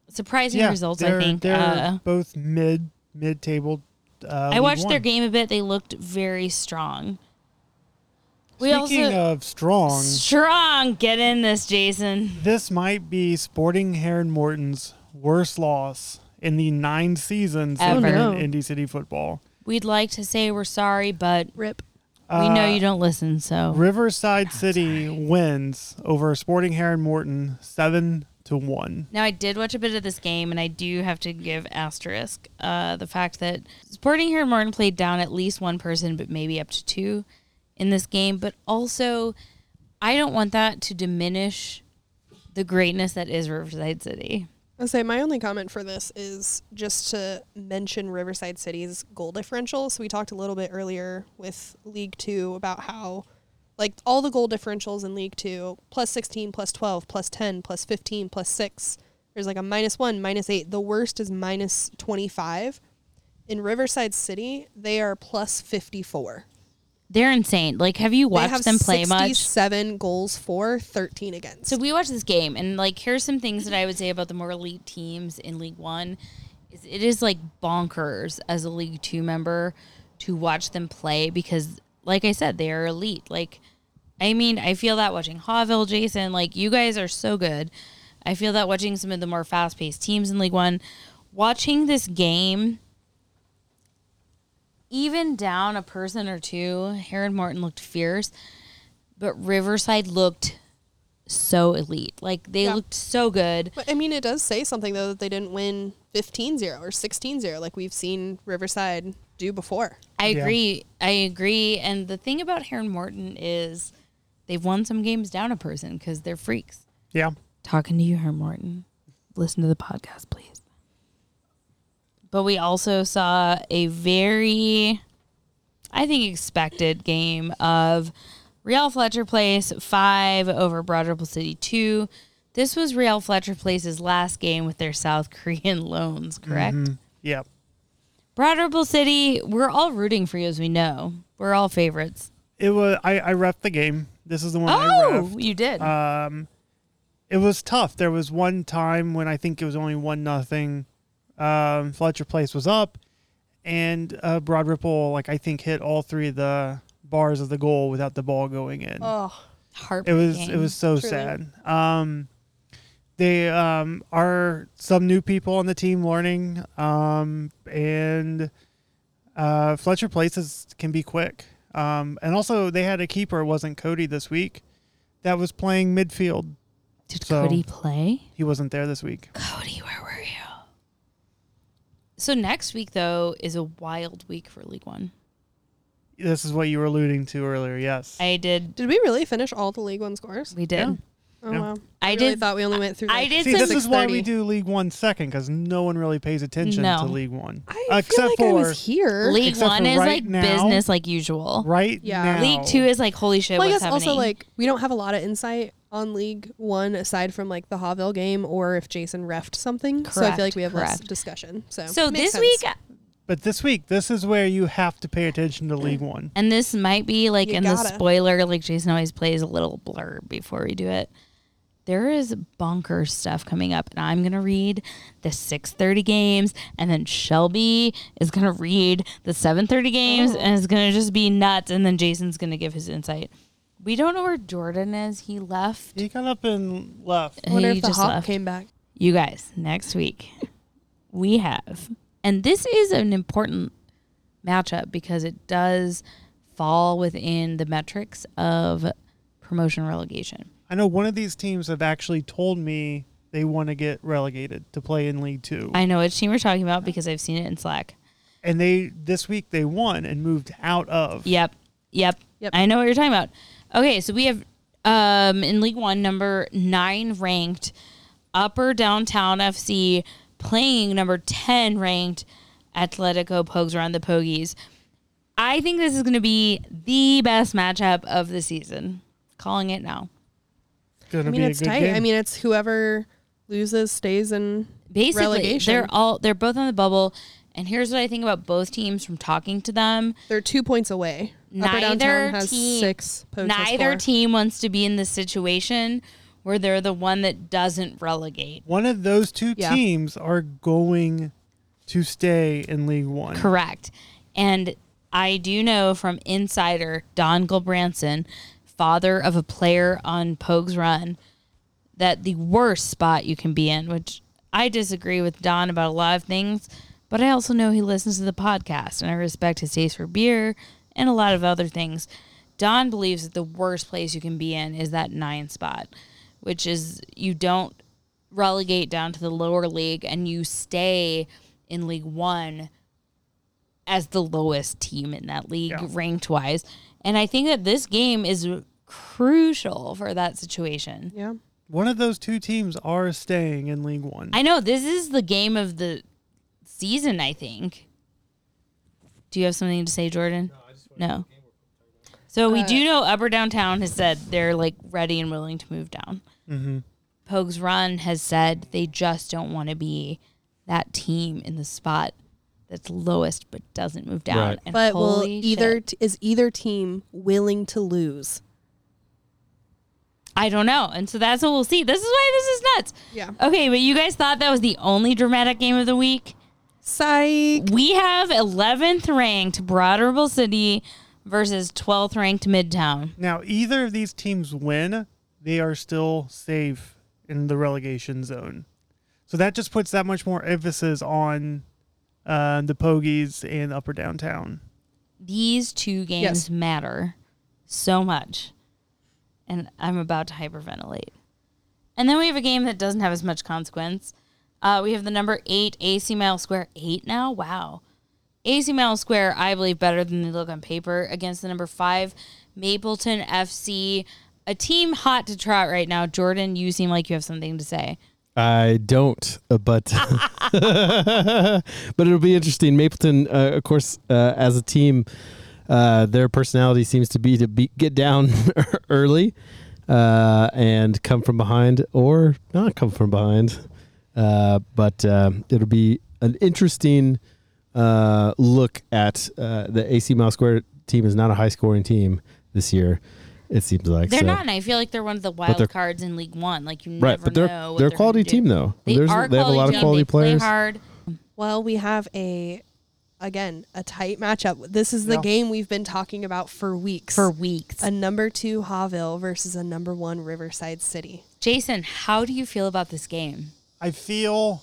[SPEAKER 2] Surprising
[SPEAKER 8] yeah.
[SPEAKER 2] results,
[SPEAKER 8] they're,
[SPEAKER 2] I think.
[SPEAKER 8] they're
[SPEAKER 2] Uh,
[SPEAKER 8] both mid mid table. Uh,
[SPEAKER 2] I
[SPEAKER 8] League
[SPEAKER 2] watched their
[SPEAKER 8] One.
[SPEAKER 2] game a bit. They looked very strong. We
[SPEAKER 8] Speaking
[SPEAKER 2] also
[SPEAKER 8] of strong,
[SPEAKER 2] strong. Get in this, Jason.
[SPEAKER 8] this might be Sporting Heron Morton's worst loss in the nine seasons they've
[SPEAKER 2] Ever.
[SPEAKER 8] been
[SPEAKER 9] Oh, no.
[SPEAKER 8] in Indy City football.
[SPEAKER 2] We'd like to say we're sorry, but
[SPEAKER 9] Rip.
[SPEAKER 2] we know you don't listen. So
[SPEAKER 8] Riverside City wins over Sporting Heron Morton seven to one.
[SPEAKER 2] Now I did watch a bit of this game, and I do have to give asterisk uh, the fact that Sporting here Martin played down at least one person, but maybe up to two in this game. But also, I don't want that to diminish the greatness that is Riverside City.
[SPEAKER 9] I say my only comment for this is just to mention Riverside City's goal differential. So we talked a little bit earlier with League Two about how like all the goal differentials in League Two, plus sixteen, plus twelve, plus ten, plus fifteen, plus six. There's like a minus one, minus eight. The worst is minus twenty five. In Riverside City, they are plus fifty four.
[SPEAKER 2] They're insane. Like, have you watched them play much?
[SPEAKER 9] Seven goals for, 13 against.
[SPEAKER 2] So we watched this game, and like, here's some things that I would say about the more elite teams in League One. Is it is like bonkers as a League Two member to watch them play because, like I said, they are elite. Like, I mean, I feel that watching Hawville, Jason. Like, you guys are so good. I feel that watching some of the more fast paced teams in League One. Watching this game, even down a person or two, Heron Martin looked fierce, but Riverside looked so elite. Like they
[SPEAKER 9] Yeah.
[SPEAKER 2] looked so good.
[SPEAKER 9] but I mean, it does say something, though, that they didn't win 15 0 or 16 0, like we've seen Riverside do before.
[SPEAKER 2] I agree. I agree. And the thing about Heron Morton is they've won some games down a person because they're freaks.
[SPEAKER 8] Yeah,
[SPEAKER 2] Talking to you, Heron Morton. Listen to the podcast, please. But we also saw a very, I think, expected game of Real Fletcher Place 5 over Broad Ripple City 2. This was Real Fletcher Place's last game with their South Korean loans, correct?
[SPEAKER 8] yeah.
[SPEAKER 2] Broad Ripple City, we're all rooting for you, as we know. We're all favorites.
[SPEAKER 8] It was. I I ref the game. This is the one I ref. uh,
[SPEAKER 2] Oh, you did.
[SPEAKER 8] Um, it was tough. There was one time when I think it was only one nothing. Um, Fletcher Place was up, and uh, Broad Ripple like I think hit all three of the bars of the goal without the ball going in.
[SPEAKER 9] Oh,
[SPEAKER 8] it
[SPEAKER 2] Heartbreaking.
[SPEAKER 8] was it was so
[SPEAKER 9] Truly.
[SPEAKER 8] sad. Um, they um, are some new people on the team learning, um, and uh, Fletcher Places can be quick. Um, and also, they had a keeper. It wasn't Cody this week. That was playing midfield.
[SPEAKER 2] Did
[SPEAKER 8] So-
[SPEAKER 2] Cody play?
[SPEAKER 8] He wasn't there this week.
[SPEAKER 2] Cody, where were you? So next week though is a wild week for League One.
[SPEAKER 8] This is what you were alluding to earlier. Yes.
[SPEAKER 2] I did.
[SPEAKER 9] Did we really finish all the League One scores?
[SPEAKER 2] We did.
[SPEAKER 8] Yeah.
[SPEAKER 9] Oh
[SPEAKER 8] Yeah.
[SPEAKER 9] wow!
[SPEAKER 2] I
[SPEAKER 9] really
[SPEAKER 2] did-
[SPEAKER 9] Thought we only went through.
[SPEAKER 2] I
[SPEAKER 9] like-
[SPEAKER 2] did
[SPEAKER 8] See,
[SPEAKER 2] some-
[SPEAKER 8] this is why we
[SPEAKER 9] 6:30.
[SPEAKER 8] do League One second because no one really pays attention
[SPEAKER 2] No.
[SPEAKER 8] to League One.
[SPEAKER 9] I feel like I was here.
[SPEAKER 2] League
[SPEAKER 8] Except
[SPEAKER 2] One
[SPEAKER 8] for
[SPEAKER 2] is
[SPEAKER 8] right
[SPEAKER 2] like
[SPEAKER 8] now-
[SPEAKER 2] business like usual.
[SPEAKER 8] right
[SPEAKER 9] Yeah.
[SPEAKER 8] now.
[SPEAKER 2] League Two is like holy shit.
[SPEAKER 9] well, I
[SPEAKER 2] what's
[SPEAKER 9] guess
[SPEAKER 2] happening?
[SPEAKER 9] also like we don't have a lot of insight on League One aside from like the Havel game or if Jason refed something. so I
[SPEAKER 2] Correct,
[SPEAKER 9] feel like we have less
[SPEAKER 2] correct.
[SPEAKER 9] discussion. So
[SPEAKER 2] so
[SPEAKER 9] makes
[SPEAKER 2] this
[SPEAKER 9] sense.
[SPEAKER 2] week,
[SPEAKER 8] But this week, this is where you have to pay attention to League One.
[SPEAKER 2] and this might be like
[SPEAKER 9] You
[SPEAKER 2] in the
[SPEAKER 9] gotta.
[SPEAKER 2] spoiler, like Jason always plays a little blurb before we do it. There is bonkers stuff coming up, and I'm gonna read the 6:30 games, and then Shelby is gonna read the 7:30 games,
[SPEAKER 9] Oh.
[SPEAKER 2] and it's gonna just be nuts. And then Jason's gonna give his insight. We don't know where Jordan is. He left.
[SPEAKER 8] He got up and left.
[SPEAKER 9] I wonder
[SPEAKER 2] He
[SPEAKER 9] if the
[SPEAKER 2] just
[SPEAKER 9] hop
[SPEAKER 2] left.
[SPEAKER 9] came back.
[SPEAKER 2] You guys, next week we have, and this is an important matchup because it does fall within the metrics of promotion relegation.
[SPEAKER 8] I know one of these teams have actually told me they want to get relegated to play in League Two,
[SPEAKER 2] I know which team we're talking about because I've seen it in Slack.
[SPEAKER 8] and they this week they won and moved out of.
[SPEAKER 2] Yep. Yep.
[SPEAKER 9] Yep.
[SPEAKER 2] I know what you're talking about. Okay, so we have um in League One, number nine ranked Upper Downtown FC playing number ten ranked Atletico Pogues around the Pogies. I think this is gonna be the best matchup of the season. Calling it now.
[SPEAKER 8] It's gonna
[SPEAKER 9] I mean,
[SPEAKER 8] be
[SPEAKER 9] it's
[SPEAKER 8] a good
[SPEAKER 9] tight.
[SPEAKER 8] game.
[SPEAKER 9] I mean, it's whoever loses stays in.
[SPEAKER 2] basically
[SPEAKER 9] Relegation.
[SPEAKER 2] they're all they're both on the bubble and here's what i think about both teams from talking to them
[SPEAKER 9] They're two points away. Upper
[SPEAKER 2] Neither
[SPEAKER 9] Downtown has
[SPEAKER 2] team-
[SPEAKER 9] six. Poach has
[SPEAKER 2] neither
[SPEAKER 9] four.
[SPEAKER 2] team wants to be in this situation where they're the one that doesn't relegate
[SPEAKER 8] one of those two
[SPEAKER 9] Yeah.
[SPEAKER 8] teams are going to stay in League One.
[SPEAKER 2] correct and i do know from insider don gulbranson father of a player on pogues run that the worst spot you can be in which i disagree with don about a lot of things but i also know he listens to the podcast and i respect his taste for beer and a lot of other things don believes that the worst place you can be in is that nine spot which is you don't relegate down to the lower league and you stay in league one as the lowest team in that league ranked wise and i think that this game is crucial for that situation
[SPEAKER 9] Yeah.
[SPEAKER 8] One of those two teams are staying in League One.
[SPEAKER 2] i know this is the game of the season i think do you have something to say jordan no, so we
[SPEAKER 9] Uh,
[SPEAKER 2] do know upper downtown has said they're like ready and willing to move down Pogues Run has said they just don't want to be that team in the spot that's lowest but doesn't move down.
[SPEAKER 3] Right.
[SPEAKER 2] And
[SPEAKER 9] But will
[SPEAKER 2] holy
[SPEAKER 9] either
[SPEAKER 2] shit.
[SPEAKER 9] t- is either team willing to lose?
[SPEAKER 2] I don't know. And so that's what we'll see. This is why this is nuts.
[SPEAKER 9] Yeah.
[SPEAKER 2] Okay, but you guys thought that was the only dramatic game of the week.
[SPEAKER 9] Psych.
[SPEAKER 2] We have 11th ranked Broderville City versus 12th ranked Midtown.
[SPEAKER 8] Now, either of these teams win, they are still safe in the relegation zone. So that just puts that much more emphasis on uh, the Pogies and Upper Downtown.
[SPEAKER 2] These two games
[SPEAKER 9] Yes.
[SPEAKER 2] matter so much. And I'm about to hyperventilate. And then we have a game that doesn't have as much consequence. Uh, we have the number eight AC Mile Square eight now. Wow, AC Mile Square, I believe better than they look on paper against the number five Mapleton FC, a team hot to trot right now. Jordan, you seem like you have something to say.
[SPEAKER 3] I don't, uh, but but it'll be interesting. Mapleton, uh, of course, uh, as a team, uh, their personality seems to be to be, get down early uh, and come from behind, or not come from behind. Uh, but uh, it'll be an interesting uh, look at uh, the AC Mile Square team. Is not a high scoring team this year. It seems like
[SPEAKER 2] They're
[SPEAKER 3] so.
[SPEAKER 2] not, and I feel like they're one of the wild
[SPEAKER 3] they're-
[SPEAKER 2] cards in League One. Like you
[SPEAKER 3] right,
[SPEAKER 2] never
[SPEAKER 3] but they're
[SPEAKER 2] know. what
[SPEAKER 3] they're a
[SPEAKER 2] gonna
[SPEAKER 3] quality
[SPEAKER 2] do.
[SPEAKER 3] team though.
[SPEAKER 2] They
[SPEAKER 3] There's-
[SPEAKER 2] are
[SPEAKER 3] they have a lot of
[SPEAKER 2] team.
[SPEAKER 3] quality
[SPEAKER 2] They
[SPEAKER 3] players.
[SPEAKER 2] Play hard.
[SPEAKER 9] Well, we have a again a tight matchup. This is the
[SPEAKER 8] Yeah.
[SPEAKER 9] game we've been talking about for weeks.
[SPEAKER 2] for weeks.
[SPEAKER 9] a number two Havel versus a number one Riverside City.
[SPEAKER 2] Jason, how do you feel about this game?
[SPEAKER 8] I feel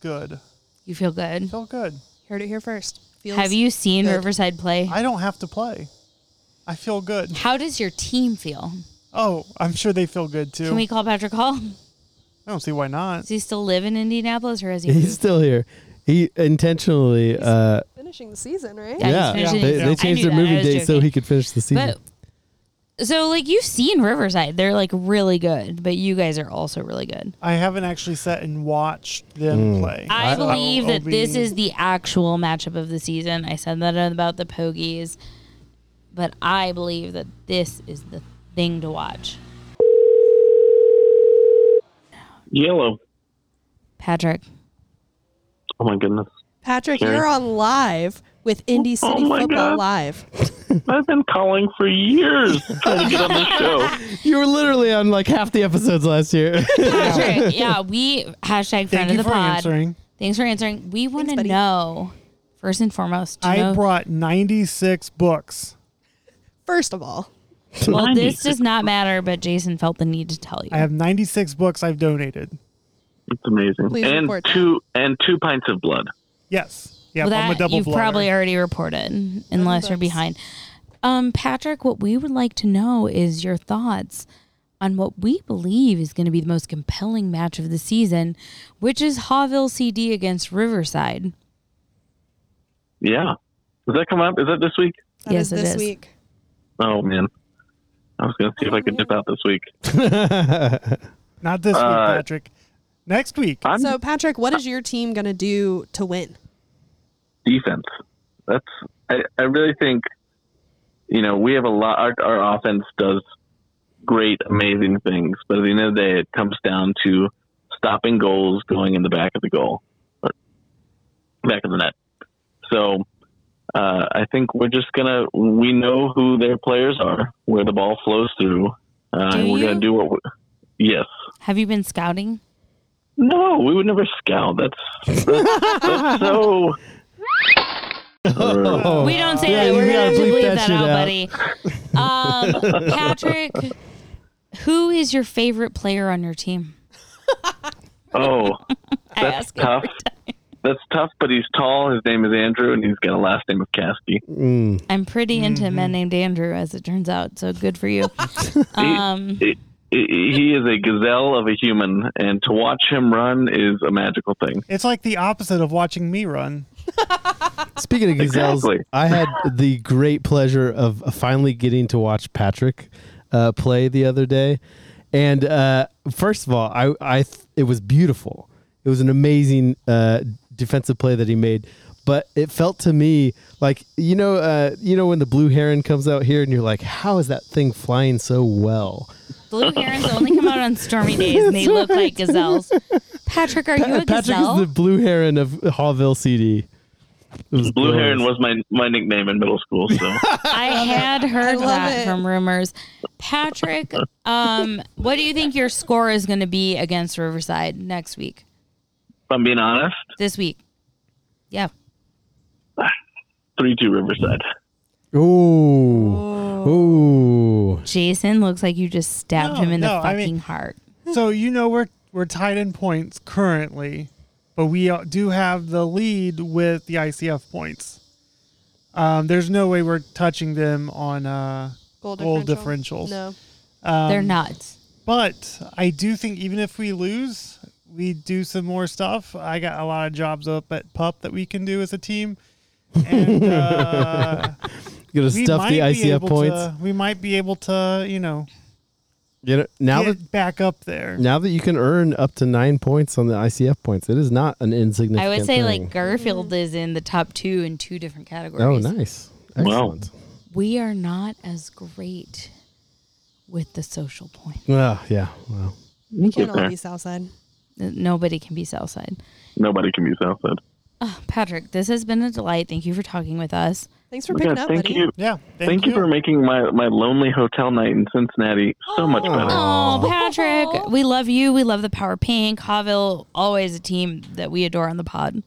[SPEAKER 8] good.
[SPEAKER 2] You feel good?
[SPEAKER 8] Feel good.
[SPEAKER 9] Heard it here first. Feels
[SPEAKER 2] Have you seen
[SPEAKER 9] good.
[SPEAKER 2] Riverside play?
[SPEAKER 8] I don't have to play. I feel good.
[SPEAKER 2] How does your team feel?
[SPEAKER 8] Oh, I'm sure they feel good too.
[SPEAKER 2] Can we call Patrick Hall?
[SPEAKER 8] I don't see why not.
[SPEAKER 2] Does he still live in Indianapolis or has he?
[SPEAKER 3] He's still here. He intentionally, uh,
[SPEAKER 9] Finishing the season, right?
[SPEAKER 2] Yeah, he's
[SPEAKER 3] yeah,
[SPEAKER 2] finishing
[SPEAKER 3] they,
[SPEAKER 2] his-
[SPEAKER 3] they
[SPEAKER 2] I
[SPEAKER 3] changed
[SPEAKER 2] knew
[SPEAKER 3] their
[SPEAKER 2] that. I
[SPEAKER 3] movie
[SPEAKER 2] was
[SPEAKER 3] date so
[SPEAKER 2] joking.
[SPEAKER 3] he could finish the season.
[SPEAKER 2] But so like you've seen Riverside, they're like really good, but you guys are also really good.
[SPEAKER 8] I haven't actually sat and watched them play.
[SPEAKER 2] I, uh,
[SPEAKER 8] So
[SPEAKER 2] believe
[SPEAKER 8] I'll
[SPEAKER 2] that this
[SPEAKER 8] be-
[SPEAKER 2] is the actual matchup of the season. I said that about the Pogies, but I believe that this is the thing to watch.
[SPEAKER 10] Yellow.
[SPEAKER 2] Patrick,
[SPEAKER 10] Oh my goodness.
[SPEAKER 9] Patrick, you're on live with Indy City
[SPEAKER 10] Oh, my
[SPEAKER 9] Football
[SPEAKER 10] God.
[SPEAKER 9] Live.
[SPEAKER 10] I've been calling for years trying to get on this show.
[SPEAKER 3] you were literally on like half the episodes last year.
[SPEAKER 2] Patrick, yeah, we hashtag friend of
[SPEAKER 8] Thank you
[SPEAKER 2] the
[SPEAKER 8] for
[SPEAKER 2] pod.
[SPEAKER 8] answering.
[SPEAKER 2] Thanks for answering. We want to
[SPEAKER 9] buddy.
[SPEAKER 2] know first and foremost. do you
[SPEAKER 8] I
[SPEAKER 2] know-
[SPEAKER 8] brought 96 books.
[SPEAKER 9] First of all,
[SPEAKER 2] well, this
[SPEAKER 10] 96.
[SPEAKER 2] does not matter, but Jason felt the need to tell you.
[SPEAKER 8] I have 96 books I've donated.
[SPEAKER 10] It's amazing.
[SPEAKER 9] Please
[SPEAKER 10] and
[SPEAKER 9] report.
[SPEAKER 10] two and two pints of blood.
[SPEAKER 8] Yes. Yeah,
[SPEAKER 2] Well,
[SPEAKER 8] I'm a
[SPEAKER 2] that
[SPEAKER 8] double
[SPEAKER 2] you've
[SPEAKER 8] blotter.
[SPEAKER 2] probably already reported, unless you're
[SPEAKER 9] bucks.
[SPEAKER 2] behind. Um, Patrick, what we would like to know is your thoughts on what we believe is going to be the most compelling match of the season, which is Hawville CD against Riverside.
[SPEAKER 10] Yeah. Does that come up? Is that this week?
[SPEAKER 9] that
[SPEAKER 2] Yes,
[SPEAKER 9] is
[SPEAKER 2] it
[SPEAKER 9] this
[SPEAKER 2] is.
[SPEAKER 9] week.
[SPEAKER 10] Oh man. I was gonna see if I could dip out this week.
[SPEAKER 8] Not this
[SPEAKER 10] Uh,
[SPEAKER 8] week, Patrick. Next week.
[SPEAKER 10] I'm
[SPEAKER 9] So, Patrick, what is your team going to do to win?
[SPEAKER 10] defense. That's I, I really think you know, we have a lot our, our offense does great, amazing things, but at the end of the day it comes down to stopping goals going in the back of the goal. Or back of the net. So uh, I think we're just gonna. We know who their players are, where the ball flows through, uh,
[SPEAKER 2] Do
[SPEAKER 10] and we're
[SPEAKER 2] you?
[SPEAKER 10] gonna do what. we yes,
[SPEAKER 2] Have you been scouting?
[SPEAKER 10] no, we would never scout. That's that's, that's so.
[SPEAKER 2] we don't say
[SPEAKER 3] Yeah,
[SPEAKER 2] that.
[SPEAKER 3] you
[SPEAKER 2] We're gonna
[SPEAKER 3] gotta
[SPEAKER 2] have to
[SPEAKER 3] bleep
[SPEAKER 2] bleep that,
[SPEAKER 3] that shit
[SPEAKER 2] out,
[SPEAKER 3] out.
[SPEAKER 2] buddy. Um, Patrick, who is your favorite player on your team?
[SPEAKER 10] Oh,
[SPEAKER 2] I
[SPEAKER 10] that's
[SPEAKER 2] ask every
[SPEAKER 10] tough. That's tough. But he's tall. His name is Andrew, and he's got a last name of Caskey.
[SPEAKER 2] I'm pretty into a men named Andrew, as it turns out. So good for you. um,
[SPEAKER 10] He- he he is a gazelle of a human, and to watch him run is a magical thing.
[SPEAKER 8] it's like the opposite of watching me run.
[SPEAKER 3] Speaking of gazelles,
[SPEAKER 10] Exactly.
[SPEAKER 3] I had the great pleasure of finally getting to watch Patrick uh, play the other day, and uh, first of all, I, I th- it was beautiful. It was an amazing uh, defensive play that he made, but it felt to me like you know, uh, you know when the blue heron comes out here, and you're like, how is that thing flying so well?
[SPEAKER 2] blue herons only come out on stormy days, and they look like gazelles. Patrick, are you a
[SPEAKER 3] Patrick
[SPEAKER 2] gazelle?
[SPEAKER 3] is the blue heron of Hallville CD. It was
[SPEAKER 10] Blue
[SPEAKER 3] glorious.
[SPEAKER 10] Heron was my my nickname in middle school. So
[SPEAKER 2] I had heard
[SPEAKER 9] love
[SPEAKER 2] that
[SPEAKER 9] it.
[SPEAKER 2] from rumors. Patrick, um, what do you think your score is going to be against Riverside next week?
[SPEAKER 10] if I'm being honest,
[SPEAKER 2] This week? Yeah.
[SPEAKER 10] three two Riverside.
[SPEAKER 3] Ooh. Ooh.
[SPEAKER 2] Jason looks like you just stabbed
[SPEAKER 8] No,
[SPEAKER 2] him in
[SPEAKER 8] no,
[SPEAKER 2] the
[SPEAKER 8] I
[SPEAKER 2] fucking
[SPEAKER 8] mean-
[SPEAKER 2] heart.
[SPEAKER 8] so you know we're we're tied in points currently, but we uh, do have the lead with the ICF points. Um, there's no way we're touching them on uh, goal differentials.
[SPEAKER 9] No.
[SPEAKER 8] um,
[SPEAKER 2] They're nuts.
[SPEAKER 8] But I do think even if we lose, we do some more stuff. I got a lot of jobs up at Pup that we can do as a team. And uh,
[SPEAKER 3] Gonna
[SPEAKER 8] we
[SPEAKER 3] stuff
[SPEAKER 8] might
[SPEAKER 3] the
[SPEAKER 8] be
[SPEAKER 3] ICF
[SPEAKER 8] able
[SPEAKER 3] points.
[SPEAKER 8] To, we might be able to, you know,
[SPEAKER 3] You know, now
[SPEAKER 8] get
[SPEAKER 3] that
[SPEAKER 8] back up there.
[SPEAKER 3] now that you can earn up to nine points on the ICF points, it is not an insignificant.
[SPEAKER 2] I would say like
[SPEAKER 3] thing.
[SPEAKER 2] Garfield is in the top two in two different categories.
[SPEAKER 3] Oh, nice, excellent.
[SPEAKER 2] we are not as great with the social point.
[SPEAKER 3] Well, yeah. Well,
[SPEAKER 9] We can't all
[SPEAKER 10] Okay.
[SPEAKER 9] be Southside.
[SPEAKER 2] Nobody can be Southside. Ah,
[SPEAKER 10] Nobody can be Southside.
[SPEAKER 2] Patrick, this has been a delight. Thank you for talking with us.
[SPEAKER 9] Thanks for
[SPEAKER 10] Yeah,
[SPEAKER 9] picking up,
[SPEAKER 10] thank
[SPEAKER 9] buddy.
[SPEAKER 10] you.
[SPEAKER 8] Yeah.
[SPEAKER 10] Thank, you. for making my, my lonely hotel night in Cincinnati so much better.
[SPEAKER 2] Oh, Patrick, we love you. We love the Power Pink. Haville, always a team that we adore on the pod.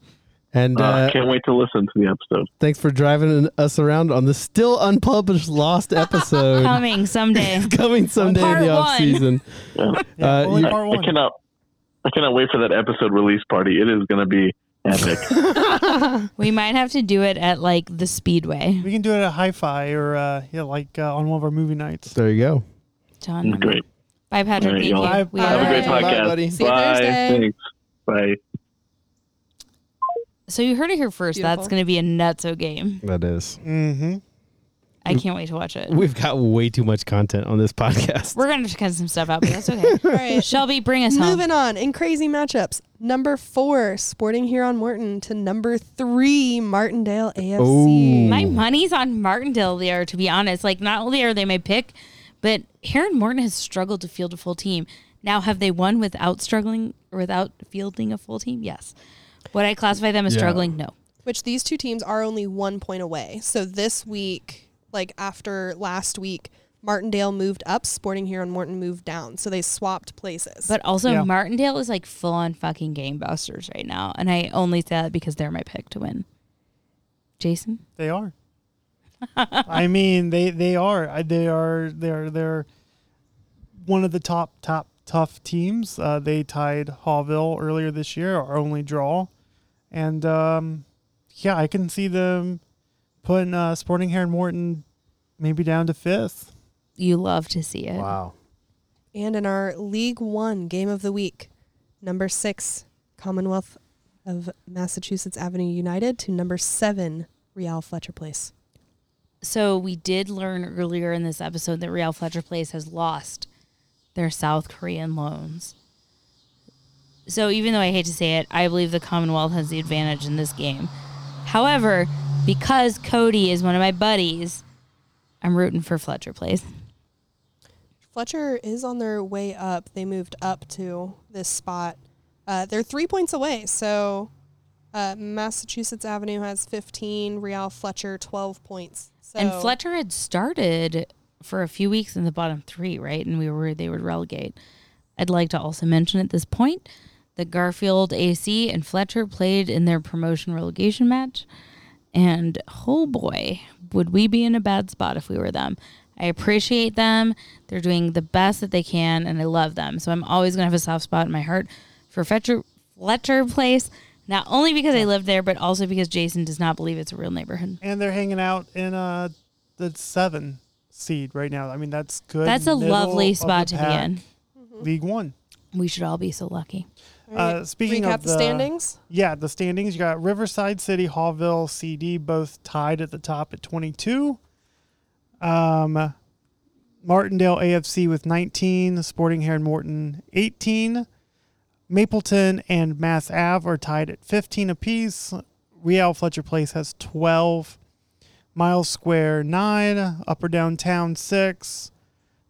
[SPEAKER 3] and
[SPEAKER 10] Uh,
[SPEAKER 3] uh,
[SPEAKER 10] can't wait to listen to the episode.
[SPEAKER 3] thanks for driving us around on the still unpublished lost episode
[SPEAKER 2] Coming someday.
[SPEAKER 3] coming someday in
[SPEAKER 2] Part
[SPEAKER 3] the off
[SPEAKER 2] one.
[SPEAKER 3] season.
[SPEAKER 10] Yeah.
[SPEAKER 8] Yeah,
[SPEAKER 3] Uh,
[SPEAKER 8] only
[SPEAKER 3] you-
[SPEAKER 8] part
[SPEAKER 10] I
[SPEAKER 8] one.
[SPEAKER 10] cannot I cannot wait for that episode release party. It is going to be Epic.
[SPEAKER 2] we might have to do it at like the speedway.
[SPEAKER 8] We can do it at Hi-Fi or uh, yeah, like uh, on one of our movie nights.
[SPEAKER 3] There you go.
[SPEAKER 2] Done.
[SPEAKER 10] Great.
[SPEAKER 2] Bye, Patrick.
[SPEAKER 10] All right,
[SPEAKER 2] Thank
[SPEAKER 10] y'all.
[SPEAKER 2] you.
[SPEAKER 8] Bye.
[SPEAKER 2] We
[SPEAKER 9] Have
[SPEAKER 10] Have a
[SPEAKER 2] are-
[SPEAKER 10] great
[SPEAKER 9] Bye,
[SPEAKER 10] podcast.
[SPEAKER 3] buddy.
[SPEAKER 9] See you
[SPEAKER 10] Bye.
[SPEAKER 9] Thursday.
[SPEAKER 10] Thanks. Bye.
[SPEAKER 2] So you heard it here first. That's
[SPEAKER 9] Beautiful.
[SPEAKER 2] going to be a nutso game.
[SPEAKER 3] That is.
[SPEAKER 8] Mm-hmm.
[SPEAKER 2] I can't wait to watch it.
[SPEAKER 3] We've got way too much content on this podcast.
[SPEAKER 2] We're going to cut some stuff out, but that's okay.
[SPEAKER 9] All right.
[SPEAKER 2] Shelby, bring us home.
[SPEAKER 9] Moving on in crazy matchups. Number four, Sporting Huron Morton to number three, Martindale AFC.
[SPEAKER 2] My money's on Martindale there, to be honest. Like, not only are they my pick, but Heron Morton has struggled to field a full team. Now, have they won without struggling or without fielding a full team? Yes. Would I classify them as
[SPEAKER 3] Yeah.
[SPEAKER 2] struggling? No.
[SPEAKER 9] Which these two teams are only one point away. So this week, like after last week, Martindale moved up, Sporting Huron Morton moved down. So they swapped places.
[SPEAKER 2] But also,
[SPEAKER 8] Yeah.
[SPEAKER 2] Martindale is like full on fucking game busters right now. And I only say that because they're my pick to win. Jason?
[SPEAKER 8] They are. I mean, they they are. I- They are. They are. They're one of the top top tough teams. Uh, they tied Hallville earlier this year, our only draw, and um, yeah, I can see them putting uh, Sporting Heron Morton maybe down to fifth.
[SPEAKER 2] You love to see it.
[SPEAKER 3] wow.
[SPEAKER 9] and in our League One game of the week, number six, Commonwealth of Massachusetts Avenue United to number seven, Real Fletcher Place.
[SPEAKER 2] So we did learn earlier in this episode that Real Fletcher Place has lost their South Korean loans. So even though I hate to say it, I believe the Commonwealth has the advantage in this game. However, because Cody is one of my buddies, I'm rooting for Fletcher Place.
[SPEAKER 9] Fletcher is on their way up. They moved up to this spot. Uh, they're three points away. So uh, Massachusetts Avenue has 15, Real Fletcher 12 points. So
[SPEAKER 2] And Fletcher had started for a few weeks in the bottom three, right? And we were worried they would relegate. I'd like to also mention at this point that Garfield AC and Fletcher played in their promotion relegation match. And oh boy, would we be in a bad spot if we were them. I appreciate them. They're doing the best that they can, and I love them. So I'm always going to have a soft spot in my heart for Fletcher, Fletcher Place, not only because I live there, but also because Jason does not believe it's a real neighborhood.
[SPEAKER 8] And they're hanging out in uh, the seven seed right now. I mean, that's good.
[SPEAKER 2] That's a
[SPEAKER 8] middle
[SPEAKER 2] lovely
[SPEAKER 8] of the
[SPEAKER 2] spot to be
[SPEAKER 8] pack.
[SPEAKER 2] in.
[SPEAKER 8] League One.
[SPEAKER 2] We should all be so lucky.
[SPEAKER 8] Uh, speaking
[SPEAKER 9] recap
[SPEAKER 8] of
[SPEAKER 9] the, standings.
[SPEAKER 8] Yeah, the standings. You got Riverside City, Hallville, CD, both tied at the top at 22. Um, Martindale AFC with 19, Sporting Heron Morton 18. Mapleton and Mass Ave are tied at 15 apiece. Real Fletcher Place has 12. Miles Square 9, Upper Downtown 6.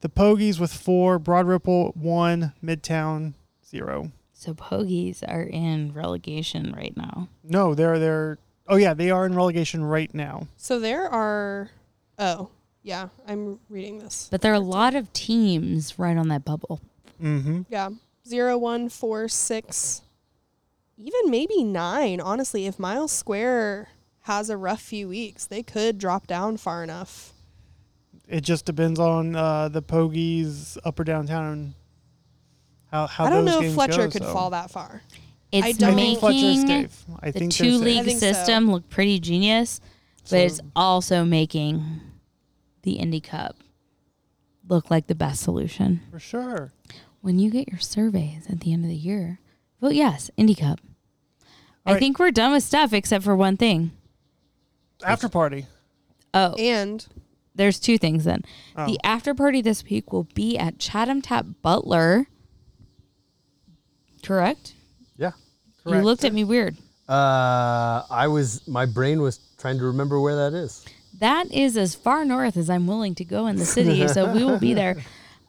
[SPEAKER 8] The Pogies with 4, Broad Ripple 1, Midtown 0.
[SPEAKER 2] So Pogies are in relegation right now.
[SPEAKER 8] No, they're they're oh yeah, they are in relegation right now.
[SPEAKER 9] So there are. Oh, yeah. I'm reading this.
[SPEAKER 2] But there are a lot of teams right on that bubble.
[SPEAKER 8] Mm-hmm.
[SPEAKER 9] Yeah. Zero, one, four, six, even maybe nine. Honestly, if Miles Square has a rough few weeks, they could drop down far enough.
[SPEAKER 8] It just depends on uh, the Pogies upper downtown and how how
[SPEAKER 9] I don't
[SPEAKER 8] those
[SPEAKER 9] know if
[SPEAKER 8] games
[SPEAKER 9] Fletcher
[SPEAKER 8] go,
[SPEAKER 9] could
[SPEAKER 8] so.
[SPEAKER 9] fall that far.
[SPEAKER 2] It's
[SPEAKER 9] don't-
[SPEAKER 8] I
[SPEAKER 2] making
[SPEAKER 8] think Fletcher's safe. I
[SPEAKER 2] the
[SPEAKER 8] think they're
[SPEAKER 2] two
[SPEAKER 8] safe.
[SPEAKER 9] I
[SPEAKER 2] league
[SPEAKER 9] think so.
[SPEAKER 2] system look pretty genius, but it's also making the Indy Cup look like the best solution.
[SPEAKER 8] for sure.
[SPEAKER 2] When you get your surveys at the end of the year, vote yes, Indy Cup. I
[SPEAKER 8] All right.
[SPEAKER 2] think we're done with stuff except for one thing.
[SPEAKER 8] After party.
[SPEAKER 2] Oh,
[SPEAKER 9] And
[SPEAKER 2] there's two things then. The after party this week will be at Chatham Tap Butler. Correct?
[SPEAKER 3] Yeah.
[SPEAKER 2] You looked at me weird.
[SPEAKER 3] Uh, I was. My brain was trying to remember where that is.
[SPEAKER 2] That is as far north as I'm willing to go in the city, so we will be there.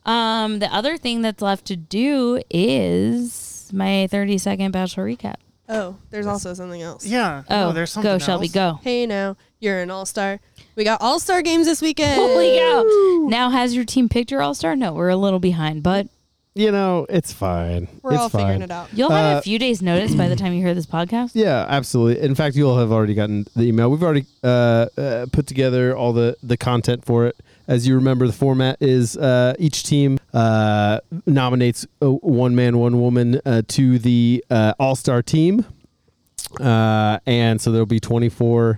[SPEAKER 2] Um, the other thing that's left to do is my 30 second bachelor recap.
[SPEAKER 9] oh, there's also something else.
[SPEAKER 8] Yeah.
[SPEAKER 2] Oh,
[SPEAKER 8] no, there's something
[SPEAKER 2] go, Shelby,
[SPEAKER 8] else.
[SPEAKER 2] go.
[SPEAKER 9] Hey, now you're an all star. We got all star games this weekend.
[SPEAKER 2] Holy cow. Now, has your team picked your all star? No, we're a little behind, but
[SPEAKER 3] You know, it's fine.
[SPEAKER 9] We're
[SPEAKER 3] It's
[SPEAKER 9] all figuring
[SPEAKER 3] fine.
[SPEAKER 9] it out.
[SPEAKER 2] you'll have
[SPEAKER 3] Uh,
[SPEAKER 2] a few days' notice by the time you hear this podcast.
[SPEAKER 3] Yeah, absolutely. In fact, you'll have already gotten the email. We've already uh, uh, put together all the, the content for it. As you remember, the format is uh, each team uh, nominates uh, one man, one woman uh, to the uh, all star team. Uh, and so there'll be 24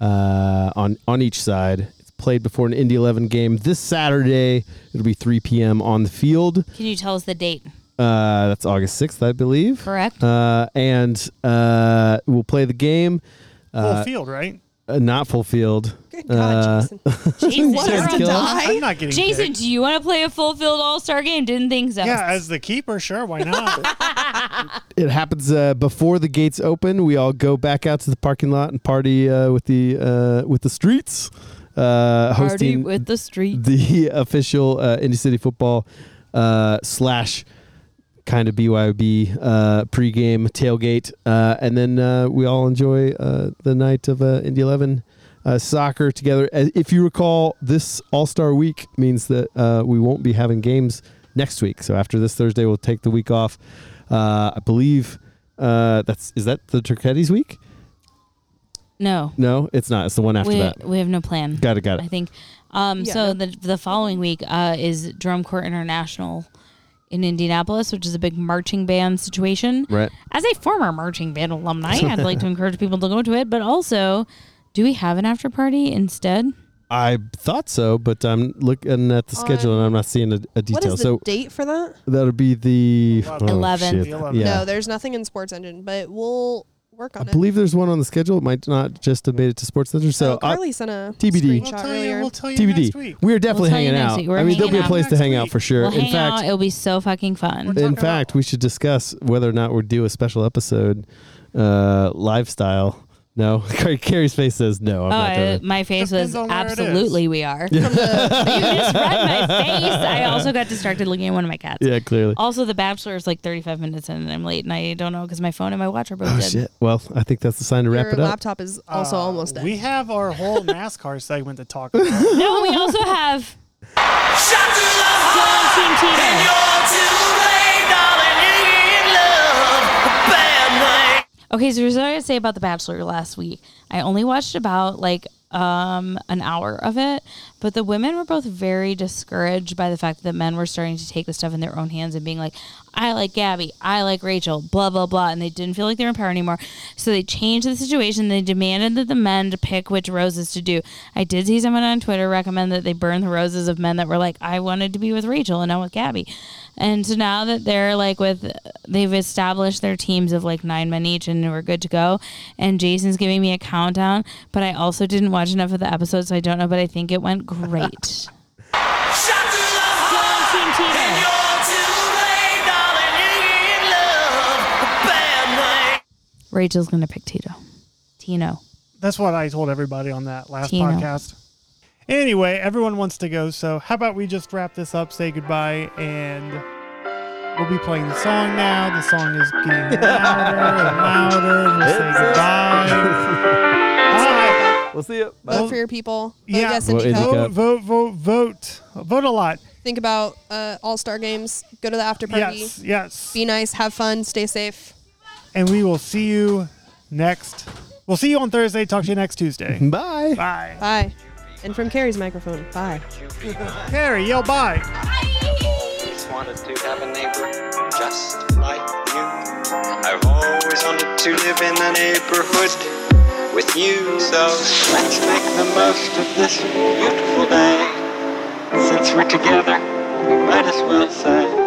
[SPEAKER 3] uh, on on each side. It's played before an Indy 11 game this Saturday. It'll be 3 p.m. on the field.
[SPEAKER 2] Can you tell us the date?
[SPEAKER 3] Uh, that's August 6th, I believe.
[SPEAKER 2] Correct.
[SPEAKER 3] Uh, and uh, we'll play the game.
[SPEAKER 8] Full
[SPEAKER 3] uh,
[SPEAKER 8] field, right?
[SPEAKER 3] uh, not full field. Uh,
[SPEAKER 9] Good God, Jason.
[SPEAKER 2] Jason,
[SPEAKER 9] want us to
[SPEAKER 2] you're a-
[SPEAKER 9] die?
[SPEAKER 8] I'm not getting
[SPEAKER 2] Jason,
[SPEAKER 8] picked.
[SPEAKER 2] do you want to play a full field All Star game? Didn't think so.
[SPEAKER 8] Yeah, as the keeper, sure. Why not?
[SPEAKER 3] It happens uh, before the gates open. We all go back out to the parking lot and party uh, with the uh, with the streets, uh,
[SPEAKER 2] Party
[SPEAKER 3] hosting
[SPEAKER 2] with the street.
[SPEAKER 3] the official uh, Indy City Football uh, slash kind of BYOB uh, pregame tailgate, uh, and then uh, we all enjoy uh, the night of uh, Indy Eleven uh, soccer together. Uh, If you recall, this All Star Week means that uh, we won't be having games next week. So after this Thursday, we'll take the week off. Uh, I believe uh, that's is that the Turkettis week?
[SPEAKER 2] No,
[SPEAKER 3] No, it's not. It's the one after
[SPEAKER 2] we,
[SPEAKER 3] that.
[SPEAKER 2] we have no plan.
[SPEAKER 3] Got it. Got
[SPEAKER 2] I
[SPEAKER 3] it.
[SPEAKER 2] think. Um,
[SPEAKER 9] Yeah,
[SPEAKER 2] so the
[SPEAKER 9] no.
[SPEAKER 2] the following week uh, is Drum Corps International in Indianapolis, which is a big marching band situation.
[SPEAKER 3] Right.
[SPEAKER 2] As a former marching band alumni, I'd like to encourage people to go to it. But also, do we have an after party instead?
[SPEAKER 3] I thought so, but I'm looking at the schedule and I'm not seeing a, a
[SPEAKER 9] What
[SPEAKER 3] detail.
[SPEAKER 9] is the
[SPEAKER 3] so
[SPEAKER 9] date for that?
[SPEAKER 3] that'll be the oh,
[SPEAKER 2] 11th.
[SPEAKER 3] shit.
[SPEAKER 8] The 11th.
[SPEAKER 3] Yeah.
[SPEAKER 9] No, there's nothing in Sports Engine, but we'll work
[SPEAKER 3] I
[SPEAKER 9] on it.
[SPEAKER 3] believe there's one on the schedule. It might not just have made it to Sports Center. So uh,
[SPEAKER 9] oh,
[SPEAKER 3] I-
[SPEAKER 9] Carly sent a
[SPEAKER 3] TBD.
[SPEAKER 8] We'll
[SPEAKER 9] screenshot
[SPEAKER 8] tell you.
[SPEAKER 9] earlier.
[SPEAKER 8] We'll tell you next
[SPEAKER 3] TBD.
[SPEAKER 8] week.
[SPEAKER 3] We're definitely
[SPEAKER 2] We'll tell you
[SPEAKER 3] hanging
[SPEAKER 2] next
[SPEAKER 3] out.
[SPEAKER 2] week. We're
[SPEAKER 3] I mean, there'll be a
[SPEAKER 2] hanging
[SPEAKER 3] place
[SPEAKER 8] out
[SPEAKER 3] to hang
[SPEAKER 8] next
[SPEAKER 3] out
[SPEAKER 8] week.
[SPEAKER 3] for sure.
[SPEAKER 2] We'll
[SPEAKER 3] in
[SPEAKER 2] hang out.
[SPEAKER 3] fact,
[SPEAKER 2] It'll be so fucking fun.
[SPEAKER 3] in
[SPEAKER 8] talking
[SPEAKER 3] fact,
[SPEAKER 8] about-
[SPEAKER 3] we should discuss whether or not we're due a special episode. Uh, lifestyle. No, Carrie's face says no. I'm
[SPEAKER 2] Oh,
[SPEAKER 3] not doing
[SPEAKER 2] I,
[SPEAKER 3] it.
[SPEAKER 2] my face
[SPEAKER 8] Depends on
[SPEAKER 2] was
[SPEAKER 8] where it is.
[SPEAKER 2] absolutely we are. you misread my face. I also got distracted looking at one of my cats.
[SPEAKER 3] Yeah, clearly.
[SPEAKER 2] Also, The Bachelor is like 35 minutes in, and I'm late, and I don't know because my phone and my watch are both
[SPEAKER 3] Oh
[SPEAKER 2] dead.
[SPEAKER 3] shit. Well, I think that's the sign to wrap
[SPEAKER 9] Your
[SPEAKER 3] it up.
[SPEAKER 9] laptop is also almost dead.
[SPEAKER 8] Uh, We have our whole NASCAR segment to talk about.
[SPEAKER 2] No, we also have Dylan Quintino. Okay, so here's what I gotta say about The Bachelor last week. I only watched about like um an hour of it, but the women were both very discouraged by the fact that men were starting to take the stuff in their own hands and being like, I like Gabby, I like Rachel, blah blah blah, and they didn't feel like they were in power anymore. So they changed the situation. They demanded that the men to pick which roses to do. I did see someone on Twitter recommend that they burn the roses of men that were like, I wanted to be with Rachel and not with Gabby. And so now that they're like with, they've established their teams of like nine men each and we're good to go. And Jason's giving me a countdown, but I also didn't watch enough of the episode, so I don't know, but I think it went great. Rachel's going to pick Tito. Tino.
[SPEAKER 8] That's what I told everybody on that last
[SPEAKER 2] Tino.
[SPEAKER 8] podcast. Anyway, everyone wants to go, so how about we just wrap this up, say goodbye, and we'll be playing the song now. The song is getting louder and louder. We'll say goodbye. Bye.
[SPEAKER 3] We'll see you.
[SPEAKER 9] Vote for your people. Vote
[SPEAKER 8] Yeah.
[SPEAKER 9] yes,
[SPEAKER 3] Vote
[SPEAKER 9] Indico.
[SPEAKER 3] Indico.
[SPEAKER 8] Vote, vote, vote, vote. Vote a lot.
[SPEAKER 9] Think about uh, All Star games. Go to the after party.
[SPEAKER 8] Yes, yes.
[SPEAKER 9] Be nice. Have fun. Stay safe.
[SPEAKER 8] And we will see you next. We'll see you on Thursday. Talk to you next Tuesday.
[SPEAKER 3] Bye.
[SPEAKER 8] Bye.
[SPEAKER 9] Bye. And from Carrie's microphone. Bye.
[SPEAKER 8] Carrie, yell bye.
[SPEAKER 6] always wanted to have a neighbor just like you. I've always wanted to live in a neighborhood with you. So let's make the most of this beautiful day. Since we're together, we might as well say.